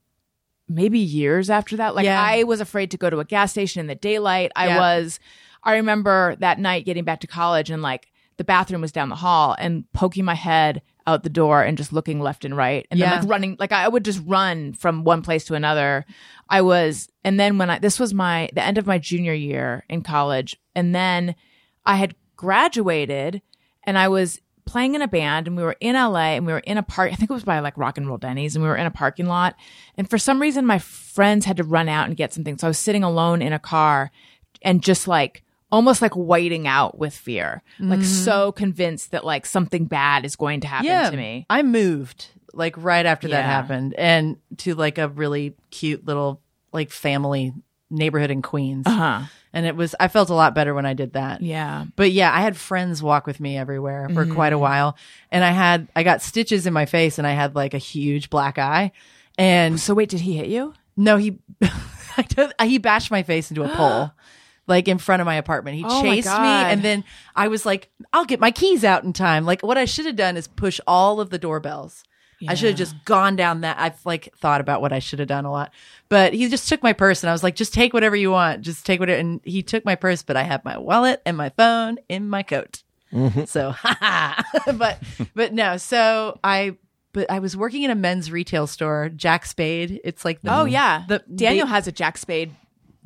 C: maybe years after that. Like
E: Yeah.
C: I was afraid to go to a gas station in the daylight. I
E: Yeah.
C: was I remember that night getting back to college and like the bathroom was down the hall and poking my head out the door and just looking left and right and
E: Yeah.
C: then like running like I would just run from one place to another. I was and then when I this was my the end of my junior year in college and then I had graduated and I was playing in a band and we were in LA and we were in a park. I think it was by like Rock and Roll Denny's and we were in a parking lot. And for some reason, my friends had to run out and get something. So I was sitting alone in a car and just like almost like whiting out with fear, like so convinced that like something bad is going to happen
E: yeah,
C: to me.
E: I moved like right after
C: Yeah.
E: that happened, and to like a really cute little like family neighborhood in Queens.
C: Uh huh.
E: And it was I felt a lot better when I did that.
C: Yeah.
E: But yeah, I had friends walk with me everywhere for quite
C: Mm-hmm.
E: a while, and I had I got stitches in my face, and I had like a huge black eye, and
C: So wait, did he hit you?
E: no, he <laughs> I don't, he bashed my
C: <gasps>
E: face into a pole. Like in front of my apartment, he
C: Oh my
E: chased me,
C: God.
E: and then I was like, "I'll get my keys out in time." Like what I should have done is push all of the doorbells. I should have just gone down that. I've like thought about what I should have done a lot, but he just took my purse, and I was like, "Just take whatever you want, just take whatever." And he took my purse, but I had my wallet and my phone in my coat. So, <laughs> ha ha. but but no. So I but I was working in a men's retail store, Jack Spade. It's like the,
C: Oh yeah. Mm-hmm.
E: the
C: Daniel
E: they-
C: has a Jack Spade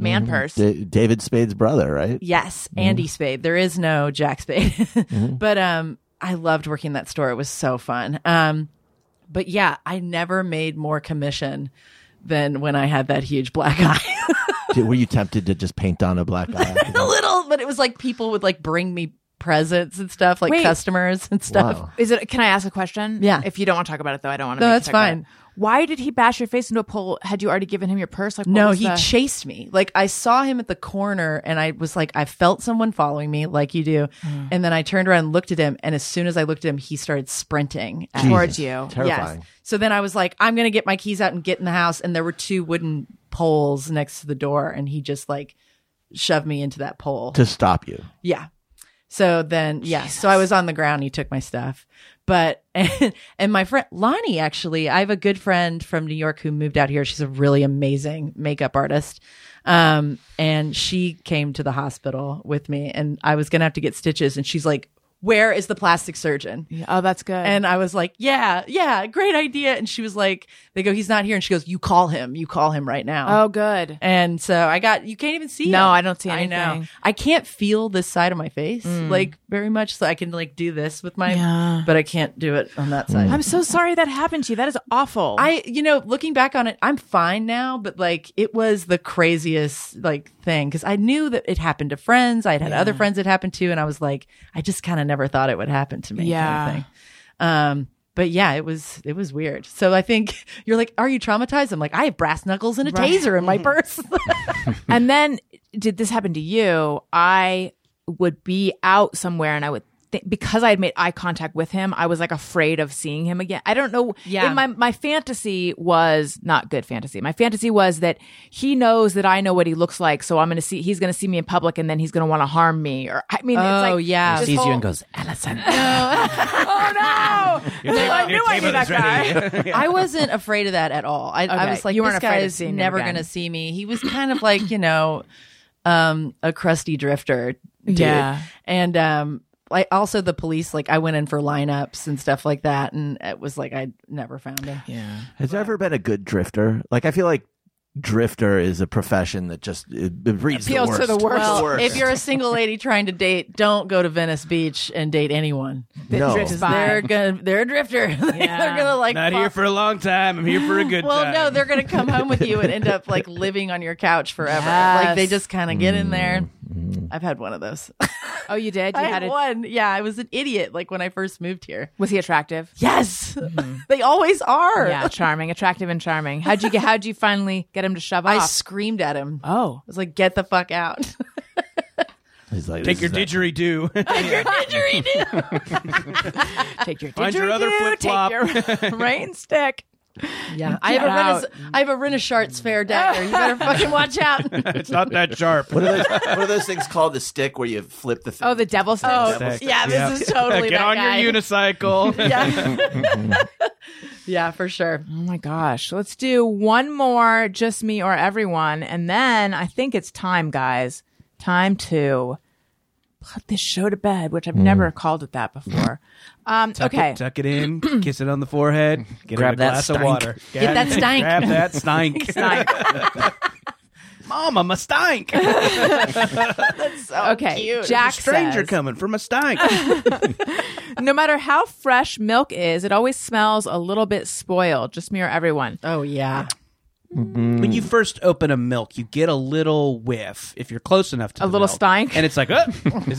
C: man purse.
A: Da- David Spade's brother, right?
E: yes, Andy Spade. There is no Jack Spade, <laughs> but um, I loved working in that store. It was so fun. Um, but yeah, I never made more commission than when I had that huge black <laughs> eye.
A: Did- Were you tempted to just paint on a black eye?
E: a little, but it was like people would like bring me presents and stuff, like
C: Wait.
E: customers and stuff.
A: Wow.
C: Is it? Can I ask a question?
E: Yeah.
C: If you don't want to talk about it, though, I don't want to.
E: No,
C: make you
E: that's
C: talk about
E: fine.
C: it. Why did he bash your face into a pole? Had you already given him your purse? Like, what
E: No,
C: was
E: he
C: the-
E: chased me. Like I saw him at the corner and I was like, I felt someone following me, like you do.
C: Mm.
E: And then I turned around and looked at him. And as soon as I looked at him, he started sprinting at
A: Jesus.
C: towards you.
A: Terrifying.
E: So then I was like, I'm going to get my keys out and get in the house. And there were two wooden poles next to the door. And he just like shoved me into that pole.
A: To stop you.
E: Yeah. So then, yeah. So I was on the ground. He took my stuff. But, <laughs> and, and my friend Lonnie, actually, I have a good friend from New York who moved out here. She's a really amazing makeup artist. Um, and she came to the hospital with me and I was going to have to get stitches. And she's like, where is the plastic surgeon?
C: Oh, that's good.
E: And I was like, yeah, yeah, great idea. And she was like, they go, he's not here. And she goes, you call him. You call him right now.
C: Oh, good.
E: And so I got, you can't even see
C: No,
E: him.
C: I don't see
E: I know.
C: anything.
E: I can't feel this side of my face,
C: Mm.
E: like very much. So I can like do this with my,
C: Yeah.
E: but I can't do it on that side.
C: I'm so sorry that happened to you. That is awful.
E: I, you know, looking back on it, I'm fine now, but like it was the craziest like thing because I knew that it happened to friends. I had had other friends it happened to, and I was like, I just kind of never thought it would happen to me. kind of
C: Yeah.
E: thing. Um, but yeah, it was it was weird. So I think <laughs> you're like, are you traumatized? I'm like, I have brass knuckles and a
C: Right.
E: taser
C: <laughs>
E: in my purse. <laughs>
C: and then did this happen to you i would be out somewhere and i would thi- because I had made eye contact with him, I was like afraid of seeing him again. I don't know.
E: Yeah.
C: In my my fantasy was not good fantasy. My fantasy was that he knows that I know what he looks like, so I'm gonna see. He's gonna see me in public, and then he's gonna want to harm me. Or I mean, it's
E: Oh,
C: like
E: yeah.
C: this
F: Sees you
C: whole-
F: and goes, Allison.
C: <laughs> oh no! I knew I knew that guy.
F: <laughs>
E: I wasn't afraid of that at all. I, I
C: Okay,
E: was like,
C: you weren't
E: this
C: afraid
E: guy
C: of
E: is
C: seeing him
E: never
C: again.
E: going to see me. He was kind of like, you know, um, a crusty drifter dude.
C: Yeah.
E: And um, I also the police, like I went in for lineups and stuff like that. And it was like, I never found him.
C: Yeah.
A: Has there ever been a good drifter? Like, I feel like drifter is a profession that just it, it reads
C: Appeals
A: the
C: to
A: worst.
C: the worst.
E: Well,
A: worst.
E: if you're a single lady trying to date, don't go to Venice Beach and date anyone.
A: No.
C: drifts
E: 'Cause
C: by.
E: They're gonna, they're a drifter. <laughs> they're gonna like
D: Not
E: fall-
D: here for a long time. I'm here for a good
E: well,
D: time.
E: no, they're going to come home with you and end up like living on your couch forever. Like they
C: Yes.
E: just kind of get in there.
A: Mm-hmm.
E: I've had one of those.
C: Oh, you did. You
E: I
C: had
E: had
C: a,
E: one. Yeah, I was an idiot like when I first moved here. Mm-hmm.
C: was he attractive?
E: Yes, they always are.
C: Yeah, charming, attractive, and charming. How'd you get? How'd you finally get him to shove
E: I
C: off?
E: screamed at him. I
C: oh,
E: was like, "Get the fuck out!"
A: He's like,
D: Take
A: this
D: your
A: is not-
D: didgeridoo. <laughs>
C: take your
D: Find your other
C: didgeridoo,
D: flip-flop. <laughs>
C: Take your <laughs> rain stick.
E: Yeah, <laughs> I have
C: Get
E: a
C: out.
E: Renaissance, I have a Renaissance fair dagger. You better fucking watch <laughs> out.
D: <laughs> it's not that sharp.
A: What are, those, <laughs> what are those things called? The stick where you flip the thing.
C: Oh, the devil's oh,
A: Devil's
E: yeah, this
D: Yeah.
E: is totally
D: Get
E: that
D: on
E: guy.
D: your unicycle.
E: Yeah, <laughs> yeah, for sure.
C: Oh my gosh. Let's do one more, just me or everyone. And then I think it's time, guys. Time to put this show to bed, which I've never called it that
D: <laughs>
C: before. Um,
D: Tuck
C: okay.
D: It, tuck it in. Kiss it on the forehead. Get
F: Grab
D: him a
F: that
D: glass
F: stank.
D: of water.
E: Get that
D: <laughs>
E: stank.
D: Grab that stank.
C: Snide.
D: Mom, I'm a stank.
C: okay. Jack
D: Stranger
C: says,
D: coming from a stank.
C: no matter how fresh milk is, it always smells a little bit spoiled. Just me or everyone.
E: Oh yeah,
D: when you first open a milk, you get a little whiff if you're close enough to
C: A
D: the
C: little
D: milk.
C: stank?
D: and it's like, oh, is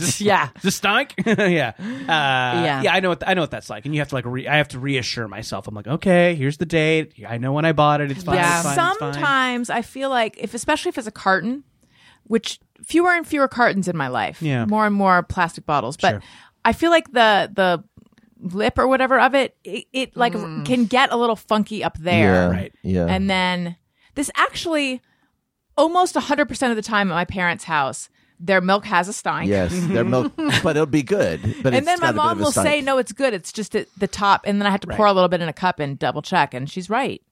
C: <laughs>
D: this <laughs>
E: Yeah.
D: is this stank? yeah, uh, yeah,
E: Yeah.
D: I know, what I know what that's like, and you have to like, re- I have to reassure myself. I'm like, okay, here's the date. I know when I bought it. It's fine.
E: Yeah.
D: It's fine, it's fine.
C: Sometimes I feel like if especially if it's a carton, which fewer and fewer cartons in my life.
D: Yeah.
C: More and more plastic bottles. But
D: Sure.
C: I feel like the the lip or whatever of it, it, it like
E: Mm.
C: can get a little funky up there.
A: Yeah,
D: Right.
A: Yeah.
C: And then this actually almost 100% of the time at my parents' house, their milk has a stein.
A: yes, their
C: <laughs>
A: milk, but it'll be good. But it's
C: And then
A: got
C: my
A: a bit
C: mom
A: of a
C: will
A: stank.
C: say, no, it's good. It's just at the top. And then I have to pour a little bit in a cup and double check. And she's right.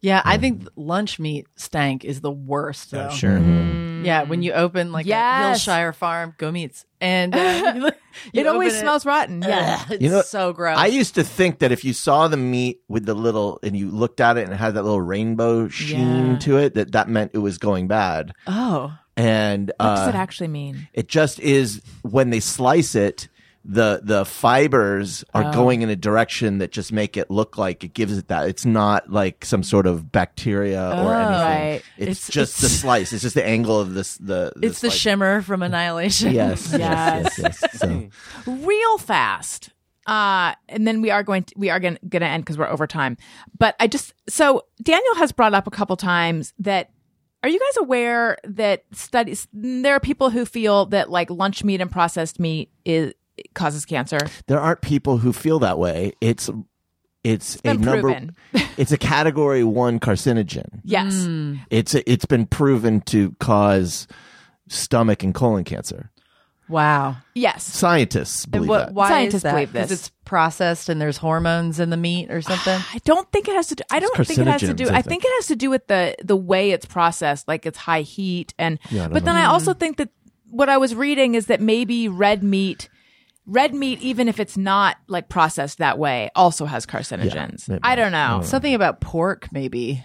E: yeah. I think lunch meat stank is the worst. Though.
D: Oh, sure.
C: Mm-hmm.
E: Yeah, when you open like a
C: Yes.
E: Hillshire Farm go meats, and <laughs> uh, you
C: It always
E: open
C: smells rotten. Yeah.
E: Ugh, it's
A: You know,
E: so gross.
A: I used to think that if you saw the meat with the little and you looked at it and it had that little rainbow sheen
C: Yeah.
A: to it, that that meant it was going bad.
E: oh,
A: And
C: What does
A: uh,
C: it actually mean?
A: It just is when they slice it, the the fibers are going in a direction that just make it look like it gives it that. It's not like some sort of bacteria or anything.
C: right.
A: It's,
E: It's-
A: just the
E: it's-
A: slice. It's just the angle of this. The, the
E: it's the
A: slice.
E: shimmer from Annihilation.
A: Yes, yes, yes, yes. So,
C: real fast. Uh, and then we are going to, we are going to end because we're over time. But I just so Daniel has brought up a couple times that are you guys aware that studies there are people who feel that like lunch meat and processed meat is causes cancer.
A: there aren't people who feel that way. It's it's, a
C: been
A: number.
C: proven.
A: <laughs> it's a category one carcinogen.
C: Yes.
A: It's it's been proven to cause stomach and colon cancer.
E: <laughs> Wow.
C: Yes.
A: Scientists believe
E: What-
A: that.
E: why
C: Scientists
E: is that?
C: believe
E: 'Cause
C: this.
E: it's processed and there's hormones in the meat or something.
A: <sighs>
E: <laughs>
C: I don't think it has to do I don't think it has to do
A: carcinogens, I
C: I think it has to do with the the way it's processed like it's high heat and
A: I don't
C: but then
A: know.
C: I also think that what I was reading is that maybe red meat Red meat, even if it's not like processed that way, also has carcinogens.
E: maybe.
C: I don't
A: Oh.
C: know.
E: Mm. Something
C: about pork, maybe.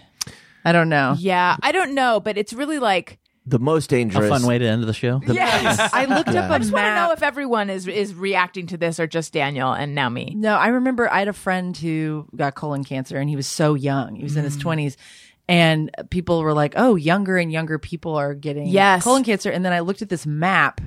E: I don't know.
C: Yeah, I don't know, but it's really like
A: The most dangerous.
F: A fun way to end the show.
C: yes. I looked
A: Yeah.
C: up. I just want to know if everyone is is reacting to this or just Daniel and now me.
E: No, I remember I had a friend who got colon cancer and he was so young. He was in his
C: Mm.
E: 20s. And people were like, oh, younger and younger people are getting
C: Yes.
E: colon cancer. And then I looked at this map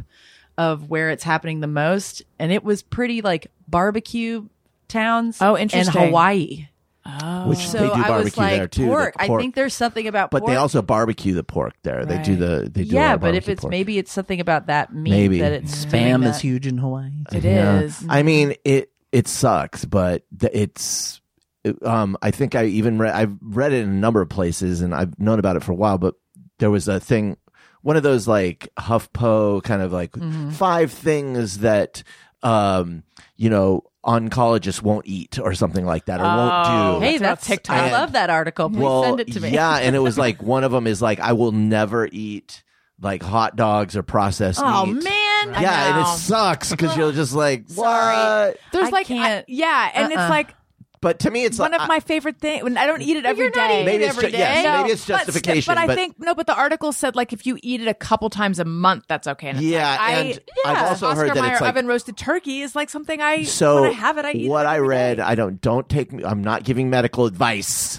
E: of where it's happening the most and it was pretty like barbecue towns.
C: Oh, interesting.
E: And Hawaii.
C: Oh.
A: Which
E: so
A: they do
E: I was
A: barbecue
E: like,
A: there, too, the
E: Pork. I
A: pork.
E: think there's something about
A: But
E: pork.
A: they also barbecue the pork there. They do the they do a lot
E: yeah,
A: of
E: but if
A: barbecue
E: it's
A: pork.
E: maybe it's something about that meat
A: Maybe. Mm.
E: that it's
F: Spam
E: is
F: is huge in Hawaii.
E: It is.
A: Yeah. I mean, it it sucks, but th- it's it- um I think I even read I've read it in a number of places and I've known about it for a while, but there was a thing one of those like HuffPo kind of like
E: Mm-hmm.
A: five things that um you know oncologists won't eat or something like that or won't do.
E: Oh. Hey, that's
C: TikTok.
E: I love that article. Please
A: well,
E: send it to me. <laughs>
A: yeah, and it was
C: <laughs>
A: like one of them is like I will never eat like hot dogs or processed
E: Oh
A: meat.
E: man.
A: Yeah, and
C: know.
A: it sucks because you're just
C: <laughs>
A: like, what?
C: There's
E: I
C: like I-
E: can't-
C: yeah, and
E: Uh-uh.
C: it's like
A: But to me, it's
C: one
A: like,
C: of my favorite things. I don't eat it every
E: you're not
C: day.
E: eating
A: Maybe it's every ju- yes, day. maybe it's
C: but st-
A: justification,
C: But, I
A: but-
C: think no. But the article said like if you eat it a couple times a month, that's okay. And it's
A: Yeah,
C: like, I,
A: and I've
C: yeah,
A: also
C: Oscar
A: heard that it's
C: Mayer
A: like-
C: oven roasted turkey is like something I
A: so
C: when I have it. I eat
A: what
C: it.
A: I read. I don't don't take. me I'm not giving medical advice.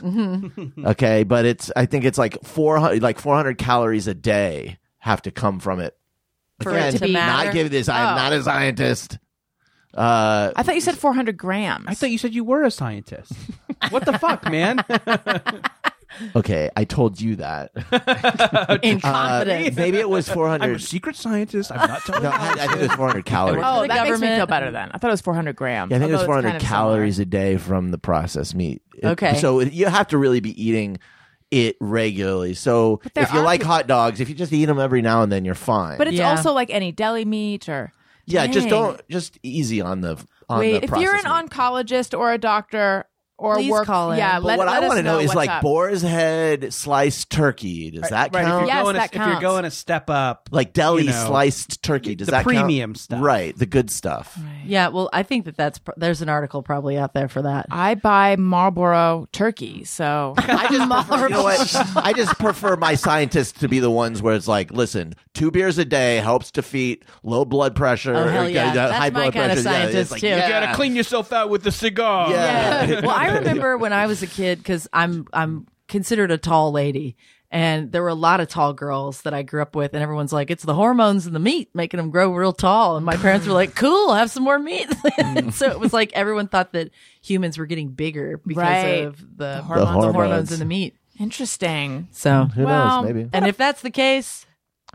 A: <laughs>
C: Mm-hmm.
A: okay, but it's. I think it's like four hundred like four hundred calories a day have to come from it.
E: For it to
A: not
E: matter?
A: give this. I am
C: Oh.
A: not a scientist. Uh,
C: I thought you said 400 grams.
D: I thought you said you were
C: <laughs>
D: a scientist. what the fuck, man?
A: okay, I told you that.
E: <laughs>
A: Uh,
E: Incompetence.
A: maybe it
E: <laughs>
A: was four
D: I'm a
A: hundred.
D: secret scientist. I'm not
A: <laughs>
D: telling
A: No,
D: you.
A: I, I think it was four hundred calories.
C: Oh,
E: The
C: that makes me
E: government-
C: feel better then. I thought it was 400 grams.
A: Yeah, I think it was
C: although it's
A: 400
C: kind of
A: calories a day from the processed meat. It-
E: Okay.
A: So it- you have to really be eating it regularly. So
C: there
A: if you
C: are
A: like
C: peop-
A: hot dogs, if you just eat them every now and then, you're fine.
C: similar. But it's
E: Yeah.
C: also like any deli meat or
A: yeah, just
C: Dang.
A: don't just easy on the on the
E: Wait,
C: If you're
A: processed
C: an
A: meat.
C: oncologist or a doctor or
E: Please
C: work,
E: call in.
C: yeah.
A: But
C: let,
A: what
C: let
A: I
C: us
A: want to know, is
C: what's
A: like
C: up.
A: boar's head sliced turkey. Does that
D: Right, if
A: count?
D: you're,
C: Yes,
D: going
C: that
D: a, if you're
C: counts.
D: going a step up, <laughs>
A: Like deli
D: you know,
A: sliced turkey. Does
D: the
A: that count?
D: premium stuff.
A: Right, the good stuff.
E: Yeah, well, I think that that's pr- there's an article probably out there for that.
C: I buy Marlboro turkey, so
A: I just prefer, you know what? I just prefer my scientists to be the ones where it's like, listen, two beers a day helps defeat low blood pressure.
E: Oh, hell
A: or,
E: yeah.
A: uh,
E: That's
A: high
E: my
A: blood
E: kind of
A: pressure. Yeah, it's
E: scientist,
A: like,
E: too. You
A: Yeah.
D: gotta clean yourself out with the cigar.
A: Yeah. <laughs>
E: <laughs> well, I remember when I was a kid because I'm I'm considered a tall lady, and there were a lot of tall girls that I grew up with, and everyone's like, "It's the hormones and the meat making them grow real tall." And my parents
A: <laughs>
E: were like, "Cool, have some more meat." <laughs>
A: Mm.
E: And so it was like everyone thought that humans were getting bigger because
C: Right.
E: of the, the
A: hormones.
E: hormones.
A: hormones.
E: and the meat.
C: interesting.
E: So,
A: Who
C: Well,
A: knows? Maybe.
E: Um, and if that's the case,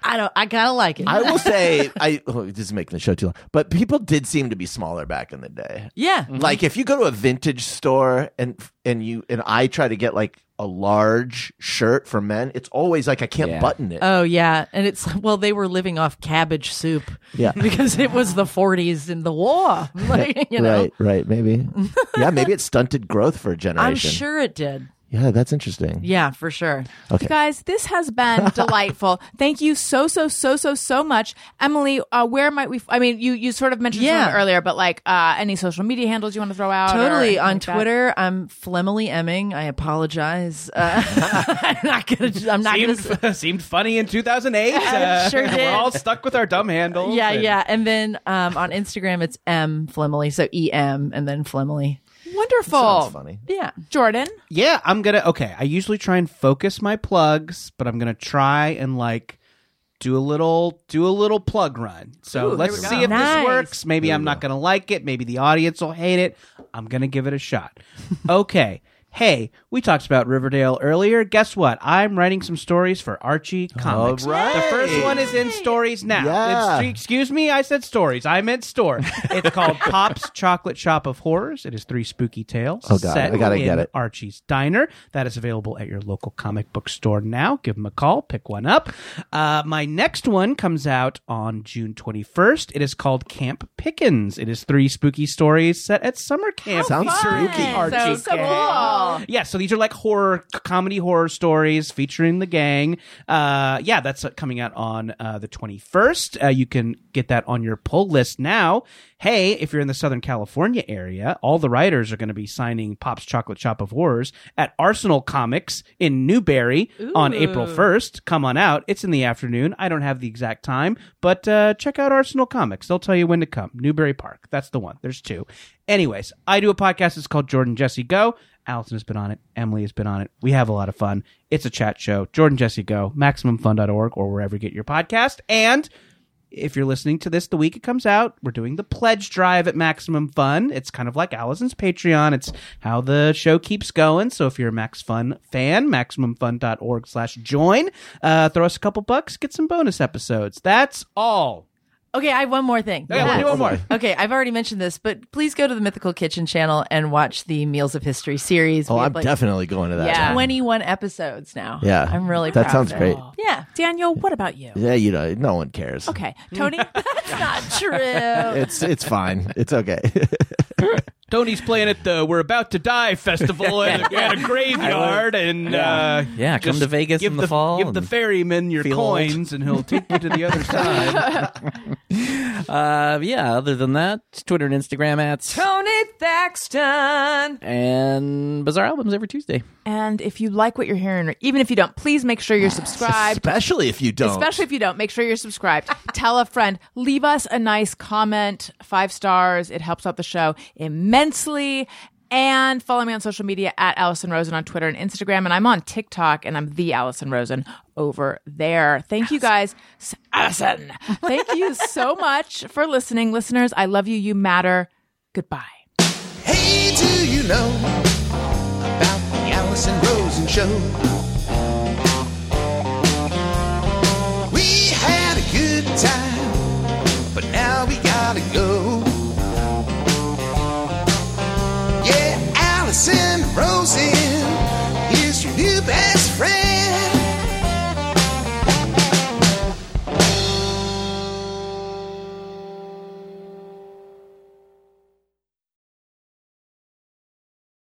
E: I don't. I kind of like it.
A: I will say, I oh, this is making the show too long, but people did seem to be smaller back in the day.
E: yeah.
A: Like if you go to a vintage store and and you and I try to get like a large shirt for men, it's always like I can't
F: Yeah.
A: button it.
E: Oh yeah, and it's well they were living off cabbage soup. <laughs>
A: Yeah.
E: because it was the 40s and the war. <laughs> Like, you know,
A: Right, right,
E: <laughs>
A: maybe. yeah, maybe it stunted growth for a generation.
E: I'm sure it did.
A: Yeah, that's interesting.
E: Yeah, for sure.
A: Okay.
C: You guys, this has been delightful. Thank you so so so so so much, Emily. Uh, where might we? f- I mean, you you sort of mentioned
E: Yeah.
C: some earlier, but like uh, any social media handles you want to throw out? or anything
E: Totally on
C: Oh, like that?
E: Twitter, I'm Flemily Emming. I apologize. Uh, <laughs> I'm not gonna. I'm not gonna. s-
D: Seemed, seemed funny
C: <laughs>
D: in 2008.
E: sure did.
D: We're uh, all stuck with our dumb handles.
E: Yeah,
D: and-
E: yeah. And then um, on Instagram, it's M Flemily, so E M, and then Flemily.
C: Wonderful,
A: That's funny.
E: Oh. Yeah.
C: Jordan.
D: Yeah, I'm gonna. Okay, I usually try and focus my plugs, but I'm gonna try and like do a little do a little plug run. So let's see if
E: Nice.
D: this works. Maybe I'm not gonna like it. Maybe the audience will hate it. I'm gonna give it
A: <laughs>
D: a shot. okay. Hey, we talked about Riverdale earlier. Guess what? I'm writing some stories for Archie Comics.
A: right.
D: The first one is in stories now.
A: Yeah.
D: It's, excuse me, I said stories. I
A: <laughs>
D: meant store. It's called Pop's Chocolate Shop of Horrors. It is three spooky tales
A: Oh, God.
D: set
A: I gotta
D: in
A: get it.
D: Archie's Diner. That is available at your local comic book store now. Give them a call, pick one up. Uh, my next one comes out on June 21st. It is called Camp Pickens. It is three spooky stories set at summer camp.
A: Sounds
D: featuring
A: spooky.
D: Archie
C: So, so
D: Gang.
C: cool. Cool.
D: Yeah, so these are like horror c- comedy horror stories featuring the gang. Uh, yeah, that's uh, coming out on uh, the 21st. Uh, you can get that on your pull list now. Hey, if you're in the Southern California area, all the writers are going to be signing Pop's Chocolate Shop of Horrors at Arsenal Comics in Newberry on April 1st. Come on out. It's in the afternoon. I don't have the exact time, but uh, check out Arsenal Comics. They'll tell you when to come. Newberry Park. That's the one. There's two. Anyways, I do a podcast. It's called Jordan Jesse Go. Allison has been on it. Emily has been on it. We have a lot of fun. It's a chat show. Jordan Jesse Go, MaximumFun.org, or wherever you get your podcast. And if you're listening to this the week it comes out, we're doing the pledge drive at Maximum Fun. It's kind of like Allison's Patreon. It's how the show keeps going. So if you're a Max Fun fan, MaximumFun.org slash join. Uh, throw us a couple bucks, get some bonus episodes. That's all.
E: Okay, I have one more thing.
D: Yeah, we'll do one more.
E: Okay, I've already mentioned this, but please go to the Mythical Kitchen channel and watch the Meals of History series.
A: Oh,
E: We have,
A: I'm
E: like,
A: definitely going to that.
E: yeah.
A: one.
E: 21 episodes now.
A: Yeah.
E: I'm really
A: That
E: proud
A: sounds
E: of it. Oh.
A: great.
E: Yeah.
C: Daniel, what about you?
A: Yeah, you know, no one cares.
C: Okay, <laughs> Tony, that's not true.
A: It's it's fine. It's
E: <laughs>
A: okay.
D: Tony's playing at the We're About to Die festival at, a- at a graveyard, and uh,
F: Yeah, come
D: just
F: to Vegas
D: give
F: in the fall
D: Give the
F: and
D: ferryman your
F: feel old.
D: coins, and he'll take you to the
F: <laughs>
D: other side.
F: Uh, yeah, other than that, Twitter and Instagram at
E: Tony Thaxton.
F: and Bizarre Albums every Tuesday.
C: and if you like what you're hearing, or even if you don't, please make sure you're subscribed.
A: Especially if you don't.
C: Especially if you don't, make sure you're subscribed. <laughs> Tell a friend. Leave us a nice comment, five stars. It helps out the show immensely. And follow me on social media at Allison Rosen on Twitter and Instagram. And I'm on TikTok and I'm the Allison Rosen over there. Thank you guys. S- Allison, thank you so much for listening. Listeners, I love you. You matter. Goodbye.
B: Hey, do you know about the Allison Rosen show? We had a good time